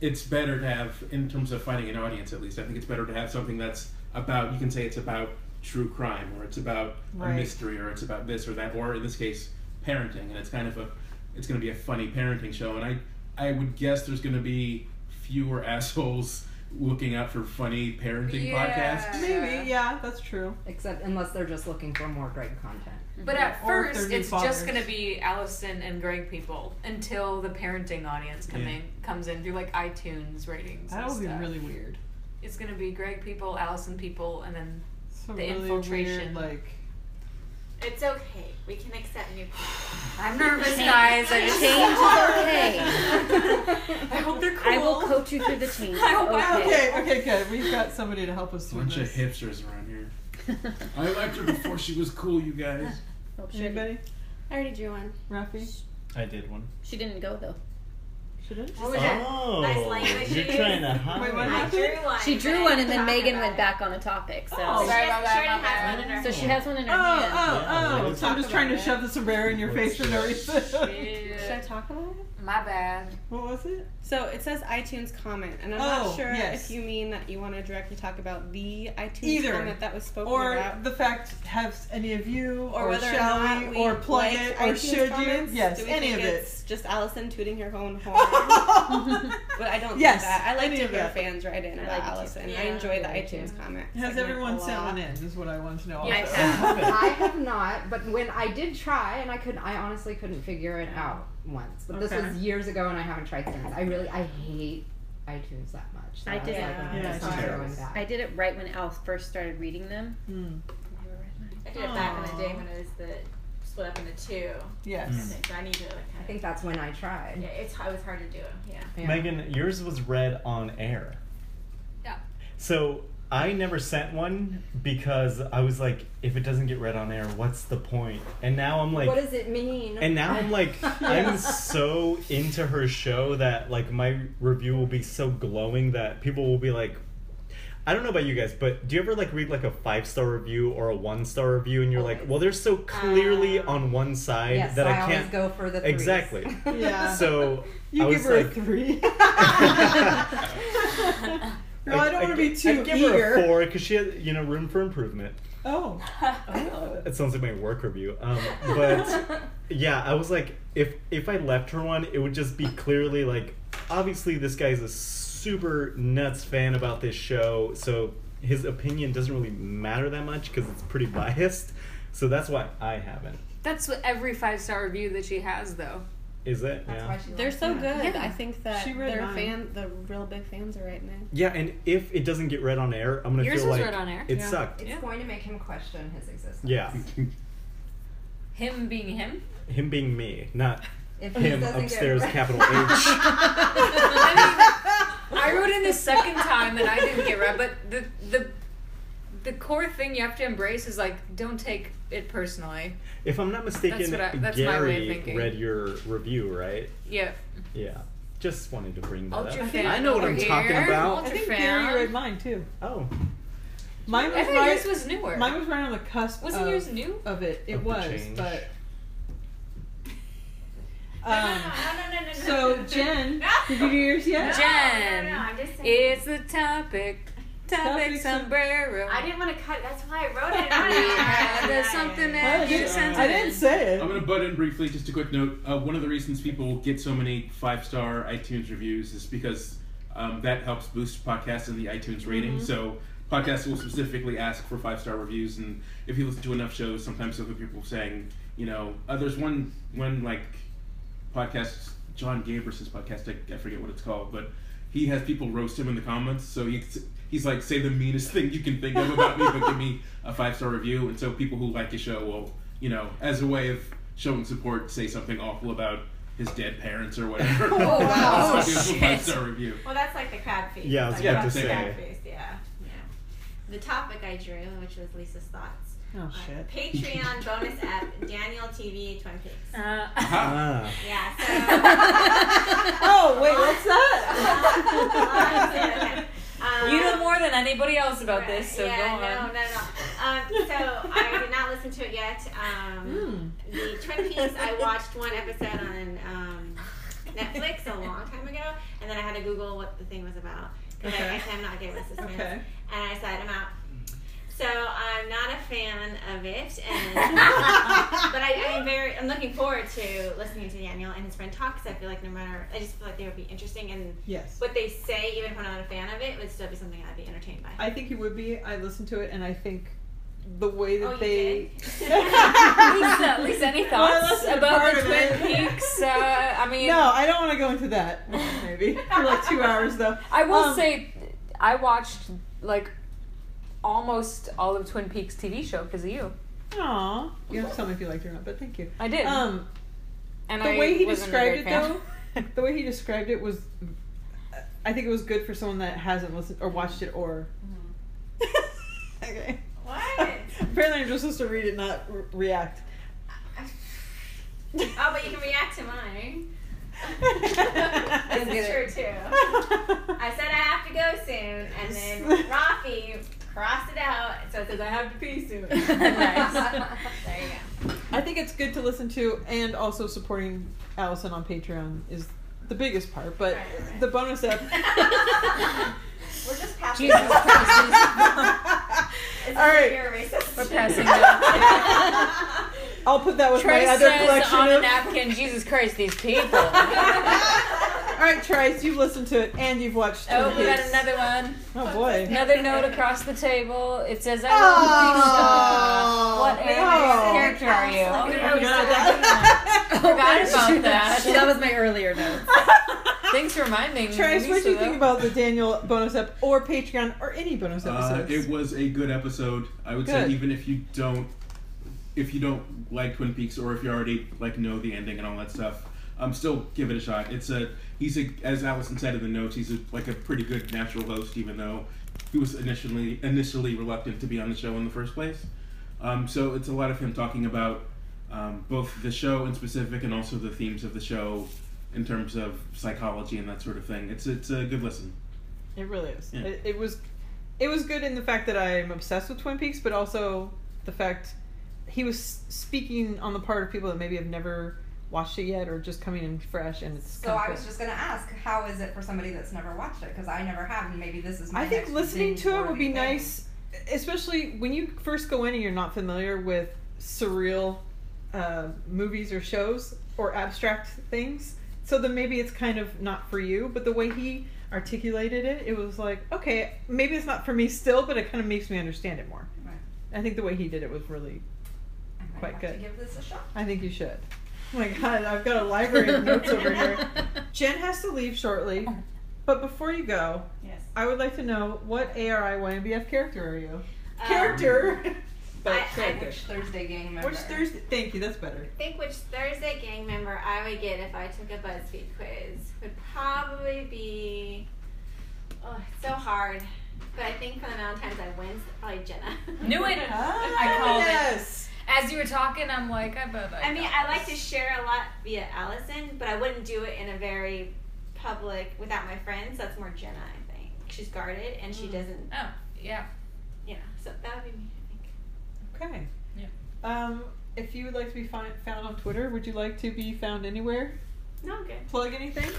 it's better to have in terms of finding an audience at least i think it's better to have something that's about you can say it's about true crime or it's about
Right.
a mystery or it's about this or that or in this case parenting and it's kind of a it's going to be a funny parenting show and i i would guess there's going to be fewer assholes looking out for funny parenting podcasts
Maybe, yeah, that's true.
Except unless they're just looking for more Greg content.
But at
Or if
first,
they're new
it's just
fathers.
gonna be Allison and Greg people until the parenting audience come
Yeah.
in, comes in through like iTunes ratings.
That
and
would be
stuff.
really weird.
It's gonna be Greg people, Allison people, and then
So
The
really
infiltration.
weird, like
It's okay. We can accept new people.
I'm nervous, guys. I just
Change is okay.
I hope they're cool.
I will coach you through the change.
I hope I-
okay.
okay, okay, good. We've got somebody to help us through
bunch of
this.
hipsters around here i liked her before she was cool you guys
Well, she,
Anybody,
I already drew one.
Rafi?
I did one.
she didn't go though.
What was that?
Oh,
Nice language.
you're trying to hide.
Wait, what happened? I drew one.
She drew
but I
one and
didn't
then
talk
Megan
about
went
it.
back on a topic. So,
Oh,
She,
sorry
has, she already has one in her
so she
hand.
has one in
Oh,
her hand.
oh, oh.
Yeah,
So I'm just trying to shove this sombrero in your face for no reason.
Shit.
Should I talk about it?
My bad.
What was it?
So it says iTunes comment, and I'm
Oh,
not sure
yes.
if you mean that you want to directly talk about the iTunes
Either.
comment that was spoken
Or
about,
the fact, have any of you,
or,
or,
whether
shall
or not
we,
we
or plug
like
it, or
iTunes
should
comments.
you? Yes,
Do we
any of
think
it.
it's just Allison tooting her own horn. but I don't
Yes,
do that. I like
any
to
of
hear
it.
fans write in
I
about
like it too.
Allison. I
Yeah.
enjoy the
Yeah, me
iTunes comments.
Has everyone sounded in? Is what I want to know.
Yeah,
also.
I have.
I have not, but when I did try, and I couldn't, I honestly couldn't figure it out once. But this
Okay.
was years ago, and I haven't tried since. I really, I hate iTunes that much. So
I
Oh,
was
did it.
like, I'm
Yeah,
just
it's
not
terrible.
going back.
I did it right when Al first started reading them.
Mm,
I did it back in the day when it was the split up into two.
yes.
Hmm.
So I need to like
I
kind
think that's when I
of.
tried.
Yeah, it's it was hard to do. Yeah.
Yeah.
Megan, yours was read on air.
Yeah.
So I never sent one because I was like, if it doesn't get read on air, what's the point? And now I'm like,
what does it mean?
and now I'm like, I'm so into her show that like my review will be so glowing that people will be like, I don't know about you guys, but do you ever like read like a five star review or a one star review and you're like,
Always. Ah.
well, they're so clearly
Um,
on one side
yes,
that I,
I, always
can't.
go for the threes.
Exactly.
Yeah.
So
You
I
give
was
her a
like,
three. no, I,
I-
don't
I
want to
gi-
be too
I'd give
eager.
her a four because she had you know room for improvement.
Oh,
It sounds like my work review, um, but yeah, I was like, if if I left her one, it would just be clearly like, obviously this guy's a super nuts fan about this show, so his opinion doesn't really matter that much because it's pretty biased. So that's why I haven't.
That's what every five star review that she has, though.
Is it? yeah.
They're so good.
Yeah.
I think that
She read
their
mine.
fan, the real big fans are right now.
yeah, and if it doesn't get read on air, I'm gonna
Yours
feel
was
like
read on air.
it
Yeah.
sucked.
It's going to make him question his existence.
Yeah,
Him being him.
him being me, not
If he
him
doesn't
upstairs,
get
capital H.
I mean, I wrote in the second time and I didn't get read, but the the the core thing you have to embrace is like don't take it personally.
If I'm not mistaken,
That's what I- that's my way of
Gary
thinking.
read your review, right?
Yeah.
Yeah. Just wanted to bring that
Ultra
up.
fan.
I know what
over
I'm
here.
talking about.
Ultra
I think
fan.
Gary read mine too.
Oh,
Mine
I
was
thought
right.
yours was newer.
mine was right on the cusp.
Wasn't
of,
yours new?
of it? It
Of the
was,
change.
but.
No, no, no,
Um,
no, no, no, no.
so Jen,
no.
did you do yours
No,
yet?
Jen
No, no, no, I'm just saying.
It's the topic. Topic
Topic som-
sombrero.
I didn't want to cut. That's why I wrote it.
Yeah,
I
there's something
Why
that
did
you
you-
sent
Oh, I didn't say it.
I'm going to butt in briefly, just a quick note. Uh, one of the reasons people get so many five star iTunes reviews is because um, that helps boost podcasts in the iTunes rating. So podcasts will specifically ask for five star reviews, and if you listen to enough shows, sometimes other people saying, you know, uh, there's one one like podcast, John Gabris's podcast. I, I forget what it's called, but he has people roast him in the comments. So he he's like, say the meanest thing you can think of about me, but give me a five star review. And so people who like his show will, you know, as a way of showing support, say something awful about his dead parents or whatever.
Oh, wow.
Also gives a
Shit.
five star review.
Well, that's like the crab feast.
Yeah, I was
Like,
about
that's
to
the
say.
crab feast, Yeah, yeah. The topic I drew, which was Lisa's thoughts.
Oh
Uh,
shit.
Patreon bonus app, Daniel TV Twin Peaks.
Uh,
ah.
Yeah, so.
Oh wait, what's that?
Uh, Okay, um,
you know more than anybody else about this, so
yeah,
go on.
no, no, no. Um, so I did not listen to it yet.
Hmm.
Um, The Twin Peaks, I watched one episode on um, Netflix a long time ago, and then I had to Google what the thing was about because I, I cannot get with this man.
okay.
And I said, I'm out. So I'm not a fan of it, and but I, I'm very. I'm looking forward to listening to Daniel and his friend talk because I feel like no matter, I just feel like they would be interesting and
yes.
what they say, even if I'm not a fan of it, would still be something I'd be entertained by.
I think it would be. I listened to it, and I think the way that
oh, you
they.
did?
Lisa, Lisa, any
Well, I
thoughts
listened to
about
part
the
of
Twin
it.
Peaks? Uh, I mean,
No, I don't want to go into that. Maybe for like two hours though.
I will
Um,
say, I watched like almost all of Twin Peaks TV show because of you.
Aw, you have to tell me if you liked it or not. But thank you.
I did.
Um,
and
the
I
way he
wasn't a
described
great
it
fan.
the way he described it was, I think it was good for someone that hasn't listened or watched it or.
Mm-hmm.
okay.
What?
Apparently, I'm just supposed to read it, not re- react.
oh, but you can react to mine. this is true too. I said I have to go soon, and then Rafi crossed it out, so it says I have to pee soon. There you go.
I think it's good to listen to, and also supporting Allison on Patreon is the biggest part. But
Right, right.
the bonus app.
We're just passing.
Jesus
It's
All right.
You're racist.
We're passing I'll put that with my other collection.
on a
Of,
napkin, Jesus Christ, these people.
all right, Trice, you've listened to it and you've watched.
Oh,
Twin
we got
Peaks.
another one.
Oh boy.
Another note across the table. It says, I
Oh,
love you. Stop. What
no.
animated character are you?
Oh,
We
no,
forgot
no.
that. Forgot about that.
that was my earlier note.
Thanks for reminding me.
Trace, what do you
Lisa,
think
though.
about the Daniel bonus app or Patreon or any bonus
Uh,
episodes?
it was a good episode. I would
Good.
say even if you don't, if you don't like Twin Peaks or if you already like know the ending and all that stuff, um, still give it a shot. It's a he's a as Allison said in the notes, he's a, like a pretty good natural host, even though he was initially initially reluctant to be on the show in the first place. Um, so it's a lot of him talking about um, both the show in specific and also the themes of the show in terms of psychology and that sort of thing. It's it's a good listen.
It really is.
Yeah.
It, it was, it was good in the fact that I'm obsessed with Twin Peaks, but also the fact he was speaking on the part of people that maybe have never watched it yet or just coming in fresh, and it's.
So
kinda
I
cool.
was just gonna ask, how is it for somebody that's never watched it? Because I never have, and maybe this is. My
I think
next
listening
binge
to it would be
worthy thing.
nice, especially when you first go in and you're not familiar with surreal uh, movies or shows or abstract things. So then maybe it's kind of not for you. But the way he articulated it, it was like, okay, maybe it's not for me still, but it kind of makes me understand it more.
Right.
I think the way he did it was really.
I might
Quite
have To
good.
give this a shot.
I think you should. Oh my god, I've got a library of notes over here. Jen has to leave shortly, but before you go,
Yes.
I would like to know what ARI YMBF character are you? character. but
Um, Uh, I- I-
character.
Which Thursday gang member?
Which Thursday? Thank you. That's better.
think which Thursday gang member I would get if I took a BuzzFeed quiz would probably be. Oh, it's so hard. But I think for the amount of times I win, it's probably Jenna.
Knew it. I
Ah,
called it. As you were talking, I'm like, I bet I
I mean,
got
I like to
this.
share a lot via Allison, but I wouldn't do it in a very public without my friends. That's more Jenna, I think. She's guarded and
Mm.
she doesn't,
Oh, yeah.
you know. So that would be me, I think.
Okay.
Yeah.
Um, if you would like to be find, found on Twitter, would you like to be found anywhere?
No, I'm good.
Plug anything?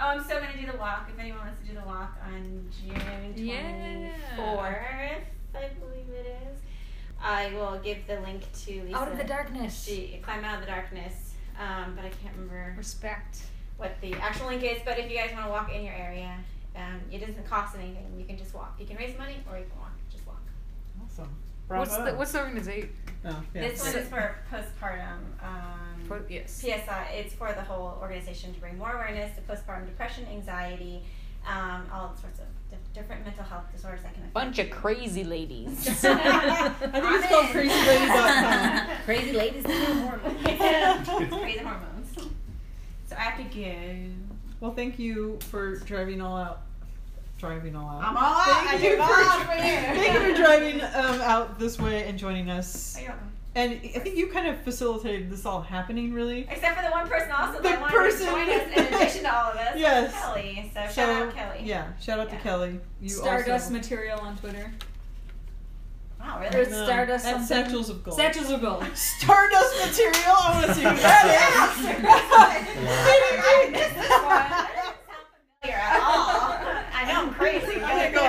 Oh, I'm still gonna do the walk. If anyone wants to do the walk on June
Yeah.
24th, I believe it is. I will give the link to Lisa.
Out of the darkness.
She climb out of the darkness. Um, but I can't remember
Respect.
what the actual link is. But if you guys want to walk in your area, um, it doesn't cost anything. You can just walk. You can raise money or you can walk. Just walk.
Awesome.
What's the What's the organization?
Oh, yeah.
This one is for postpartum. Um,
For, yes.
PSI, it's for the whole organization to bring more awareness to postpartum depression, anxiety, um, all sorts of dif- different mental health disorders that can affect.
Bunch of crazy ladies.
I
I think it's called crazylady.com.
Crazy ladies.
Crazy hormones.
So I have to go.
well, thank you for driving all out. Driving all out.
I'm all out. I
Thank
did
you
all out
for,
for you.
thank you for driving um, out this way and joining us.
You're welcome.
And I think you kind of facilitated this all happening, really.
Except for the one person also
The
that wanted
person-
to join us in addition to all of us.
Yes.
Kelly. So shout
So,
out Kelly.
Yeah, shout out
Yeah.
to Kelly. You
Stardust
also,
material on Twitter.
Wow,
Or
really?
No,
Stardust
that's
something.
Satchels of Gold.
Satchels of gold.
Stardust material. I want to see who that is.
I missed this one. I didn't sound familiar at all. I know I'm crazy.
I'm gonna go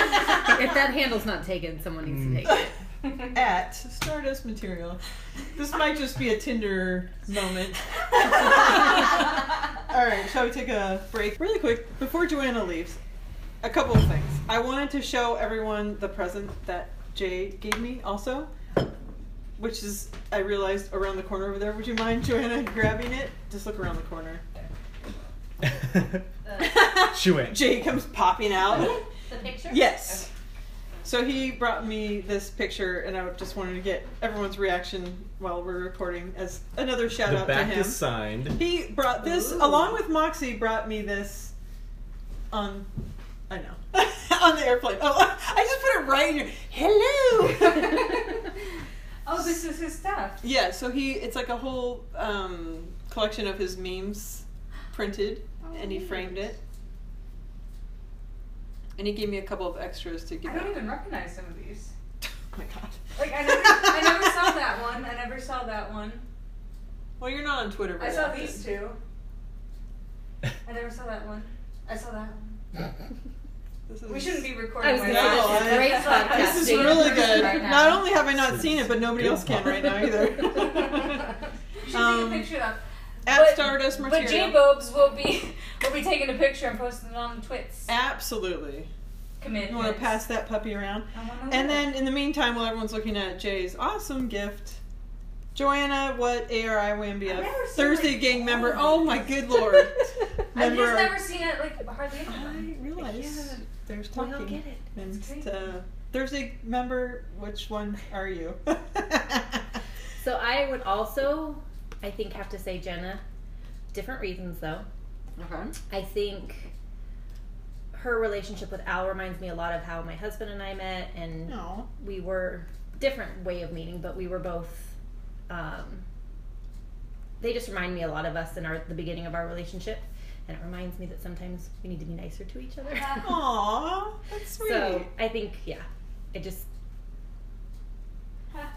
ahead
If that handle's not taken, someone needs to take it.
and at Stardust material. This might just be a Tinder moment. All right, shall we take a break really quick before Joanna leaves? A couple of things. I wanted to show everyone the present that Jay gave me, also, which is I realized around the corner over there. Would you mind, Joanna, grabbing it? Just look around the corner.
she went.
Jay comes popping out.
The picture?
Yes. So he brought me this picture, and I just wanted to get everyone's reaction while we're recording as another shout
the
out to
back
him.
is signed.
He brought this along with Moxie. Brought me this on. I know on the airplane. Oh, I just put it right in your hello.
Oh, this is his stuff.
yeah. So he it's like a whole um, collection of his memes printed,
Oh,
and he framed it. And he gave me a couple of extras to give
I don't
out.
even recognize some of these.
Oh my god.
Like I never, I never saw that one. I never saw that one.
Well, you're not on Twitter.
I
very
saw
often.
these two. I never saw that one. I saw that one.
This is-
We shouldn't be recording.
I was
my
gonna
No,
say, this is
I-
great podcasting.
This is really good.
Right now.
not only have I not seen it, but nobody else can right now either.
You should
Um,
take a picture of.
At
But-
Stardust
But
Material.
J Bobes will be will be taking a picture and posting it on Twits.
Absolutely.
Commit.
You want to pass that puppy around? And then in the meantime, while everyone's looking at Jay's awesome gift, Joanna, what ARI WAMBF Thursday gang member? Oh my good lord!
I've
member-
just never seen it like hardly anyone.
I realize there's
Well,
talking.
they'll get it.
And,
It's
uh, Thursday member, which one are you?
So I would also, I think, have to say Jenna. Different reasons though.
okay.
I think her relationship with Al reminds me a lot of how my husband and I met, and
No.
we were different way of meeting, but we were both. Um, they just remind me a lot of us in our the beginning of our relationship, and it reminds me that sometimes we need to be nicer to each other.
Aw, that's sweet.
so I think yeah, it just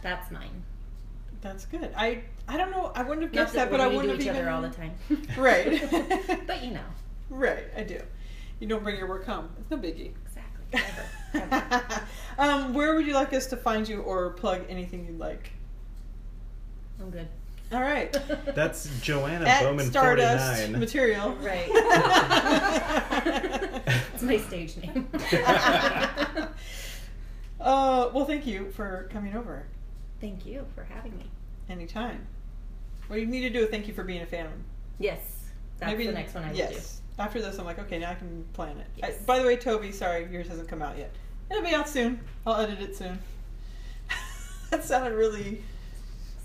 that's mine.
That's good. I I don't know. I wouldn't have
Not
guessed
that
that, but I
we do
wouldn't have
each
even
other all the time.
Right.
but you know,
Right, I do. You don't bring your work home. It's no biggie.
exactly.
um, where would you like us to find you or plug anything you'd like?
I'm good.
All right.
That's Joanna
At
Bowman
Stardust
49.
Material.
Right. It's my stage name.
uh, well, thank you for coming over
Thank you for having me.
anytime. What you need to do is thank you for being a fan.
Yes, that's
Maybe
the next one I would
yes. After this, I'm like, okay, now I can plan it. I-
Yes.
by the way, Toby, sorry, yours hasn't come out yet. It'll be out soon. I'll edit it soon. that sounded really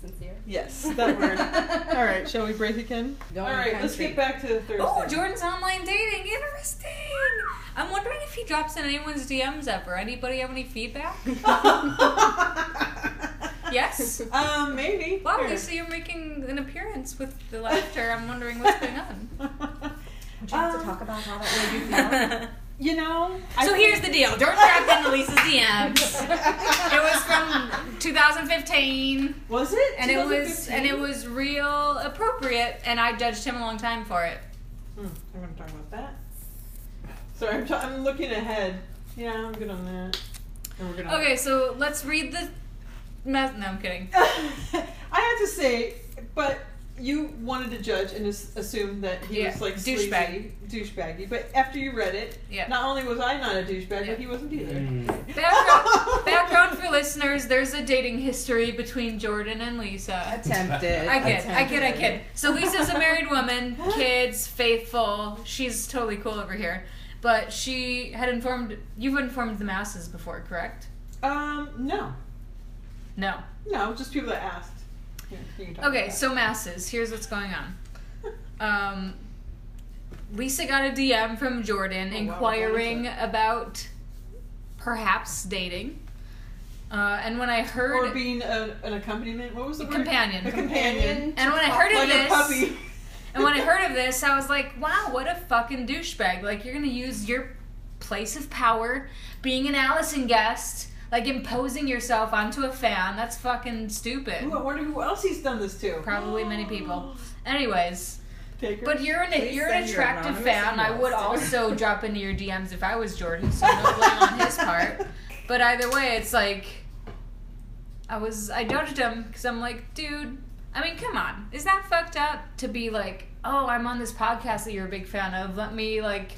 Sincere.
yes. That word. All right, shall we break again?
Go
All
on
right, let's
country.
get back to the Thursday.
Oh, Jordan's online dating. Interesting. I'm wondering if he drops in anyone's DMs ever. Anybody have any feedback? yes.
Um, maybe.
Wow,
Here.
Lisa, you're making an appearance with the laughter. I'm wondering what's going on.
Would you have to
Um,
talk about how that made you feel?
so
You know. I
here's
think-
the deal. Jordan dropped into Lisa's DMs. Um, It was from 2015,
Was it?
and it was and it
2015?
was real appropriate, and I judged him a long time for it.
Hmm, I'm gonna talk about that. Sorry, I'm, t- I'm looking ahead. Yeah, I'm good on that. And we're gonna
Okay, so let's read the. mes- No, I'm kidding.
I have to say, but you wanted to judge and as- assume that he
Yeah,
was like sleazy,
douchebag.
douchebaggy. But after you read it,
Yeah.
not only was I not a douchebag,
Yeah.
but he wasn't either.
Mm.
Background, background for listeners: There's a dating history between Jordan and Lisa.
Attempted.
I kid, I kid, I
attempted.
kid. So Lisa's a married woman, kids, faithful. She's totally cool over here. But she had informed you've informed the masses before, correct?
Um, no,
No.
no, just people that asked. Here, you can talk
Okay,
about
so masses. Here's what's going on. Um, Lisa got a DM from Jordan
Oh, wow,
inquiring
what
about perhaps dating. Uh, and when I
that.
heard
or being a, an accompaniment. What was the
A
word?
companion.
A companion.
and when I heard of
like a
this,
puppy.
And when I heard of this, I was like, wow, what a fucking douchebag. Like, you're gonna use your place of power, being an Allison guest, like imposing yourself onto a fan. That's fucking stupid.
Ooh, I wonder who else he's done this to.
Probably many people. Anyways,
Take her.
but you're an
Please
you're an
send your
attractive
anonymous
fan. I would
emails.
also drop into your DMs if I was Jordan, so no blame on his part. But either way, it's like I was I judged him because I'm like, dude. I mean, come on, is that fucked up to be like, oh, I'm on this podcast that you're a big fan of. Let me like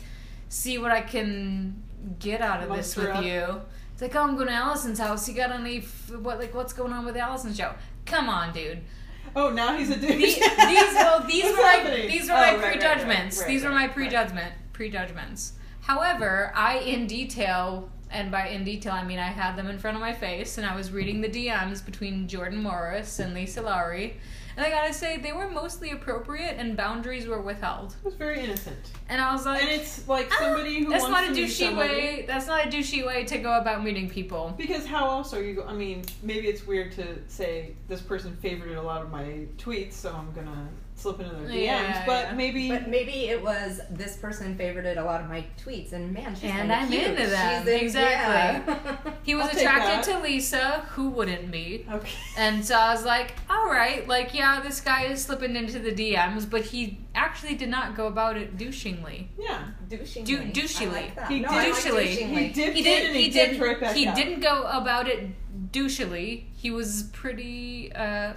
see what I can get out of this
Muster
with
up.
you. It's like, oh, I'm going to Allison's house. You got any f- what like what's going on with the Allison show? Come on, dude.
oh, now he's a dude.
The- these well, these
What's
were my
happening?
these were my
Oh, right, right, right,
prejudgments.
right,
these were
right,
my
right.
prejudgment prejudgments. However, I in detail and by in detail I mean I had them in front of my face and I was reading the DMs between Jordan Morris and Lisa Lowry. And I gotta say, they were mostly appropriate and boundaries were withheld.
It was very innocent.
And I was like,
And it's like
"Ah,
somebody who
that's
wants
not a
to meet
douchey
somebody.
way. That's not a douchey way to go about meeting people.
Because how else are you? go- I mean, maybe it's weird to say this person favored a lot of my tweets, so I'm gonna slip into their DMs,
Yeah,
but
yeah.
maybe
But maybe it was this person favorited a lot of my tweets, and man, she's
And
kinda
I'm
cute.
into that.
She's in-
Exactly.
yeah.
He was
I'll take
attracted
that.
to Lisa, who wouldn't be.
Okay.
And so I was like, all right, like, yeah, this guy is slipping into the DMs, but he actually did not go about it douchingly.
yeah.
Douchingly.
Do-
I
douchily.
like that.
He
no,
did-
I like
Douchily.
He
douchingly.
did
He
get
did.
it and
He
he
did.
dipped right back
He
out.
didn't go about it douchily. He was pretty uh,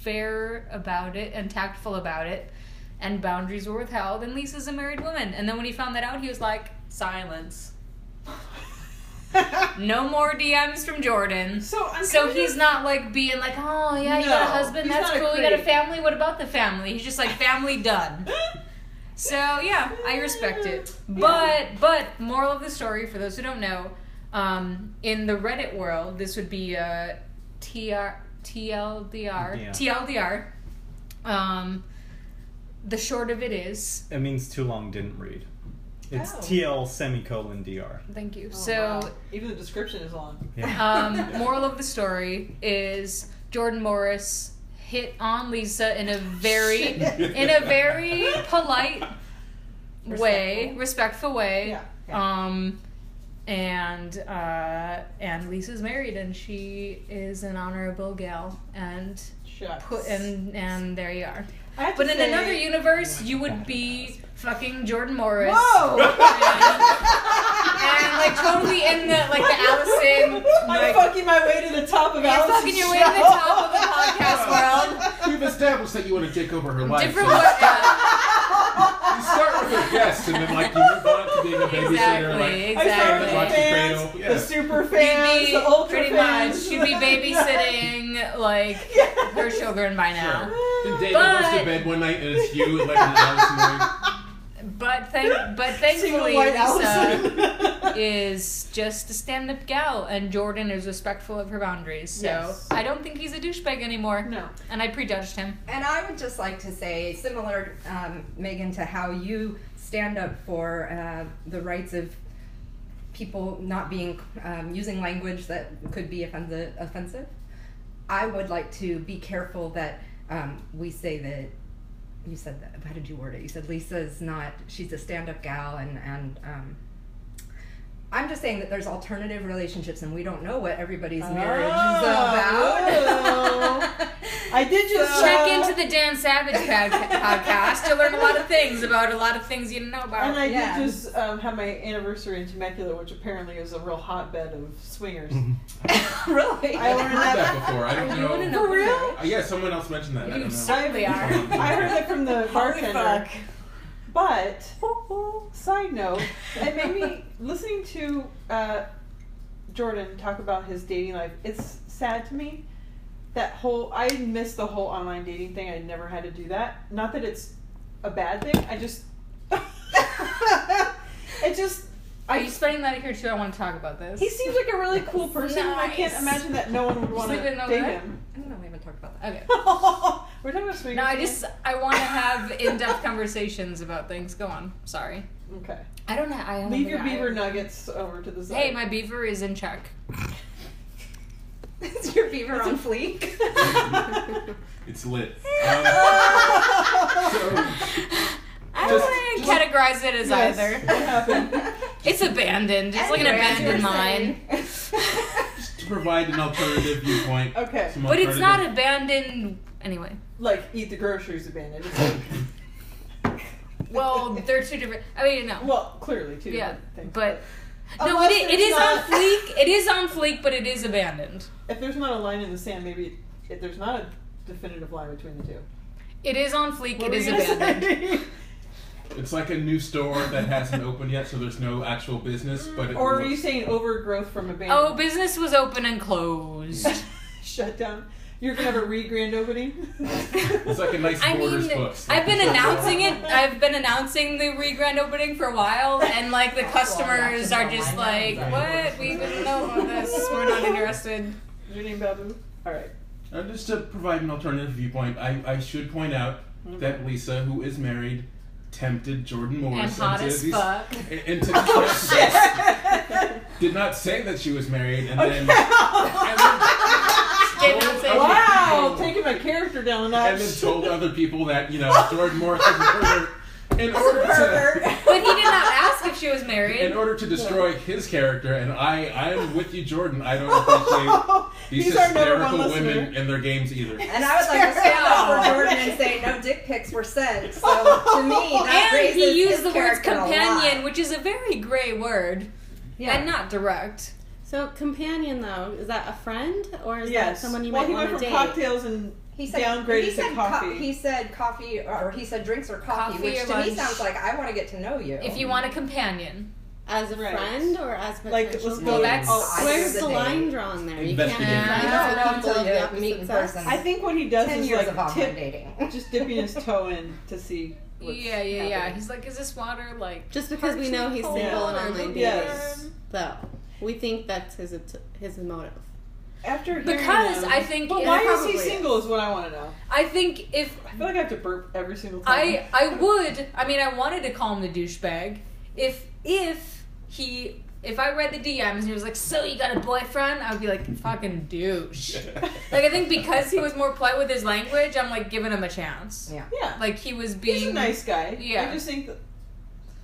fair about it and tactful about it, and boundaries were withheld. And Lisa's a married woman. And then when he found that out, he was like, silence. No more DMs from Jordan.
so I'm
So
kind
he's
of-
not like being like, oh yeah, you got a
No,
husband,
he's
that's
not a
cool. You got a
creep.
family. What about the family? He's just like family done.
Oh,
So yeah, I respect it. But but moral of the story for those who don't know, um, in the Reddit world, this would be uh, TR,
Yeah.
TLDR TLDR. Um, the short of it is,
It means too long didn't read. It's
Oh.
TL semicolon DR.
thank you.
Oh,
so
wow. even the description is long.
Yeah.
Um, moral of the story is Jordan Morris hit on Lisa in a very in a very polite way, respectful way.
Yeah.
Um and uh and Lisa's married and she is an honorable gal and
Shucks.
put and and there you are.
I have to
But in
say-
another universe you would be fucking Jordan Morris
Whoa!
and like totally in the like the Allison
I'm fucking my way to the top of
you're
Alice's
fucking your way to the
show.
top of the podcast world.
We've established that you want to take over her life.
Different
so
world. yeah.
you start with a guest, and then like you move on to being a babysitter.
Exactly,
Like,
I started
exactly.
with
Watch
the
the
fans,
cradle,
the
yeah.
super
She'd
fans,
be
the ultra
pretty
fans.
much. She'd be babysitting like her children by now.
Sure. Then David goes
But-
to bed one night, and it's you, like an Alice
But thank, but
Single
thankfully,
white
Lisa
Allison.
is just a stand-up gal, and Jordan is respectful of her boundaries. So
Yes.
I don't think he's a douchebag anymore.
No.
and I prejudged him.
And I would just like to say, similar, um, Megan, to how you stand up for uh, the rights of people not being um, using language that could be offensive. Offensive. I would like to be careful that um, we say that. You said that. How did you word it? You said Lisa is not. She's a stand-up gal, and and. Um, I'm just saying that there's alternative relationships, and we don't know what everybody's marriage is
Oh,
about.
I did just
Check
uh,
into the Dan Savage pod- podcast. You'll learn a lot of things about a lot of things you didn't know about.
And I
Yeah.
did just um, have my anniversary in Temecula, which apparently is a real hotbed of swingers.
Mm-hmm.
really?
I
I've
learned
heard
that.
that before. I don't
you wouldn't
know.
know.
For real?
Uh, yeah, someone else mentioned that. I
You
don't know.
certainly are.
I heard that from the bartender. But side note, it made me listening to uh, Jordan talk about his dating life. It's sad to me that whole. I missed the whole online dating thing. I never had to do that. Not that it's a bad thing. I just. it just.
Are
I
you spending that here too? I want to talk about this.
He seems like a really cool person. and I can't
Nice.
imagine that no one would want to
Sleeping over
date
there?
him.
I don't know. We haven't talked about that.
Okay.
We're talking about swingers.
No, I
again?
just I want to have in-depth conversations about things. Go on. Sorry.
okay.
I don't know. I don't
Leave
think
your
I-
beaver nuggets over to the side.
Hey, my beaver is in check.
Is your beaver on fleek?
It's lit. Um, so,
I
Just-
don't want to categorize it as
Yes,
either.
What happened?
It's abandoned. It's like an abandoned mine.
to provide an alternative viewpoint.
Okay.
some
But it's not
alternative-
abandoned anyway.
like eat the groceries abandoned. It's like-
Well, they're two different. I mean, no.
well, clearly two
Yeah,
different things.
but no,
Unless
it, i- it
there's
is on
not-
fleek. It is on fleek, but it is abandoned.
if there's not a line in the sand, maybe if there's not a definitive line between the two.
It is on fleek.
What
It
were
is
you gonna
abandoned.
say?
It's like a new store that hasn't opened yet, so there's no actual business. But it
or were you
looks-
saying overgrowth from abandoned?
Oh, business was open and closed.
Shut down. You're gonna have a re grand opening.
it's like a nice
I
Borders
mean,
books.
I've been announcing it. I've been announcing the re grand opening for a while, and like the
Oh,
customers are just like, "What? We didn't know about this. We're not interested."
Is your name Babu? All right.
And Uh, just to provide an alternative viewpoint, I, I should point out
Mm-hmm.
that Lisa, who is married, tempted Jordan Morris
And hot
into
as
these-
fuck. Oh,
i- into did not say that she was married, and then, and then
Didn't say-
Okay.
Wow, taking my character down a notch.
and then told other people that you know Jordan Morrison murdered in order to
But he did not ask if she was married.
in order to destroy his character. And I I am with you, Jordan. I don't appreciate these,
These are number one
hysterical women
listener.
and their games either.
And I would like to stand up for Jordan and say no dick pics were sent. So to me, that
and
raises
he
his
used the words
character a lot.
companion, which is a very gray word
Yeah.
and not direct.
So companion though, is that a friend or is that
yes.
someone you
well,
might
he
want
went
to
from
date?
cocktails and
He said,
downgraded
he said
to
co-
coffee.
he said coffee, or, or he said drinks or coffee,
Coffee
which
or
to me
lunch.
sounds like I want to get to know you.
If you want a companion,
As a
Right.
friend or as
Like,
potential
let's
date?
go-
well, that's
Oh, I
Where's
see
the
the
line
name.
drawn there? You can't
Investigate.
Yeah.
find
I don't know
out
until
until
you
the
meet
opposite
in
sex.
person.
I think what he does
Ten
is
years of
like
online
tip,
dating.
just dipping his toe in to see. What's
yeah, yeah, yeah.
happening.
He's like, is this water like?
Just because we know he's
partially
single
cold
and
or
online
lukewarm?
Yes.
Though we think that's his his motive.
After hearing
Because
him-
I think
But
if-
why is he single? Is what I want to know.
I think if
I feel like I have to burp every single time.
I I would. I mean, I wanted to call him the douchebag. If if he if I read the DMs and he was like, "So you got a boyfriend?" I would be like, "Fucking douche." like I think because he was more polite with his language, I'm like giving him a chance.
Yeah.
yeah,
Like he was being
he's a nice guy.
Yeah.
I just think that,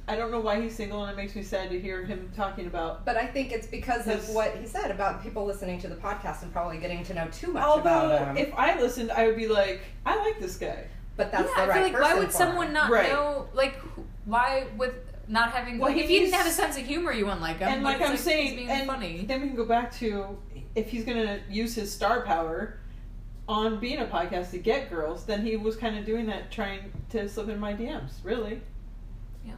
I don't know why he's single, and it makes me sad to hear him talking about
But I think it's because
Yes.
of what he said about people listening to the podcast and probably getting to know too much
Although,
about him.
if I listened, I would be like, I like this guy.
but that's
yeah,
the right
I feel like
person
why would
for
someone
him.
not
Right.
know? Like who- why with not having
Well,
like if you
he's-
didn't have a sense of humor, you wouldn't like him.
and
But
like
it's
I'm
he's
saying,
being
and
funny.
then we can go back to if he's going to use his star power on being a podcast to get girls, then he was kind of doing that trying to slip in my DMs, really.
Yeah.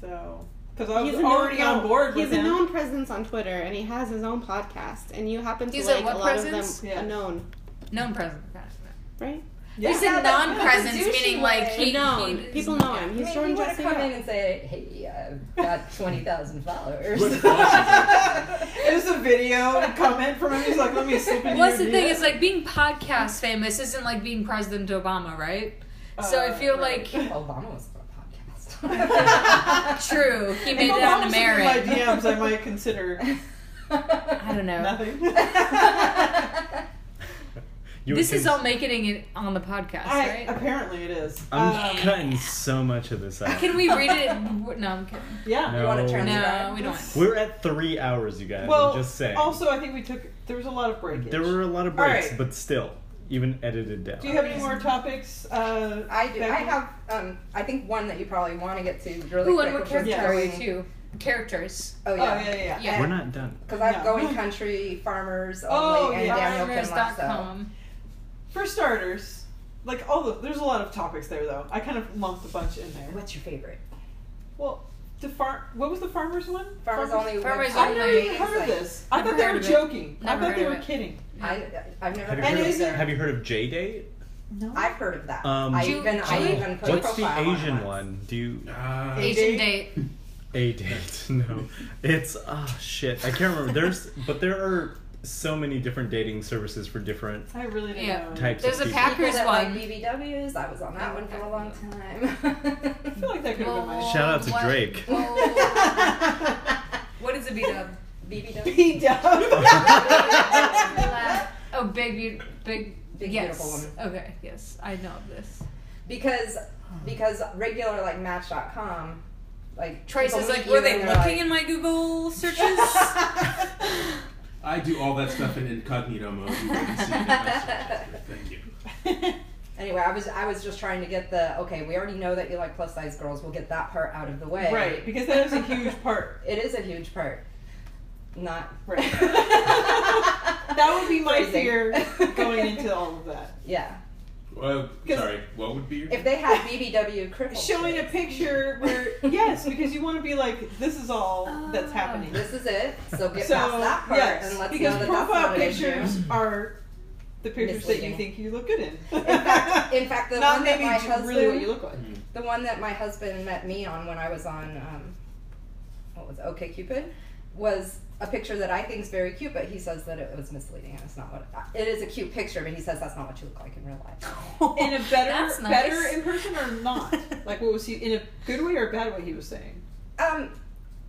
So, because I was
he's a known-
already on
no,
board
He's
with
a
him.
known presence on Twitter, and he has his own podcast. And you happen to
He's a
like a,
what
lot
presence?
of them
Yeah.
a known,
known presence.
right?
Yeah.
He's a non-presence, meaning like he,
known.
he-
People know him.
I
He's
mean,
Jordan
you want
Jesse.
to come in
Go.
and say, "Hey, I've got twenty thousand followers."
But also,
it was a video and a comment from him. He's like, let me slip in
Well, that's
your
the thing.
DM.
It's like being podcast famous isn't like being President Obama, right? so I
Uh,
feel
right.
like
Obama was on a
true. He made
If
it
Obama
on the
slipped in
merit.
My DMs, I might consider
podcast.
I don't know.
nothing.
You
This is
can-
all making it on the podcast,
I,
right?
Apparently, it is.
I'm
Um,
cutting so much of this out.
Can we read it? No, I'm kidding.
yeah.
No.
You want to turn
No, we don't.
We're at three hours, you guys.
Well,
I'm just saying.
Also, I think we took there was a lot of breakage.
there were a lot of
All
breaks,
right.
but still, even edited down.
Do you have any more topics? Uh,
I do. I
Becky?
have. Um, I think one that you probably want to get to really
Ooh,
quick.
and we're
which is
characters
going-
too. Characters.
Oh
Oh
yeah.
yeah, yeah, yeah.
Yeah.
We're not done.
Because I've
No.
going country farmers only
Oh,
and
yeah.
Daniel Finlasso.
Farmers.com.
For starters, like all the there's a lot of topics there though. I kind of lumped a bunch in there.
What's your favorite?
Well, the farm. What was the farmers one?
Farmers, only.
Farmers
I've
website
never
Only.
even
dating
heard of
site.
this. I
Never
thought they
heard
were
of it.
joking. I
Never
thought they
heard
were
of it.
kidding.
I I've
Have
never
you, heard
heard of
of,
is it-
that.
have you heard of J Date?
No.
I've heard of that.
Um,
I
Ju-
even I
Ju-
even put a
What's the
profile on
Asian
once.
one? Do you
uh,
Asian date.
a date? No, it's ah shit. I can't remember. There's but there are so many different dating services for different
I really didn't
Yeah.
know.
types.
There's a
of people.
pack- Packers
People that
one.
Like BBWs. I was on that one for a
I
long
feel
time.
like that could have been
Whoa.
my.
Shout out to
What?
Drake.
Whoa. what is a beat up?
BBW.
P dub.
Oh, big, beaut- big,
Big
yes.
beautiful woman.
Okay, yes, I know of this.
Because because regular like Match.com, like
Trace
people
is
meet
like,
you
were they
and
looking
they're like,
in my Google searches?
I do all that stuff in incognito mode. You wouldn't see it unless you- Thank you.
Anyway, I was I was just trying to get the okay. We already know that you like plus size girls. We'll get that part out of the way.
right, because that is a huge part.
It is a huge part. Not
Right. That would be my
Phrasing.
fear going into all of that.
Yeah.
Well,
'Cause
sorry. What would be your
If they had BBW crippled,
showing a
chicks,
picture where yes, because you want to be like, this is all
Ah.
that's happening.
This is it. So get
so
past that part
yes,
and let's
because
know that that's
profile
not an issue.
pictures are the pictures that you
Misleading.
think you look good in.
In fact, in fact, the
not
one
maybe
that my
j-
husband,
really what you look like.
the one that my husband met me on when I was on, um, what was it, OK Cupid, was a picture that I think is very cute, but he says that it was misleading and it's not what it is. A cute picture, but he says that's not what you look like in real life.
In a better,
That's nice.
better in person or not? like, what was he in a good way or a bad way? He was saying.
Um,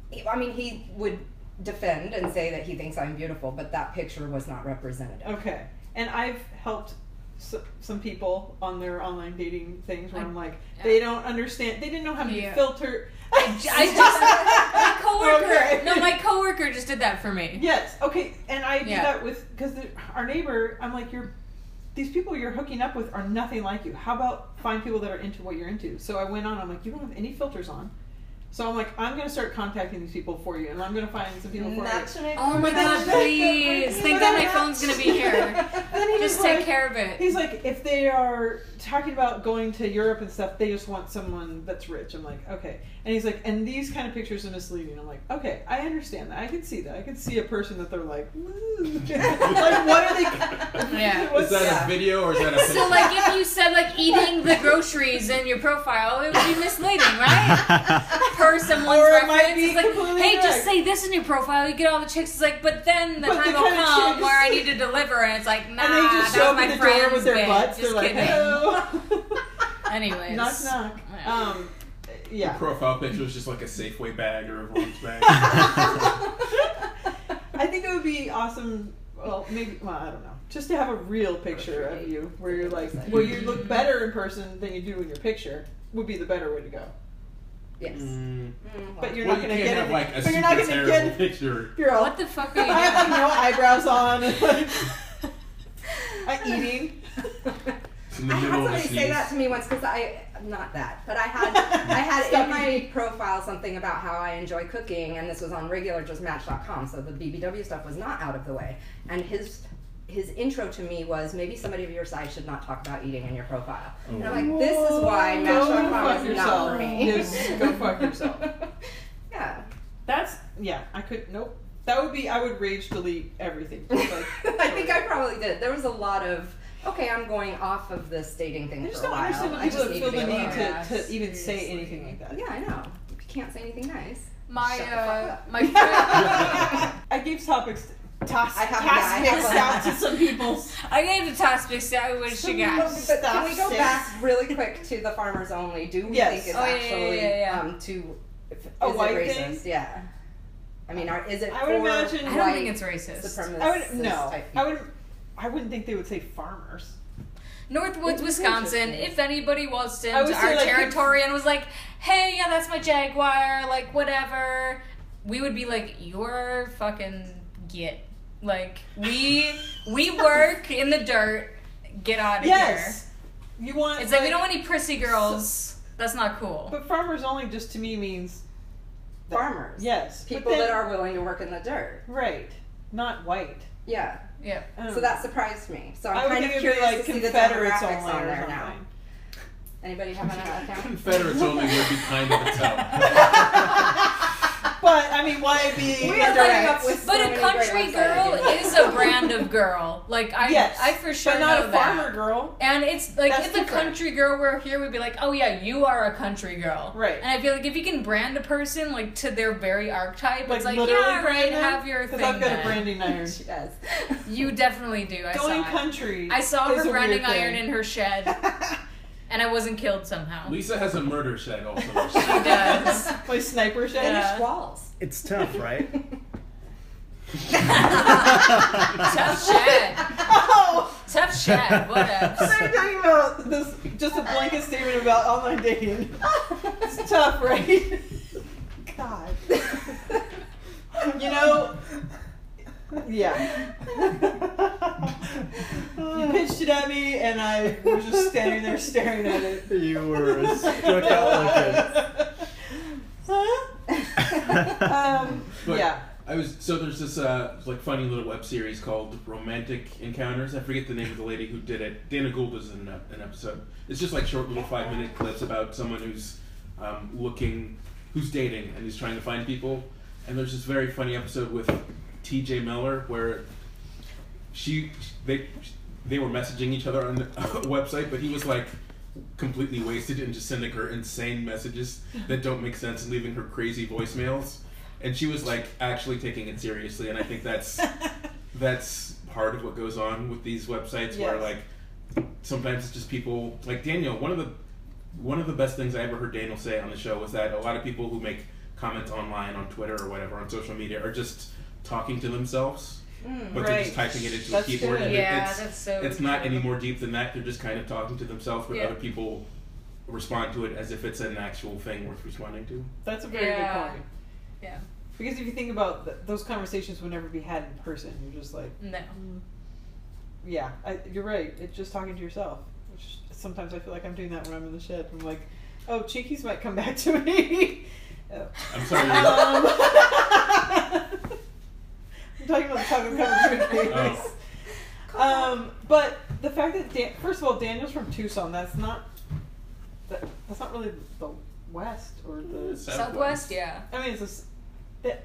he- I mean, he would defend and say that he thinks I'm beautiful, but that picture was not representative.
Okay, and I've helped s some people on their online dating things where I'm like, they don't understand. They didn't know how to
Yeah.
filter.
I just my coworker.
Okay.
No, my coworker just did that for me.
Yes. Okay. And I do
Yeah.
that with because our neighbor. I'm like, you're these people you're hooking up with are nothing like you. How about find people that are into what you're into? So I went on. I'm like, you don't have any filters on. So I'm like, I'm gonna start contacting these people for you, and I'm gonna find some people for you.
Oh my god, please! Thank God my phone's gonna be here.
Then he
Just
was
take
like-
care of it.
He's like, if they are talking about going to Europe and stuff, they just want someone that's rich. I'm like, okay. And he's like, and these kind of pictures are misleading. I'm like, okay, I understand that. I can see that. I can see a person that they're like, "Ooh." like what are they?
Yeah.
Is that a video or is that a
So
picture?
like, if you said like eating the groceries in your profile, it would be misleading, right? Per someone's
Or it might
reference,
be
it's like,
completely
hey,
correct.
just say this in your profile. You get all the chicks. It's like, but then the
But the
time will
kind of
come
chicks-
where I need to deliver, and it's like, nah,
and they just
that
show
was
up
my
at the door
friend's
with their
bit.
butts.
Just
They're like,
kidding.
hello.
Anyways,
knock knock. Um,
Your
yeah.
profile picture is just like a Safeway bag or a Rollins bag.
I think it would be awesome. Well, maybe. Well, I don't know. Just to have a real picture of you, where you're like, well, you look better in person than you do in your picture, would be the better way to go.
Yes.
Mm.
But you're
well,
not
you
gonna
can't
get
have
it.
like a
but
super
you're not gonna
terrible
get.
picture.
You're all,
what the fuck are
I
you doing?
have no eyebrows on. I'm eating.
In the
I had
middle of a
somebody say that to
sneeze.
me once because I not that, but I had I had
Stop
in my profile something about how I enjoy cooking, and this was on regular just match.com, so the BBW stuff was not out of the way. And his his intro to me was maybe somebody of your size should not talk about eating in your profile. And I'm like, this is why
Oh. Go
match.com
fuck
is not for
yourself.
me.
Just go fuck yourself.
yeah.
That's yeah. I could. Nope. That would be. I would rage delete everything. Just like,
I think I probably did. There was a lot of okay, I'm going off of this dating thing
I
for
just
a
don't
while.
understand what
I
people
just
that
need
feel
to
the
be
need
alone."
to, to even say anything like that.
Yeah, I know. If you can't say anything nice.
My
Shut the fuck
uh,
up.
my friend.
I gave topics. Toss,
I have- yeah, I
toss
have
mixed
one.
out to some people.
I gave the toss mix out what she got.
But can we go
Stuff
back really quick to the farmers only? Do we
Yes.
think it's
Oh, yeah, yeah,
actually
yeah, yeah.
um to is
A
it
white
racist?
thing?
Yeah. I mean, are, is it
I would
for
imagine- I
I don't
white
think it's racist.
supremacist
I would no.
type
I
people?
would. I wouldn't think they would say farmers.
Northwoods, Wisconsin. If anybody waltzed into
I would say,
our
like,
territory and was like, "Hey, yeah, that's my Jaguar," like whatever, we would be like, "You're fucking git." Like we we work in the dirt. Get out of
Yes. You want
here. It's like, we don't want any prissy girls. That's not cool.
But farmers only just to me means that-
farmers.
Yes, but
People
then-
that are willing to work in the dirt.
right, not white.
Yeah.
Yeah.
I don't
So
know.
that surprised me. So
I
I'm
would
kind
think
of
it'd be
curious
like
to see the
Confederates
demographics
only
on
or
there now.
something.
Anybody have an account?
Confederates only would be kind of a tell.
But I mean, why be?
We are coming up with so
But a
many great
country
websites.
girl is a brand of girl. Like I
yes,
I for sure
but not
know
a
that.
farmer girl.
And it's like
That's
if the
different.
country girl were here, we'd be like, oh yeah, you are a country girl,
Right.
And I feel like if you can brand a person like to their very archetype,
Like
it's like
literally
yeah, right,
brand them?
have your
'Cause
thing.
I've got a
then.
branding iron.
She does.
You definitely do. I
Going
saw. it.
country.
I saw
is
her
a
branding
weird thing.
iron in her shed, and I wasn't killed somehow.
Lisa has a murder shed also.
she does.
My sniper shot.
Yeah.
Walls.
It's tough, right?
Tough shed.
Oh,
Tough shed. What else?
I'm talking about this. Just a blanket statement about online dating. It's tough, right? God. You know. Yeah. You pitched it at me, and I was just standing there staring at it.
you were struck out like
Huh? Um,
But-
yeah.
I was so there's this uh, like funny little web series called Romantic Encounters. I forget the name of the lady who did it. Dana Gould was in an, ep- an episode. It's just like short little five minute clips about someone who's um, looking, who's dating, and who's trying to find people. And there's this very funny episode with T.J. Miller where she they they were messaging each other on the website, but he was like completely wasted and just sending her insane messages that don't make sense and leaving her crazy voicemails. And she was like actually taking it seriously, and I think that's that's part of what goes on with these websites where
Yes.
like sometimes it's just people like Daniel. One of the one of the best things I ever heard Daniel say on the show was that a lot of people who make comments online on Twitter or whatever on social media are just talking to themselves but they're just typing it into
That's
a keyboard.
good.
and it-
Mm, Yeah,
it's,
that's so
It's not
true.
any more deep than that. They're just kind of talking to themselves, but
Yeah.
other people respond to it as if it's an actual thing worth responding to.
That's a very
Yeah.
good point.
Yeah.
Because if you think about th- those conversations would never be had in person. You're just like,
No.
yeah, I, you're right. It's just talking to yourself. Which sometimes I feel like I'm doing that when I'm in the shed. I'm like, oh, cheekies might come back to me. Oh.
I'm sorry. Oh.
Um,
Oh,
I'm talking about the chocolate covered
Oh.
toothpaste. Um, but the fact that Dan- first of all, Daniel's from Tucson. That's not that, that's not really the West or
Mm,
the.
Southwest, yeah.
I mean, it's a s- that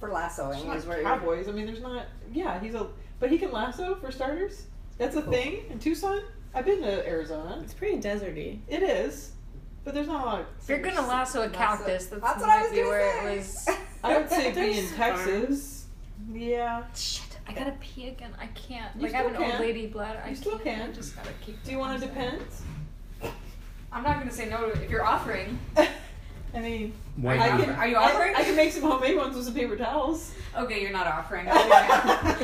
For
it's
lassoing
not
is Oh, where you're
cowboys. I mean, there's not. Yeah, he's a but he can lasso for starters. That's a thing in Tucson. I've been to Arizona.
It's pretty deserty.
It is, but there's not a lot. Of,
If you're gonna lasso a cactus, that's,
That's what I was
maybe
gonna
where
say.
it was.
I would say be in
There's
Texas. Yeah.
Shit, I gotta pee again. I can't.
You
like I have an
still
old
can.
lady bladder. I
You still
can't. I
can.
just gotta keep.
Do you want to depend?
I'm not gonna say no to if you're offering.
I mean,
Why
I
not?
can,
Are you
I-
offering?
I, can make some homemade ones with some paper towels.
Okay, you're not offering.
Oh,
There's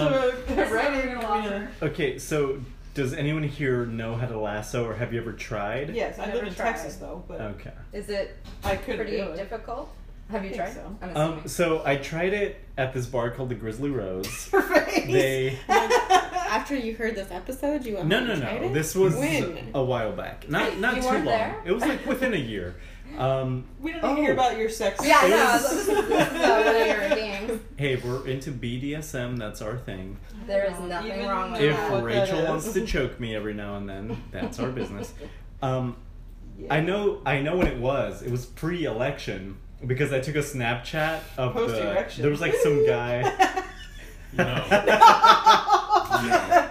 Um,
a- a
That's not
writing
even an
arena.
Okay, so does anyone here know how to lasso or have you ever tried?
Yes, I live
Never
in
tried.
Texas though, but
Okay.
Is it
I couldn't
pretty
do it.
difficult? Have you
think
tried?
so.
I'm assuming.
Um, so I tried it at this bar called the Grizzly Rose.
Her face.
They
After you heard this episode, you went
no
home
no
and tried
no.
it?
This was
When?
a while back. Not not
You
too long.
weren't there?
It was like within a year. Um,
we don't need to
Oh.
hear about your sex.
Yeah, I
It
know.
was-
This is so you're being.
hey, if we're into BDSM. That's our thing.
There is nothing
Even
wrong with
Yeah,
if
Oh, that.
what that
Rachel
is.
wants to choke me every now and then, that's our business. Um, I know I know when it was. It was pre-election because I took a Snapchat of
Post-election.
the there was like some guy.
No. No.
I-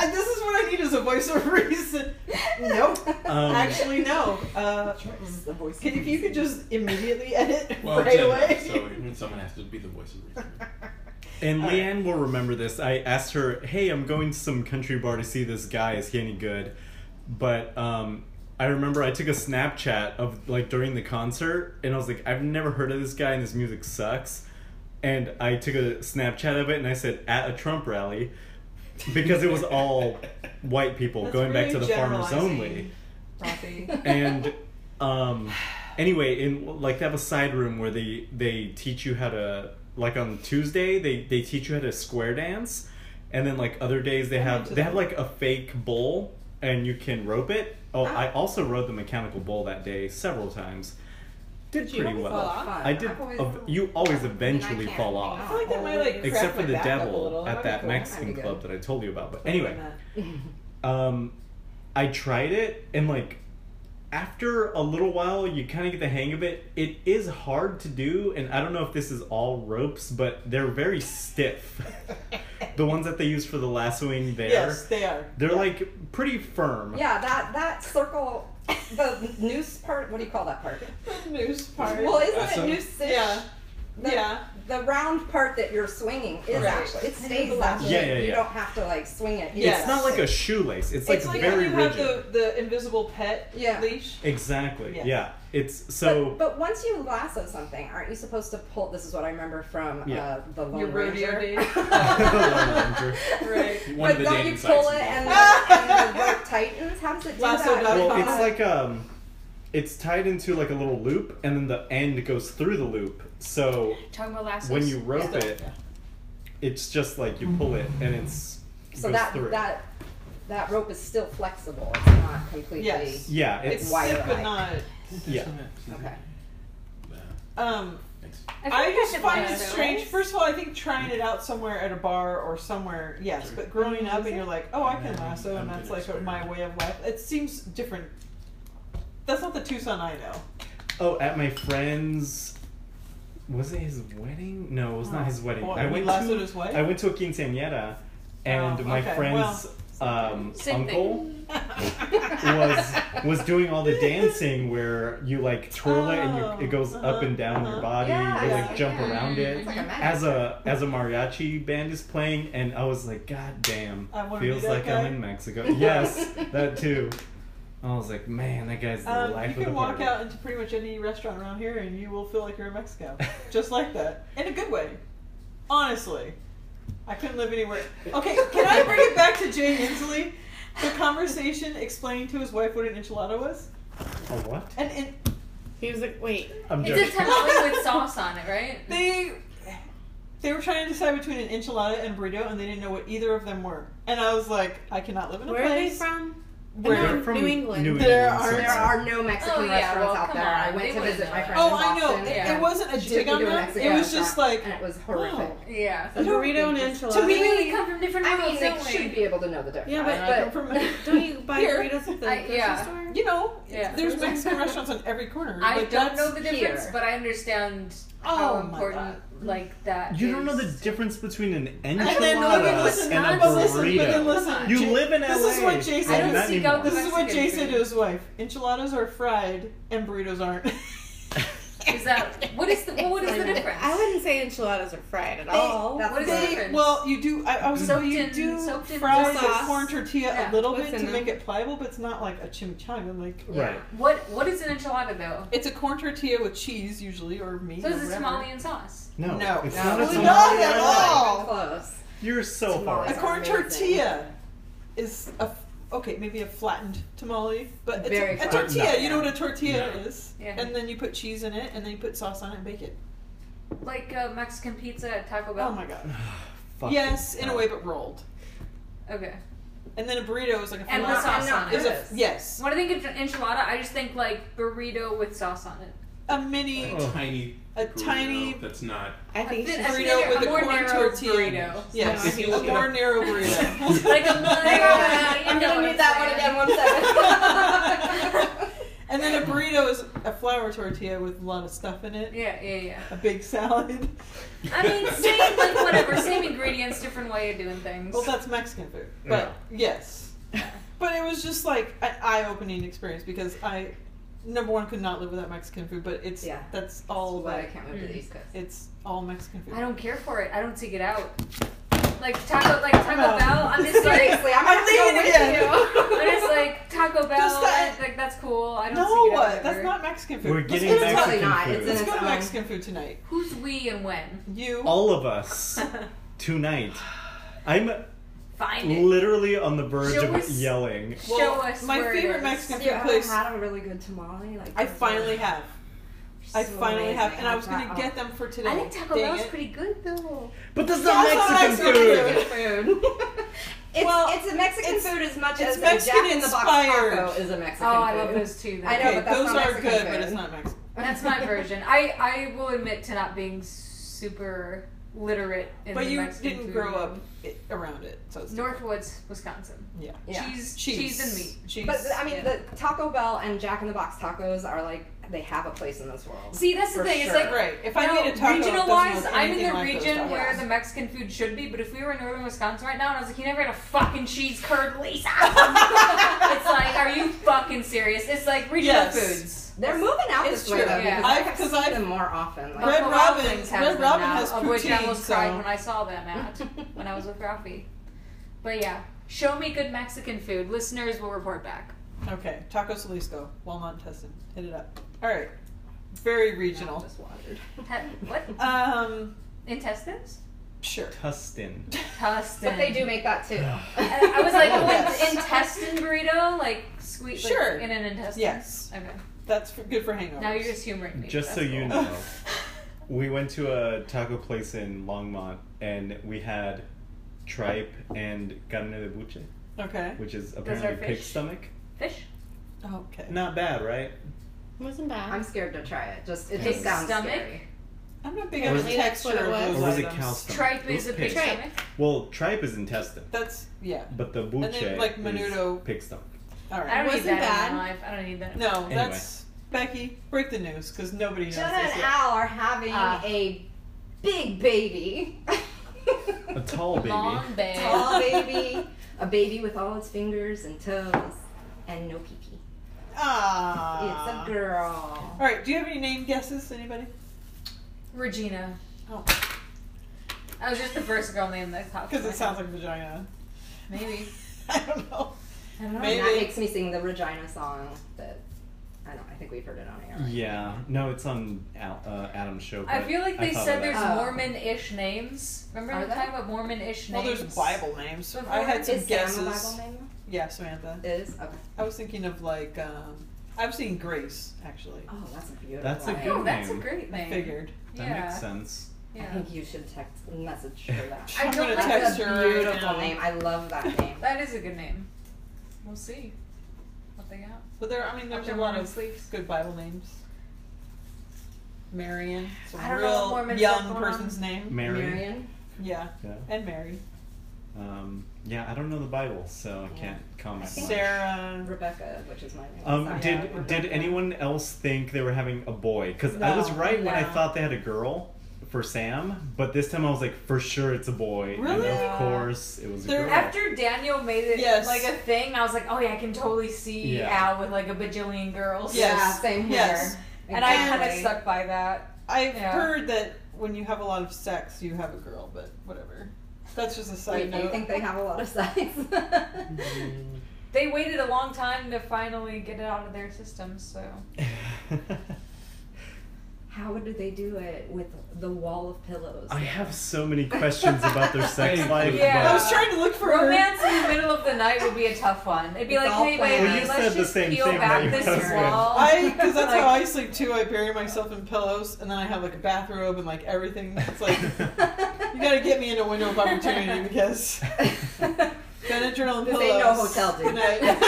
Uh, this is what I need as a voice of reason. Nope.
Um,
Actually, no. Uh, can, if you could just immediately edit
Well,
right
Jen,
away.
so someone has to be the voice of reason.
And
All right.
Leanne will remember this. I asked her, "Hey, I'm going to some country bar to see this guy. Is he any good?" But um, I remember I took a Snapchat of like during the concert, and I was like, "I've never heard of this guy, and his music sucks." And I took a Snapchat of it, and I said, "At a Trump rally," because it was all white people
That's
going back to
really
the farmers
generalizing.
only.
Robbie.
and um anyway in like they have a side room where they they teach you how to like on tuesday they they teach you how to square dance and then like other days they have they have like a fake bowl and you can rope it oh i also rode the mechanical bowl that day several times did pretty well i did
I've always-
av- you always
I
eventually
can't
fall off
hang on.
I feel like that might like
except
crack
for
my
the
back up a little.
devil at
That'd
that
be cool.
Mexican
That'd be
club
good.
that I told you about. But anyway, um, I tried it and like after a little while, you kind of get the hang of it. It is hard to do, and I don't know if this is all ropes, but they're very stiff. the ones that they use for the lassoing there,
Yes, they are.
they're like pretty firm.
Yeah, that that circle, the noose part. What do you call that part?
The noose part.
Well, isn't
That's a-
it noose?
yeah,
The,
yeah.
The round part that you're swinging is actually it stays that way.
Yeah, yeah,
You
yeah.
don't have to like swing it. You
Yes.
It's
just-
not like a shoelace. It's like,
it's like
very
when you
rigid.
have the, the invisible pet
Yeah.
leash.
Exactly.
Yes.
Yeah. It's so.
But, but once you lasso something, aren't you supposed to pull? This is what I remember from
Yeah.
uh, the Lone
Your rodeo
Ranger.
days? Right.
One
But don't
of the
you
dating
pull
sites
it
involved.
and the, and the rope tightens? How does it do
Lasso
that?
dog
well,
Like-
it's like um, it's tied into like a little loop, and then the end goes through the loop. So
Talking about lassos.
when you rope it, it's just like you pull it, and it's
so
goes
that
through.
that that rope is still flexible. It's not completely.
Yes.
yeah, it's,
It's
wire
stiff but
like.
not.
yeah.
Okay.
Um,
Thanks.
I just find
that
it
though.
strange. First of all, I think trying it out somewhere at a bar or somewhere, yes, but growing up and you're like, oh, I
Mm-hmm.
can lasso, and that's like my way of life. It seems different. That's not the Tucson I know.
Oh, at my friend's. Was it his wedding? No, it was not his wedding.
Well,
I
he
went
lassoed
to
his wife?
I went to a quinceañera, and
Oh,
my
okay,
friend's um,
Same thing.
uncle. was was doing all the dancing where you like twirl it
Oh,
and you, it goes up and down
uh-huh,
your body.
Yeah,
you
I
like
see,
jump
yeah.
around
It's
it.
like a magic
As a as a mariachi band is playing, and I was like, God damn,
I wanna be
feels
that
like
guy."
I'm in Mexico. Yes, that too. I was like, man, that guy's the
Um,
life
you
of the
can walk
party.
out into pretty much any restaurant around here, and you will feel like you're in Mexico, just like that, in a good way. Honestly, I couldn't live anywhere. Okay, can I bring it back to Jay Inslee? The conversation explaining to his wife what an enchilada was.
A what?
And, and
He was like, wait.
I'm
It's
joking.
a template with sauce on it, right?
they they were trying to decide between an enchilada and burrito, and they didn't know what either of them were. And I was like, I cannot live in a
Where are they
place
from?
where
They're from
New England.
New
There
England, so
are-
it's
There
like-
are no Mexican
Oh, yeah,
restaurants
well,
out
come
there. I
on.
went
They
to
wouldn't
visit my
know.
friend
Oh,
in
I know.
Boston.
It,
yeah.
it wasn't a
She took
dig
me
on
to a
them.
Mexican
It was just
restaurant,
like oh.
and it was horrific.
wow.
Yeah.
A burrito and enchilada.
To me,
We really come from different
I mean,
worlds,
they
don't we?
should be able to know the difference.
Yeah,
I don't
but,
remember.
don't you buy
Here.
burritos at the
I-
grocery
yeah.
store?
You know,
Yeah.
there's Mexican restaurants on every corner.
I
Like,
don't know
that's-
the difference,
here.
but I understand how
Oh my
important
God.
like that.
You don't know
is.
the difference between an
And then no, but
enchilada
listen,
and a
but listen, but then
burrito.
listen.
You
Jay-
live in LA.
This is what Jason.
I don't
Not
seek out
anymore.
This is what Jay
Mexican
said
food.
to his wife. Enchiladas are fried, and burritos aren't.
Is that what is the well, what is the difference?
I wouldn't say enchiladas are fried at all.
That's
What is the
the-
They,
difference?
well, you do. I, I was
Oh, Soaked
you
in-
do
soaked in
fry the
sauce.
corn tortilla
Yeah,
a little
what's
bit to
in
make
them?
it pliable, but it's not like a chimichanga. Like
Right.
what what is an enchilada though?
it's a corn tortilla with cheese usually, or meat.
So
or
is it
whatever.
tamale and sauce?
No.
No.
It's
No.
not a
It's
tamale.
not at
Not
all.
even Close.
You're so far.
A
That's
corn
amazing.
tortilla is a okay, maybe a flattened tamale, but it's
Very
a, a
flattened.
tortilla.
But
You know what a tortilla is,
Yeah.
and then you put cheese in it, and then you put sauce on it and bake it.
Like uh, Mexican pizza at Taco
Oh
Bell.
my god!
Fuck.
yes, in a way, but rolled.
Okay.
And then a burrito is like a
And
flat-
the sauce on
is
it.
a yes,
When I think of an enchilada, I just think like burrito with sauce on it.
a mini,
Oh.
Tiny.
a
burrito
tiny
That's not.
I think
thin-
she's
a
burrito
thinner-
with a
more
corn
narrow
tortilla.
burrito.
yes,
No, I
a
think-
more narrow burrito.
like a
Yeah, I'm gonna mute that one again. One second.
and then a burrito is a flour tortilla with a lot of stuff in it,
Yeah, yeah, yeah.
a big salad.
I mean, same like whatever, same ingredients, different way of doing things.
Well, that's Mexican food, but yes. But it was just like an eye-opening experience because I, number one, could not live without Mexican food. But it's
Yeah.
that's all
But I
like
can't move to the East Coast.
it's all Mexican food.
I don't care for it. I don't seek it out. Like Taco, like Taco
on.
Bell. I'm just like,
Seriously, I'm
I'm
gonna have to go
leaving
with
again.
I'm just like Taco Bell.
Just that-
like that's cool. I don't
no,
seek it out.
that's
ever.
not Mexican food.
We're
Let's
getting
go to-
Mexican
Mexican
Probably not.
food.
It's
Let's
in
go to
its own-
Mexican food tonight.
Who's we and when?
You.
All of us tonight. I'm
Find it.
literally on the verge
Show
of
us-
yelling.
Well,
Show us
my
where it
favorite
is.
Mexican
You
food
ever
place.
had a really good tamale? Like
I
those are
finally have. I
so
finally have,
amazing.
and I was
Like,
gonna
wow.
get them for today.
I think Taco
Dang
Bell's
it.
pretty good though.
But that's
Yeah,
not
that's not
Mexican
Mexican
food.
food. it's,
Well,
it's a Mexican
it's-
food as much
it's
as
Mexican
a Jack in the Box
inspired.
taco is a Mexican
oh,
food.
I love those too. Though.
I know,
Okay,
but that's
those
not
are
Mexican
good,
food.
but it's not Mexican.
That's my version. I I will admit to not being super literate in
But
the
you
Mexican
didn't
food.
grow up i around it, so it's different.
Northwoods, Wisconsin.
Yeah.
Yeah.
Cheese, cheese,
Cheese.
and meat.
Cheese.
But I mean, the Taco Bell and Jack in the Box tacos are like they have a place in this world.
See, that's the
For
thing. It's
sure.
like
Right. If
you
I
know,
made a taco, it doesn't
regional
look
wise, I'm
anything
in the
like those
region
tacos.
where the Mexican food should be. But if we were in northern Wisconsin right now, and I was like, you never had a fucking cheese curd, Lisa. it's like, are you fucking serious? It's like regional
Yes.
foods.
They're moving out
It's
this way
true.
though
Yeah.
because
I've-
I have
'cause
seen
I've-
them more often. Like,
Red
Buffalo
Robin-
Wings has
Red
them
Robin
now,
has
of which I
poutine,
almost
so-
cried when I saw them at when I was with Rafi. But yeah, show me good Mexican food. Listeners will report back.
Okay, Taco Salisco, Walnut Tussin. Hit it up. All right. Very regional.
just watered.
Ha- What
Um,
intestines?
sure.
Tustin.
Intestines.
But they do make that too.
I I was like, oh,
Yes.
an intestine burrito, like sweet, like,
Sure.
in an intestine.
Yes.
Okay.
That's for, good for hangovers.
Now you're just humoring me.
Just so
That's
you
cool.
know, we went to a taco place in Longmont and we had tripe and carne de buche,
Okay.
which is
are
apparently pig
fish.
stomach.
Fish.
Okay.
Not bad, right?
Wasn't bad.
I'm scared to try it. Just it
Pig
just sounds
stomach?
scary.
I'm not big
Or
on the
was it-
That's
texture
what it
of
was.
Or
those
was it
items.
cow stomach?
Tripe
It was
is a big
pig.
stomach.
Well, tripe is intestine,
That's, yeah.
but the buche
then, like,
is
menudo-
pig stomach.
All
I
right.
don't
Wasn't
need that
bad.
in my life. I don't need that. in my
No,
Anyway.
that's... Becky, break the news, because nobody knows
Jonah
this
and
yet.
Al are having
Ah.
a big baby.
A tall baby.
Long bed.
tall baby, a baby with all its fingers and toes and no pee pee.
Ah.
It's a girl.
All right, do you have any name guesses, anybody?
Regina.
Oh.
I was just the first girl named that popped.
Because
in
it
my
sounds like vagina.
head. maybe.
I don't know.
I don't know.
Maybe.
And that makes me sing the Regina song that I don't know I think we've heard it on air.
Yeah, no, it's on Al, uh, Adam's show.
I
but
feel like they
thought of
said
that.
there's
Oh.
Mormon-ish names. Remember
Are
the
there?
time of Mormon-ish
Well,
names?
there's Bible names.
Before-
I had some
Is Sam
guesses.
a Bible name?
Yeah, Samantha.
Is okay.
I was thinking of like um, I was thinking Grace actually.
Oh, that's a beautiful.
That's a
name.
good
Oh, that's a
name.
great
I
name.
figured.
That
yeah.
makes sense.
I
Yeah.
think you should text message her that.
I'm
I don't
gonna
like
text
That's a
her right
beautiful
now.
name. I love that name.
That is a good name. We'll see what they got.
But there, I mean, there's
After
a lot
Mormon
of
sleeps.
good Bible names. Marion, it's a
I don't
real
know what Mormons
young
have going
person's
on.
name.
Mary.
Marion.
Yeah,
Yeah.
and Mary,
Um, yeah, I don't know the Bible, so I
Yeah.
can't comment. much.
Sarah.
Rebecca, which is my name.
Um,
Sorry.
did
Yeah,
did
Rebecca.
anyone else think they were having a boy? Because I was
No,
right when I
no.
thought they had a girl for Sam, but this time I was like, for sure it's a boy.
Really?
And of course, it was a
They're-
girl.
After Daniel made it
Yes.
like a thing, I was like, oh yeah, I can totally see
Yeah.
Al with like a bajillion girls.
Yes.
Yeah, same here.
Yes.
And I kind of
Exactly.
stuck by that.
I've
Yeah.
heard that when you have a lot of sex, you have a girl, but whatever. That's just a side
Wait, do you
note.
think they have a lot of sex?
They waited a long time to finally get it out of their system, so.
How do they do it with the wall of pillows?
I have so many questions about their sex life.
Yeah.
I
but-
was trying to look for
Romance in the middle of the night would be a tough one. It'd be
It's
like,
all
hey,
planned.
baby,
Well, you
said
let's
the
just
same
peel
thing that
back
your
this
husband-
wall.
I because that's how I
Like,
sleep too. I bury myself in pillows, and then I have like a bathrobe and like everything. It's like you gotta get me in a window of opportunity because Benadryl and
This
pillows.
ain't no hotel, dude.
Good night.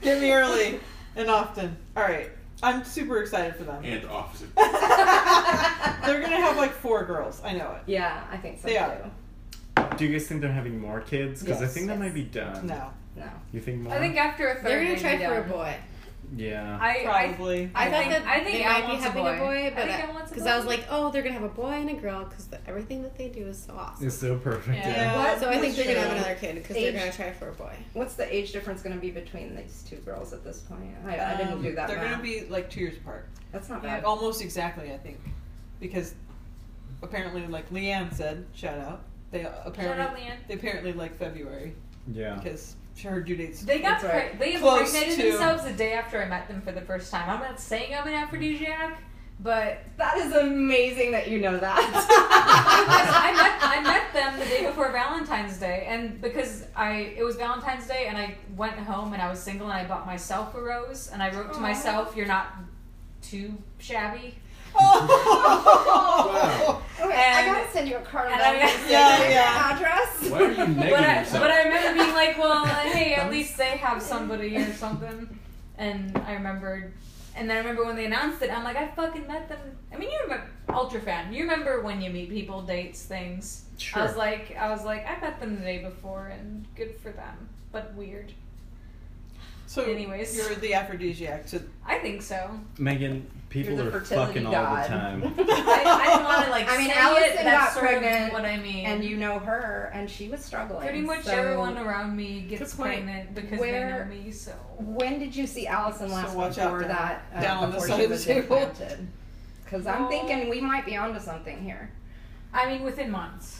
Get me early and often. All right, I'm super excited for them.
and officer.
They're gonna have like four girls. I know it.
yeah, I think so
They
too.
are.
Do you guys think they're having more kids? Because I
Yes.
think that might be done.
No,
No.
You think more?
I think after a third,
They're gonna
they'd
try
be
for a
done.
boy.
Yeah.
I, I
probably.
I, thought
think-
that
I think
they
Al
might be
wants a
having
boy. I
a boy, but
think Al wants a
because I, was
boy.
like, oh, they're gonna have a boy and a girl because everything that they do is so awesome.
it's so perfect.
Yeah.
Yeah.
so I think they're gonna have
true.
another kid because they're
Age-
gonna try for a boy.
What's the age difference going to be between these two girls at this point? I, I didn't
Um,
do that.
They're
math.
gonna be like two years apart.
That's not bad.
Almost exactly, I think, because apparently, like Leanne said, shout out. They apparently
Shout out, Leanne.
they apparently like February
Yeah.
because her due date's
They got
That's right.
preg- they
Close
impregnated
to-
themselves the day after I met them for the first time. I'm not saying I'm an aphrodisiac, but
That is amazing that you know that.
I met I met them the day before Valentine's Day, and because I it was Valentine's Day, and I went home and I was single, and I bought myself a rose, and I wrote to myself, "You're not too shabby."
Wow.
okay,
And-
I gotta send you a
Oh,
card.
and
about
I-
this.
Yeah,
Your
yeah.
Address.
Why are you negative
But I,
yourself?
but I remember being like, well, hey, at least they have somebody or something. And I remembered, and then I remember when they announced it, I'm like, I fucking met them. I mean, you remember, ultra fan, you remember when you meet people, dates, things.
Sure.
I was like, I was like, I met them the day before, and good for them, but weird.
So,
Anyways.
you're the aphrodisiac to
I think so.
Megan, people
You're the
are
fertility
fucking all
god.
the time.
I, I don't want to like.
I mean,
say
Allison
it,
got
that's sort of
pregnant,
What I mean,
and you know her, and she was struggling.
pretty much
so-
everyone around me gets
Good point.
pregnant because
Where-
they know me. So
When did you see Allison
So
last
watch out
before
down-
that? Uh,
down on the
before
side
she
of the
was
table.
Because I'm
No.
thinking we might be onto something here.
I mean, within months.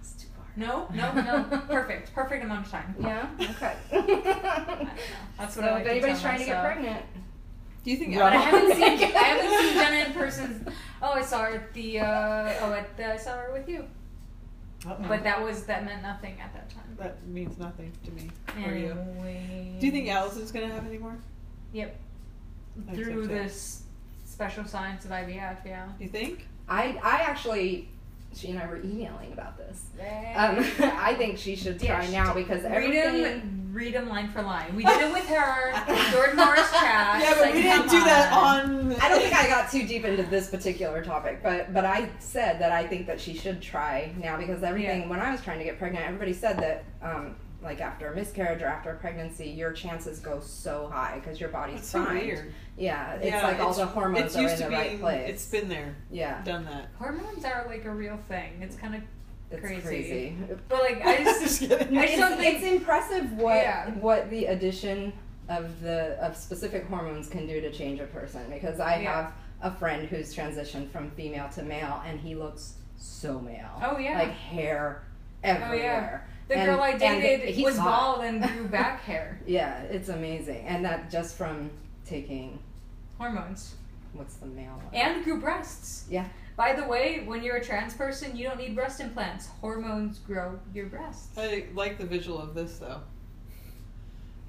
It's too far.
No, no, no. Perfect. Perfect amount of time.
Yeah. Okay.
That's
so
what I like
if anybody's
to tell
trying to get
myself.
pregnant,
Do you think
But I
Al-
haven't seen I haven't seen Jenna in person. Oh, I saw her at the uh, oh at the I saw her with you.
Oh.
Uh-oh.
But that was that meant nothing at that time.
that means nothing to me. Or you.
Anyway.
Do you think Allison's gonna have any more?
Yep.
I think
Through
so, too.
this special science of IVF, yeah.
You think?
I I actually she and I were emailing about this. Um,
Yay.
I think she should try
Dished.
now because
Read
everything.
them, read 'em line for line. We did it with her. Jordan Morris trash.
yeah, but
like,
we
come
didn't do that
on.
on.
I don't think I got too deep into this particular topic, but but I said that I think that she should try now because everything.
Yeah.
When I was trying to get pregnant, everybody said that. Um, like after a miscarriage or after a pregnancy, your chances go so high because your body's
It's so
primed.
weird.
Yeah, it's
Yeah,
like all
it's-
the hormones
It's
are
used
in the
to being.
right place.
It's been there,
yeah,
done that.
Hormones are like a real thing. It's kind of
it's
Crazy.
crazy.
but like I just
Just kidding.
I
it's,
just don't think-
it's impressive what
Yeah.
what the addition of the of specific hormones can do to change a person because I
Yeah.
have a friend who's transitioned from female to male and he looks so male.
Oh, yeah. Oh,
Like hair everywhere.
the
And-
girl I
and
dated
he's
was
hot.
bald and grew back hair.
Yeah, it's amazing. And that just from taking
hormones
what's the male one?
and grew breasts.
Yeah.
By the way, when you're a trans person, you don't need breast implants. Hormones grow your breasts.
I like the visual of this though.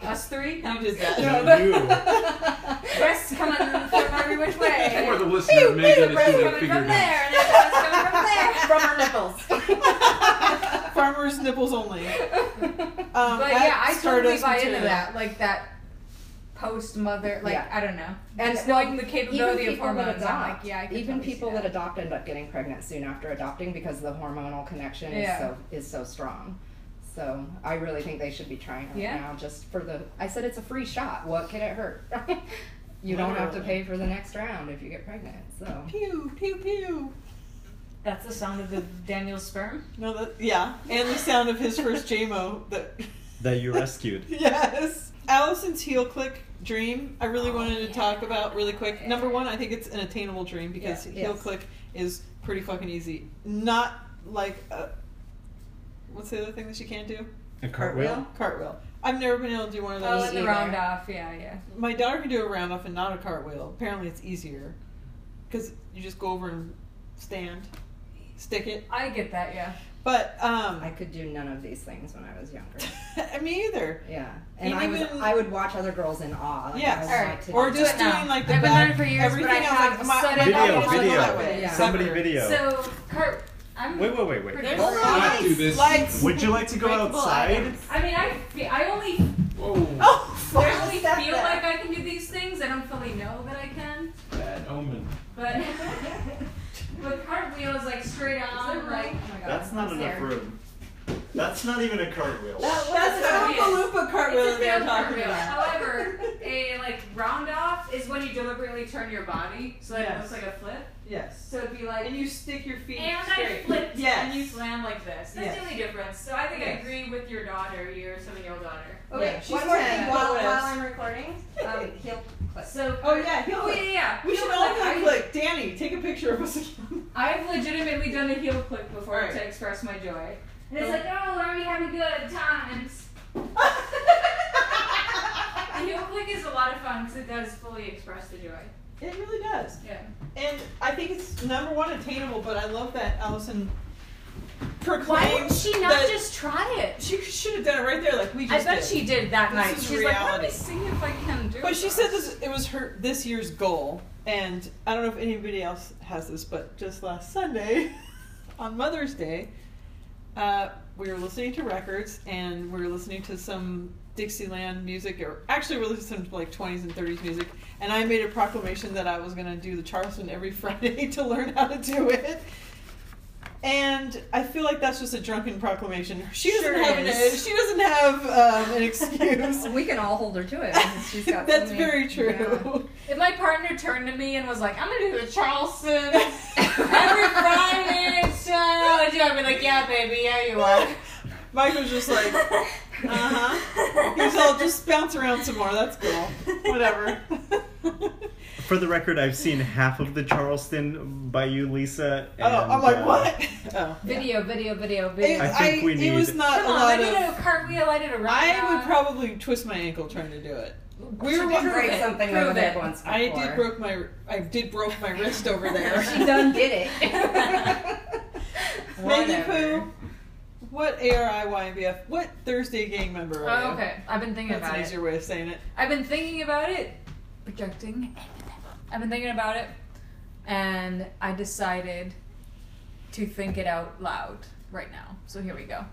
Us three?
You did that.
breasts coming from every which way.
For the listener, Megan is going to
coming
figure
from
it out.
there, and then breasts coming from there.
From our nipples.
Farmers nipples only. Um, at
But yeah, I totally
Stardust
buy into
Material.
that. Like that post mother, like
Yeah.
I don't know.
And
Just
well,
knowing the capability
even
of
people that
hormones, I'm like,
adopt-
yeah, I could
even
totally
people
see
that adopt end up getting pregnant soon after adopting because the hormonal connection
Yeah.
is so is so strong. So I really think they should be trying it
Yeah.
now, just for the. I said it's a free shot. What can it hurt? you don't have to pay for the next round if you get pregnant. So
Pew pew pew.
That's the sound of the Daniel's sperm.
No, that yeah, and the sound of his first JMO. That
that you rescued.
yes, Allison's heel click dream. I
Oh,
really wanted to talk about really quick. Number one, I think it's an attainable dream because
Yeah.
heel
Yes.
click is pretty fucking easy. Not like uh what's the other thing that you can't do?
A cartwheel?
Cartwheel. I've never been able to do one of
Oh,
those.
and the round off, yeah, yeah.
My daughter can do a round off and not a cartwheel. Apparently, it's easier because you just go over and stand, stick it.
I get that, yeah.
But um,
I could do none of these things when I was younger.
me either.
Yeah, and
And
I was
even-
I would watch other girls in awe. Like,
Yes.
I would
Alright.
like to-
Or
Do
just
it
doing
now.
like the
I've been
back,
doing it for years, but
everything
I
else,
have
like, my,
sudden-
my body
Video,
doesn't
video.
go that way.
Yeah.
Somebody
Separate.
video.
So, Kurt, I'm.
wait, wait, wait, wait.
pretty
There's
sure-
Not do
lights,
this.
lights.
Would you like to go outside?
I mean, I, fe- I only,
Whoa,
Oh,
I only
fuck.
feel like I can do these things. I don't fully know that I can.
bad omen.
But, but cartwheel is like straight on, like. Oh my God,
That's not
I'm
enough
scared.
room. That's not even a cartwheel.
That's
That's
the Oompa Loompa cartwheel
It's
that
a
they were
failed
talking
cartwheel.
about.
However, a like round off is when you deliberately turn your body so that
Yes.
it looks like a flip.
Yes.
So it'd be like
And you stick your feet
and I
straight.
flipped
Yes.
and you slam like this. That's
Yes.
the only difference. So I think I
Yes.
agree with your daughter, your seven year old daughter.
Okay,
She's
one more
ten,
thing
but
while,
what
while
else?
I'm recording. Um, heel clip.
So
Oh, yeah, heel
Oh, yeah,
click.
yeah, yeah.
We
Heel
should
click.
all click.
I-
click. Danny, take a picture of us again.
I've legitimately done a heel click before
Alright.
to express my joy. And it's like, oh, we're already having good times. A heel click is a lot of fun because it does fully express the joy.
it really does.
Yeah.
And I think it's number one attainable, but I love that Allison proclaimed that
try it?
She should have done it right there, like we
I
just
bet
did.
she did that
This
night.
is
She's like, let me
reality.
see if I can do it.
But she said this it was her this year's goal, and I don't know if anybody else has this, but just last Sunday, on Mother's Day, uh, we were listening to records and we were listening to some Dixieland music, or actually we were listening to like 20s and 30s music, and I made a proclamation that I was going to do the Charleston every Friday to learn how to do it. And I feel like that's just a drunken proclamation. She doesn't
Sure
have an
is.
she doesn't have um, an excuse.
we can all hold her to it. because She's got so
That's
many-
very true.
If my partner turned to me and was like, I'm gonna do the Charleston every Friday, so I'd be like, yeah, baby, yeah, you are.
Michael's just like, uh huh. He's all just bounce around some more. That's cool. Whatever. oh,
For the record, I've seen half of the Charleston by you, Lisa. And,
Oh, I'm like,
uh,
what? Oh.
Video, video, video, video.
It,
I think we
It was
need-
not
Come
a
on, I
lot
did
of.
a cartwheel, I did a rock.
I would probably twist my ankle trying to do it. We were
She did
wondering.
break something
Prove
over there
it.
once before.
I did broke my I did broke my wrist over there.
She done did it.
Maggie Poo. What ARIYBF? What Thursday gang member are
Oh,
you?
okay. I've been thinking
That's
about
an
it.
easier way of saying it.
I've been thinking about it, projecting. I've been thinking about it, and I decided to think it out loud right now. So here we go.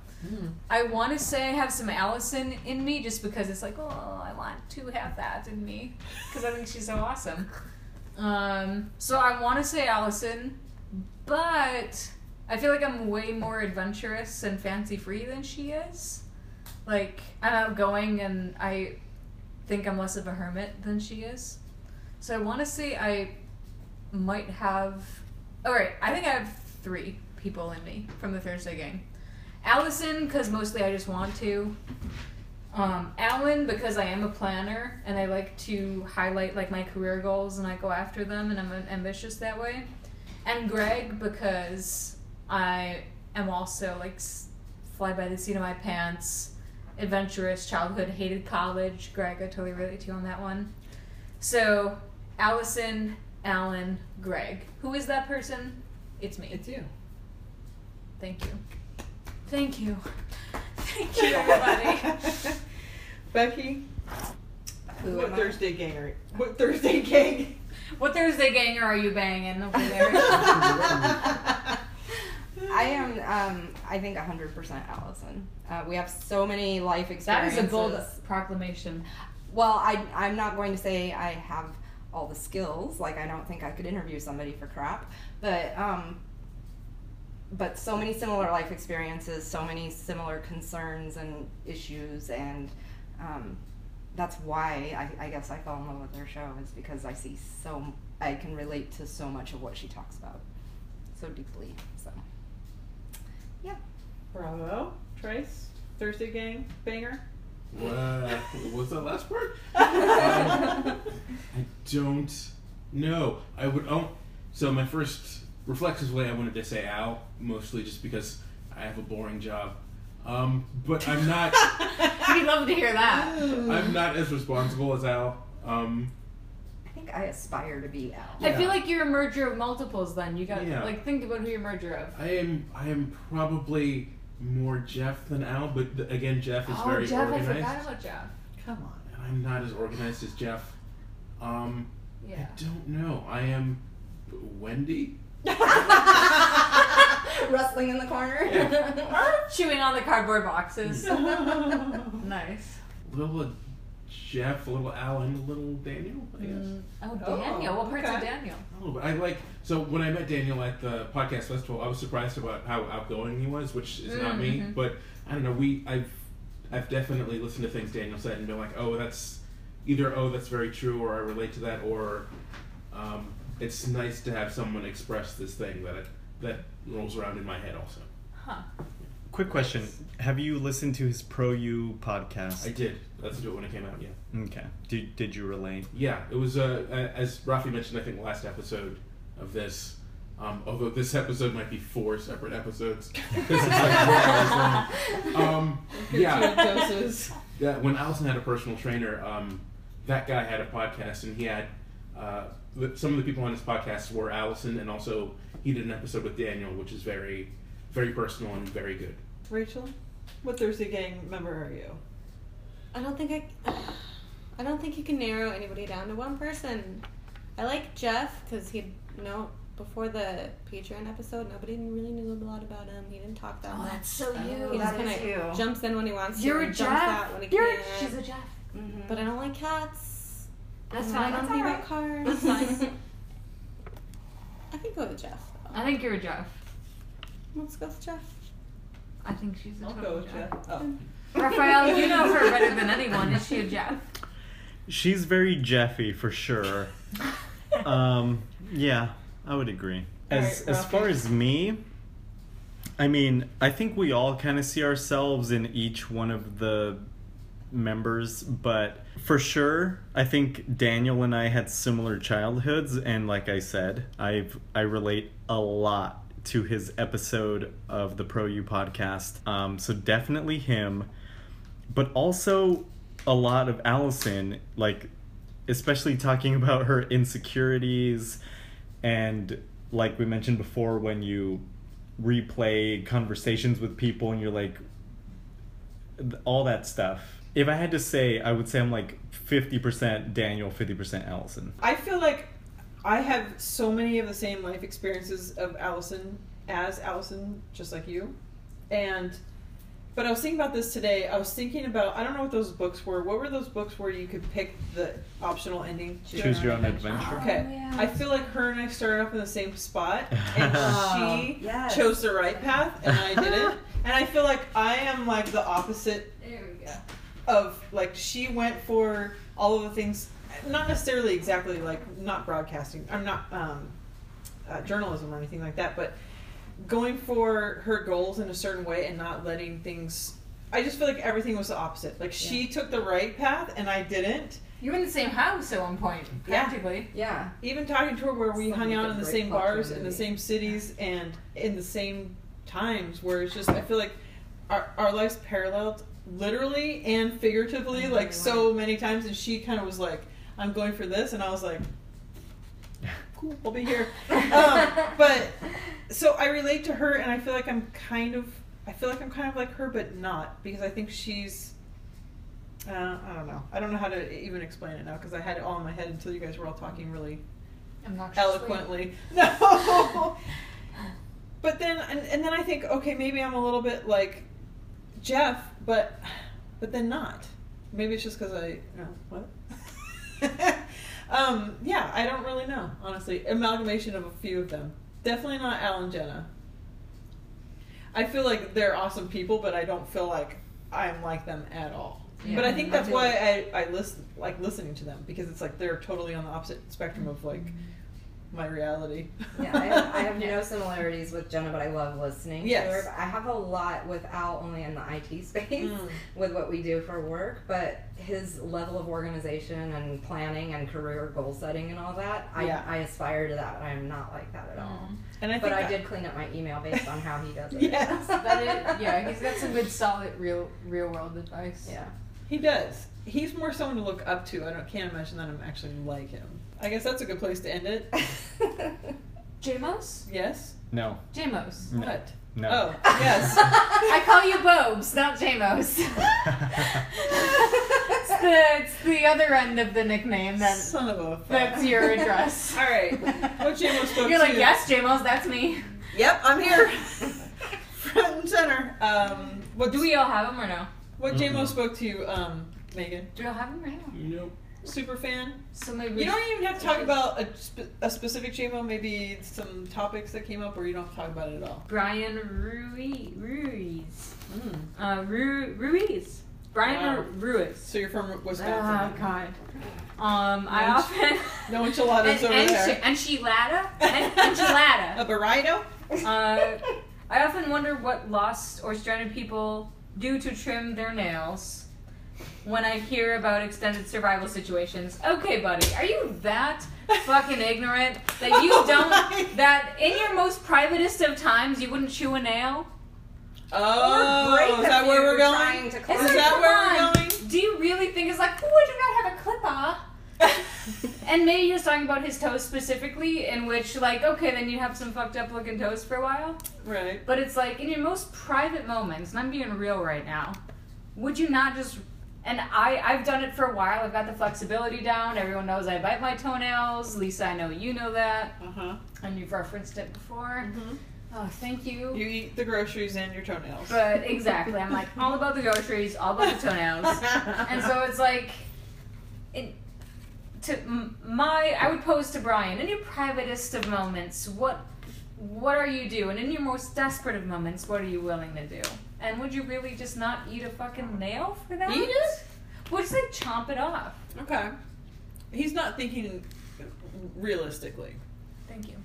I want to say I have some Allison in me just because it's like, oh, I want to have that in me because I think she's so awesome. Um, so I want to say Allison, but I feel like I'm way more adventurous and fancy free than she is. Like I'm outgoing and I think I'm less of a hermit than she is. So I want to say I might have. All right, I think I have three people in me from the Thursday gang. Allison, because mostly I just want to. Um, Alan, because I am a planner and I like to highlight like my career goals and I go after them and I'm ambitious that way. And Greg, because I am also like s- fly by the seat of my pants adventurous childhood, hated college. Greg, I totally relate to you on that one. So, Allison, Alan, Greg. Who is that person? It's me.
It's you.
Thank you. Thank you. Thank you, everybody.
Becky,
Who
what
am I?
Thursday gang are What Thursday gang?
what Thursday ganger are you banging over there?
I am, um, I think 100% Allison. Uh, we have so many life
that is
experiences.
a bold proclamation.
Well, I, I'm not going to say I have all the skills. Like, I don't think I could interview somebody for crap. But, um, but so many similar life experiences, so many similar concerns and issues, and um, that's why I, I guess I fell in love with her show is because I see so I can relate to so much of what she talks about so deeply. So
Bravo, Trace. Thursday gang banger.
What was that last part? Um, I don't know. I would. Oh, so my first reflexively, I wanted to say Al, mostly just because I have a boring job. Um, but I'm not.
We'd love to hear that.
I'm not as responsible as Al. Um,
I think I aspire to be Al.
I feel like you're a merger of multiples. Then you got
Yeah.
like think about who you're a merger of.
I am. I am probably more Jeff than Al, but th- again, Jeff is
oh,
very
Jeff! I
organized,
forgot about Jeff.
Come on.
and I'm not as organized as Jeff. Um,
Yeah.
I don't know. I am Wendy.
Rustling in the corner.
Chewing on the cardboard boxes. nice.
Little Jeff, little Al, and little Daniel. I guess.
Oh,
Oh,
Daniel. what parts of
okay.
Daniel?
A little bit. Oh, I like so when I met Daniel at the podcast festival, I was surprised about how outgoing he was, which is not me.
Mhm.
But I don't know. We I've I've definitely listened to things Daniel said and been like, oh, that's either oh that's very true, or I relate to that, or um, it's nice to have someone express this thing that it, that rolls around in my head. Also,
Huh.
Quick question: Have you listened to his Pro U podcast?
I did. Let's do it when it came out. Yeah.
Okay. Did Did you relate?
Yeah, it was uh, a- as Rafi mentioned. I think last episode of this, um, although this episode might be four separate episodes. This is like four hours long. Um, yeah,
Doses.
yeah. When Allison had a personal trainer, um, that guy had a podcast, and he had uh, the- some of the people on his podcast were Allison, and also he did an episode with Daniel, which is very, very personal and very good.
Rachel, what Thursday gang member are you?
I don't think I. I don't think you can narrow anybody down to one person. I like Jeff because he, you know, before the Patreon episode, nobody really knew a lot about him. He didn't talk that much.
so
He
you.
just
That is
kind
you.
of jumps in when he wants
You're
to.
a
and
Jeff.
jumps out when he
You're
can.
she's a Jeff.
Mm-hmm.
But I don't like cats.
That's
and
fine.
I don't
That's
think about
all right.
cars.
That's fine.
I think go with Jeff.
I think you're a Jeff.
Let's go with Jeff.
I think she's a
I'll
total
go with Jeff. Oh.
Raphael, you know her better than anyone. Is she a Jeff?
She's very Jeffy for sure. um, yeah, I would agree. As
Alright,
as far
Rafi.
as me, I mean, I think we all kind of see ourselves in each one of the members, but for sure, I think Daniel and I had similar childhoods and like I said, I've I relate a lot to his episode of the Pro U podcast. Um, so definitely him but also a lot of Allison, like, especially talking about her insecurities and, like we mentioned before, when you replay conversations with people and you're like, th- all that stuff. If I had to say, I would say I'm like 50% Daniel, 50% Allison.
I feel like I have so many of the same life experiences of Allison as Allison, just like you. And but I was thinking about this today. I was thinking about I don't know what those books were. What were those books where you could pick the optional ending?
Choose your own adventure.
Okay.
Oh,
I feel like her and I started off in the same spot, and
Oh,
she
yes.
chose the right path, and I didn't. and I feel like I am like the opposite
There we go.
of like she went for all of the things not necessarily exactly like not broadcasting i'm not um, uh, journalism or anything like that but going for her goals in a certain way and not letting things i just feel like everything was the opposite like she took the right path and i didn't
You're in the same house at one point,
Yeah.
practically.
Yeah.
even talking to her where we
Something
hung out
like
in the
a
same
great culture
bars in the
movie.
same cities and in the same times where it's just i feel like our, our lives paralleled literally and figuratively like so many times and she kind of was like I'm going for this, and I was like, cool, I'll be here. um, but so I relate to her, and I feel like I'm kind of, I feel like I'm kind of like her, but not because I think she's. Uh, I don't know. I don't know how to even explain it now because I had it all in my head until you guys were all talking really eloquently. No. but then and, and then I think okay maybe I'm a little bit like Jeff but but then not. Maybe it's just because I no what. um, yeah, I don't really know honestly. Amalgamation of a few of them. Definitely not Alan Jenna. I feel like they're awesome people, but I don't feel like I'm like them at all.
Yeah,
but I think
I
that's
do.
why I, I listen like listening to them because it's like they're totally on the opposite spectrum of like my reality.
yeah, I have, I have no similarities with Jenna, but I love listening to
Yes.
her. But I have a lot with Al only in the IT space
Mm.
with what we do for work, but his level of organization and planning and career goal setting and all that, I,
Yeah.
I aspire to that, but I'm not like that at all.
And I
but
think
I
I-
did clean up my email based on how he does it.
Yes,
That is, yeah, he's got some good, solid, real, real world advice.
Yeah.
He does. He's more someone to look up to. I don't can't imagine that I'm actually like him. I guess that's a good place to end it.
Jamos?
Yes.
No.
Jamos.
No.
What?
No.
Oh yes.
I call you Bobes, not Jamos.
Oh.
it's the it's the other end of the nickname that
Son of a. fuck.
that's your address.
All right. What JMO spoke
You're like,
to?
yes, Jamos, that's me.
Yep, I'm here. Front and center. Um, what
Do we all have him or no?
What JMO
Mm-hmm.
Mhm.
spoke to you, um, Megan?
Do we all have him or no?
Nope.
Super fan.
So maybe we
You
should-
don't even have to talk about a, spe- a specific JMO. Maybe some topics that came up, or you don't have to talk about it at all.
Brian Rui, Ruiz. Uh, Ru, Ruiz. Brian
Wow.
Ru- Ruiz.
So you're from
Oh,
Wisconsin.
God. Um, I
No
often.
No enchiladas over
and, and,
there.
chi- enchilada? En- enchilada.
A burrito.
Uh, I often wonder what lost or stranded people do to trim their nails when I hear about extended survival situations. Okay, buddy, are you that fucking ignorant that you
Oh my.
don't, that in your most privatest of times you wouldn't chew a nail?
Oh,
break
is
if
that where
you're
we're
trying
going?
to
It's
climb.
Is
like,
that
come
where we're
on.
going?
Do you really think it's like, would you not have a clipper? and maybe he was talking about his toes specifically, in which, like, okay, then you have some fucked up looking toes for a while.
Right.
But it's like in your most private moments, and I'm being real right now, would you not just and I, I've done it for a while. I've got the flexibility down. Everyone knows I bite my toenails. Lisa, I know you know that.
Uh
Uh-huh.
huh.
And you've referenced it before. Oh, thank you.
Mm-hmm. You eat the groceries and your toenails.
But exactly. I'm like all about the groceries, all about the toenails. and so it's like it to m- my i would pose to brian in your privatest of moments what what are you doing in your most desperate of moments what are you willing to do and would you really just not eat a fucking nail for that
Eat it?
well just like chomp it off
Okay. He's not thinking realistically,
thank you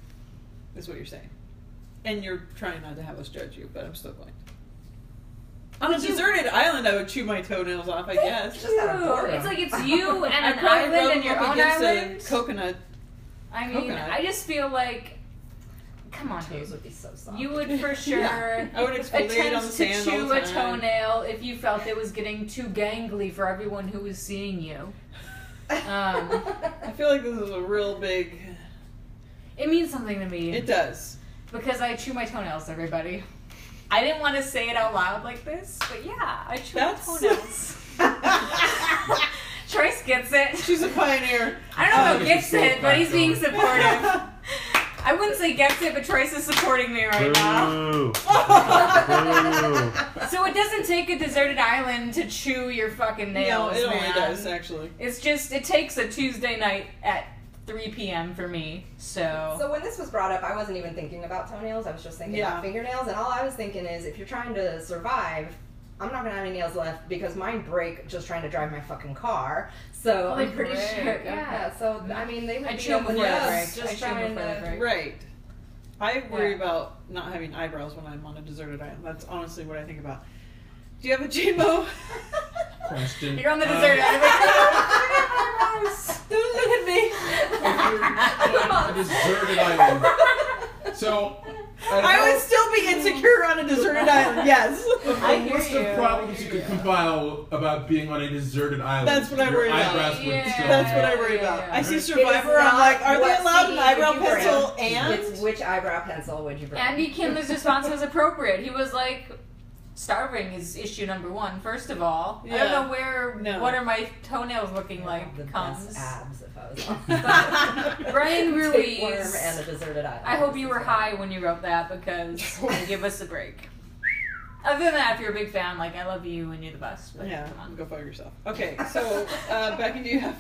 is what you're saying. And you're trying not to have us judge you, but I'm still going. On a
Would you-
deserted island, I would chew my toenails off, I guess.
Just out of
Ew,
boredom.
it's like it's you and
I'd
an
probably
island
rub
and
them
your
up
own
against
island
a coconut.
i mean
coconut.
i just feel like come on dude
Toes would be so soft.
You would for sure
Yeah. I would exfoliate on the
attempt to
sand all
chew
the
a
time.
toenail if you felt it was getting too gangly for everyone who was seeing you. Um,
I feel like this is a real big.
it means something to me
It does.
because I chew my toenails, everybody. I didn't want to say it out loud like this, but yeah, I chew
That's.
my toenails. Trace gets it.
She's a pioneer.
I don't know
Oh,
who gets
she's so
it, but he's being
proud.
supportive. I wouldn't say gets it, but Trace is supporting me right now.
Boo. Boo.
So it doesn't take a deserted island to chew your fucking
no,
nails.
it only
man.
does, actually.
It's just it takes a Tuesday night at 3 p.m. for me. So,
So when this was brought up, I wasn't even thinking about toenails. I was just thinking
Yeah.
about fingernails, and all I was thinking is, if you're trying to survive, I'm not gonna have any nails left because mine break just trying to drive my fucking car. So
Oh, they
I'm pretty
break,
sure. Yeah. So I mean, they would
I
be
chew 'em
open
before
to
they
us
break. I
Just
chew 'em
trying
before they
to.
break.
Right. I worry
Yeah.
about not having eyebrows when I'm on a deserted island. That's honestly what I think about. Do you have a JMO?
Question.
you're on the
Um,
deserted island.
Don't look at me.
if you're on a deserted island. So,
I would
adult-
still be insecure on a deserted island. Yes.
I hear list of problems you could compile about being on a deserted island.
That's what I
your
worry about.
eyebrows would still
That's
be-
what I worry about. I see
It is
Survivor. I'm like, are they
What
allowed an
CD
eyebrow
would you bring?
pencil and?
It's which eyebrow pencil would you bring?
Andy Kindler's response was appropriate. He was like, "Starving is issue number one. First of all, I
Yeah.
don't know where.
No.
What are my toenails looking like?"
the
comes.
best abs if I was
But Brian
Tapeworm
Ruiz.
and a deserted island.
I hope you were high when you wrote that because give us a break. Other than that, if you're a big fan, like I love you and you're the best. But
Yeah,
come on.
go fuck yourself. Okay, so uh, Becky, do you have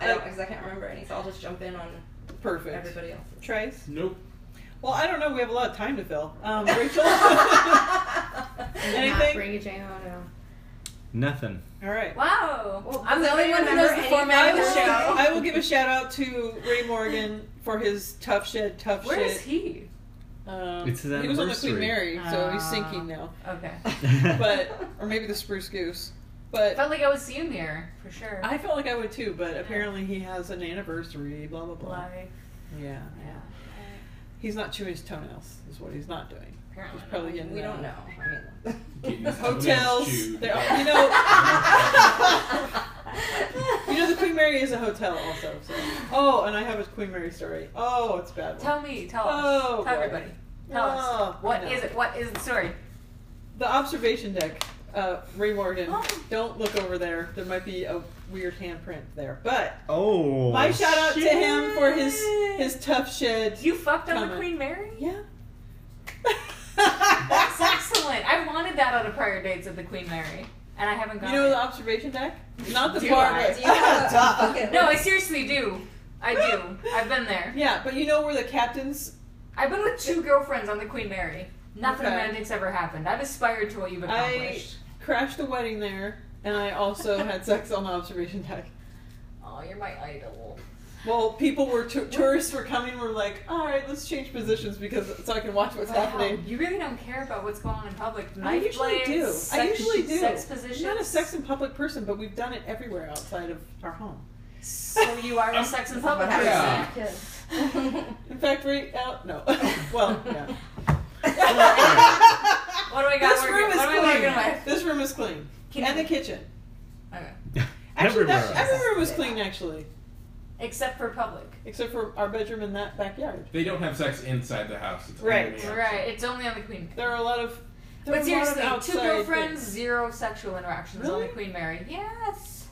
I don't because I can't remember any, so I'll just jump in on
perfect
everybody else.
Trace?
Nope.
Well, I don't know. We have a lot of time to fill. Um, Rachel,
Not
anything?
bring a Jane Otto.
Nothing.
All right.
Wow,
Well,
I'm the
does
only one who
anyone
knows the
remember
format of
anything?
the show.
I will give a shout out to Ray Morgan for his tough shit, tough
Where
shit.
is he?
Um,
It's his
he was on the
anniversary.
Queen Mary, so he's
Ah.
sinking now.
Okay,
But or maybe the Spruce Goose.
I
But
felt like I would see him there for sure.
I felt like I would too. But apparently he has an anniversary. Blah blah blah.
Like,
Yeah, yeah. He's not chewing his toenails. Is what he's not doing.
apparently
He's probably getting.
We
uh,
don't know. I
Getting
mean,
his toenails
Hotels.
chewed.
There are, you know. You know the Queen Mary is a hotel also. So. Oh, and I have a Queen Mary story. Oh, it's a bad. One.
Tell me, tell us,
Oh,
tell
boy.
everybody, tell
Oh,
us. What
no.
is it? What is the story?
The observation deck, uh, Ray Morgan.
Oh.
Don't look over there. There might be a weird handprint there. But
Oh.
my shout out to him for his
shit.
his tough shit.
You fucked on the
Comment.
Queen Mary.
yeah.
That's excellent. I wanted that on a prior dates of the Queen Mary, and I haven't
you
gotten
know
it.
the observation deck? Not the
Do
part.
I?
where-
do you have a bucket
No, I
list?
seriously do. I do. I've been there.
Yeah, but you know where the captain's.
I've been with two girlfriends on the Queen Mary. Nothing
Okay.
romantic's ever happened. I've aspired to what you've
I-
accomplished.
crashed the wedding there, and I also had sex on the observation deck.
Oh, you're my idol.
Well, people were t- tourists were coming. We're like, all right, let's change positions because so I can watch what's
Wow,
happening.
You really don't care about what's going on in public.
I
Knife
usually
blades,
do. I
sex-
usually do.
Sex
I'm not a
positions.
sex in public person, but we've done it everywhere outside of our home.
so you are a sex in public.
happened. Yeah.
person.
In fact, right out. No, well,
Oh
yeah.
What do I got?
This
working?
room is
what am I working
clean.
with?
This room is clean,
Can
and
you-
the kitchen.
Okay.
Actually,
Everywhere.
that, everywhere was clean actually,
Except for public.
except for our bedroom and that backyard.
They don't have sex inside the house. It's
Right.
only outside.
Right. It's only on the Queen.
There are a lot of. there
But
were a lot of
seriously, two
outside
girlfriends,
things.
zero sexual interactions on
Really?
the Queen Mary. Yes.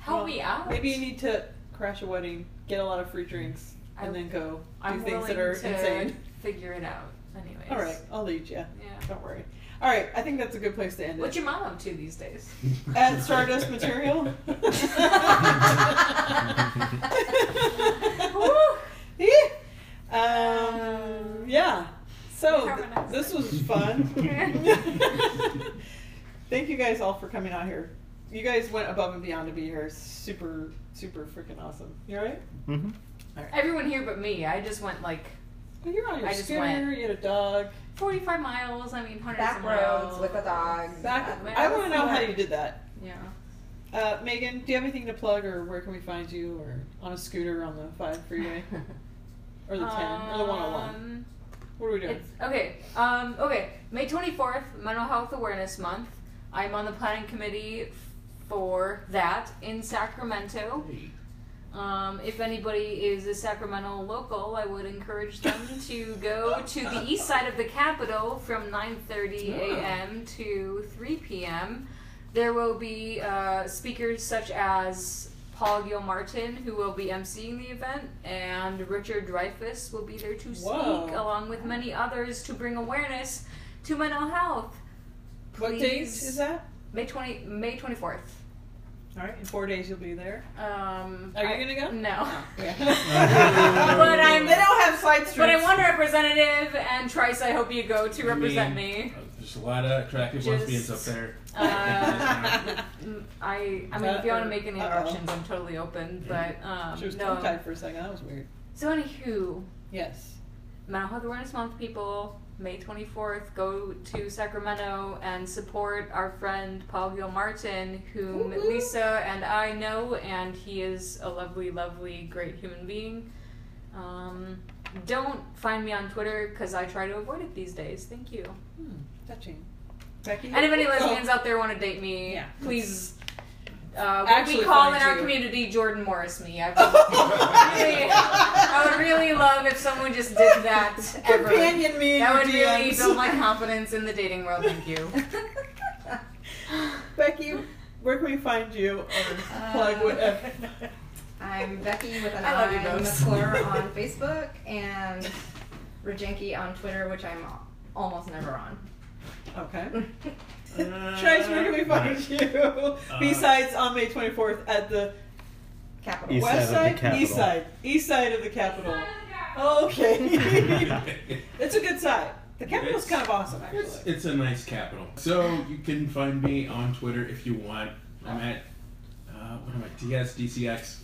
Help
Well,
me out.
Maybe you need to crash a wedding, get a lot of free drinks,
I'm-
and then go do
I'm
things that
willing
are
to
insane.
Figure it out, anyways.
All right, I'll lead you.
Yeah.
Don't worry. All right, I think that's a good place to end
What's
it.
your mom up to these days?
Add Stardust material. Yeah. um, yeah. So th-
We're harmonizing.
this was fun. Thank you guys all for coming out here. You guys went above and beyond to be here. Super, super freaking awesome. You all right?
hmm
Everyone here but me. I just went like
Well, Oh, you're on your
I just
scooter.
went.
You had a dog.
45 miles. I mean, hundreds
Back
of
roads
miles.
with a dog.
Back,
Yeah.
I want to know how you did that.
Yeah.
Uh, Megan, do you have anything to plug, or where can we find you, or on a scooter on the five freeway, or the ten, or the one hundred one?
Um,
What are we doing?
It's okay. Um, okay. May 24th, Mental Health Awareness Month. I'm on the planning committee for that in Sacramento. Um, if anybody is a Sacramento local, I would encourage them to go to the east side of the Capitol from 9:30 a.m. to 3 p.m. There will be uh, speakers such as Paul Gilmartin, who will be emceeing the event, and Richard Dreyfuss will be there to speak,
Whoa.
along with many others, to bring awareness to mental health.
What date
please-
is that?
May twenty May twenty fourth.
All right, in four days you'll be there.
Um,
Are you
I-
gonna go?
No.
Yeah.
But I'm-
They don't have side streets.
But I want a representative, and Trice, I hope you go to represent me.
There's uh, a lot of attractive lesbians up
Just-
there.
Uh, mm, I, I mean, if you want to make any
Uh-oh.
introductions, I'm totally open. But um,
She was tongue
no.
tied for a second. That was weird.
So anywho,
Yes.
Mental Health Awareness Month, people, May 24th, go to Sacramento and support our friend Paul Gil Martin, whom
Woo-hoo.
Lisa and I know, and he is a lovely, lovely, great human being. Um, Don't find me on Twitter because I try to avoid it these days. Thank you.
Touching. Becky. Oh.
And if any lesbians out there want to date me,
Yeah.
please. Uh, what
Actually
we call
find
in our
you.
community Jordan Morris me. I would, really, I would really love if someone just did that ever.
Companion me in
That
your
would really
DMs.
build my confidence in the dating world. Thank you.
Becky, where can we find you? Or plug whatever.
I'm Becky with an
I love you
I,
both.
McClure on Facebook, and Rajenki on Twitter, which I'm al- almost never on.
Okay.
Uh,
Trice, where can we find you?
Uh,
Besides on May 24th at the
Capital.
East
West
side of
side?
the
East
Capitol.
side. East side of the Capitol. Okay.
uh,
it's a good side. The Capitol's kind of awesome, actually.
It's a nice capital. So you can find me on Twitter if you want. I'm at uh, what am I? DSDCX.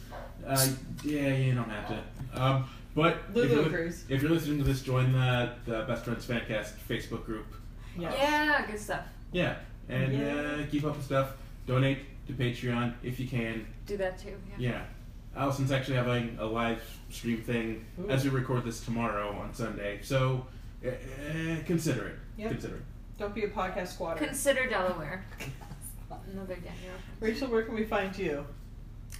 Uh, yeah, you don't have to. Um, but if
Lulu
you're,
agrees.
if you're listening to this, join the, the Best Friends Fancast Facebook group.
Yeah, good stuff.
Yeah, and Uh, keep up with stuff. Donate to Patreon if you can.
Do that too. Yeah.
Yeah. Allison's actually having a live stream thing
Ooh.
as we record this tomorrow on Sunday. So uh, uh, consider it.
Yep.
Consider it.
Don't be a podcast squatter.
Consider Delaware. Another Daniel.
Rachel, where can we find you?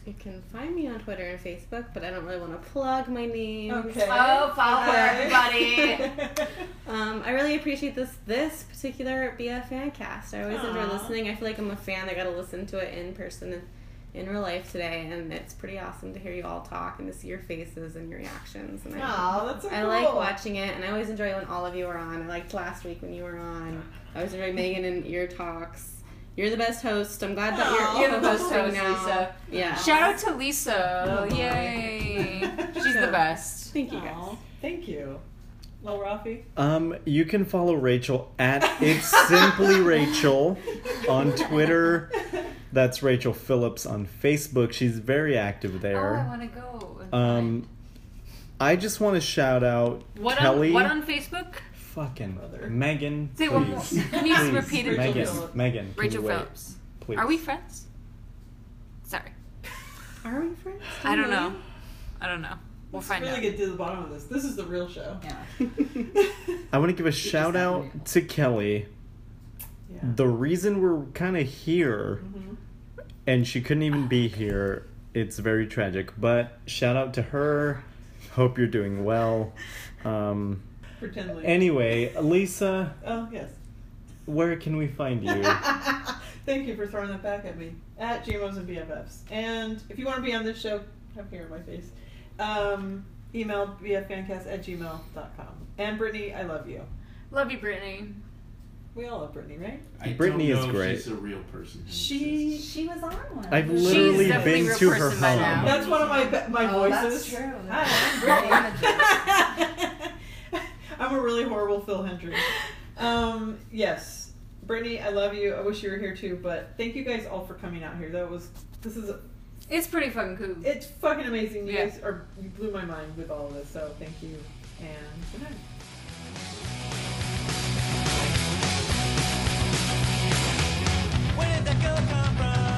You can find me on Twitter and Facebook, but I don't really want to plug my name.
Okay.
Oh, follow
Hi.
everybody.
Um, I really appreciate this this particular BF fan cast. I always enjoy
Aw.
listening. I feel like I'm a fan. I got to listen to it in person and in real life today, and it's pretty awesome to hear you all talk and to see your faces and your reactions. And I,
Aw, that's so
I
cool.
like watching it, and I always enjoy when all of you are on. I liked last week when you were on. I always enjoy Megan and your talks. You're the best host. I'm glad that
Aw.
you're, you're the
You're the
host
best host,
now.
Lisa.
Yeah.
Shout out to
Oh,
Lisa. Yay. She's the best.
Thank you guys.
Aw, Thank you. Well, Rafi.
Um, you can follow Rachel at It's Simply Rachel on Twitter. That's Rachel Phillips on Facebook. She's very active
Oh, I
there.
want to go.
Um, I just want to shout out
What
Kelly.
on what on Facebook?
Fucking Megan.
Say
please.
one more. Can you just
Please,
repeat it?
Megan.
Rachel
Megan. can
Rachel
you wait,
Phillips.
Please.
Are we friends? Sorry.
Are we friends?
I don't know. I don't know. We'll
Let's
find
really
out.
get to the bottom of this. This is the real show.
I want to give a shout out to Kelly.
Yeah.
The reason we're kind of here,
Mhm.
and she couldn't even be here, it's very tragic. But shout out to her. Hope you're doing well. Um,
Pretend like.
anyway, Lisa,
oh, yes.
where can we find you?
Thank you for throwing that back at me. At GMOs and BFFs. And if you want to be on this show, come here in my face. Um, email bffancast at gmail.com. And Brittany, I love you.
Love you, Brittany.
We all love Brittany, right?
I
Brittany
don't
is
know
great.
If she's a real person.
She.
She was on one.
I've
She's
literally
definitely a
been
real
to her
person by
home.
now.
That's one of my be- my
Oh, that's
voices.
true.
Hi, I'm Brittany. I'm a really horrible Phil Hendry. Um, yes, Brittany, I love you. I wish you were here too, but thank you guys all for coming out here. That was this is
It's pretty fucking cool.
it's fucking amazing. You
Yeah.
guys are you blew my mind with all of this. So thank you and good night.
Where did that girl come from?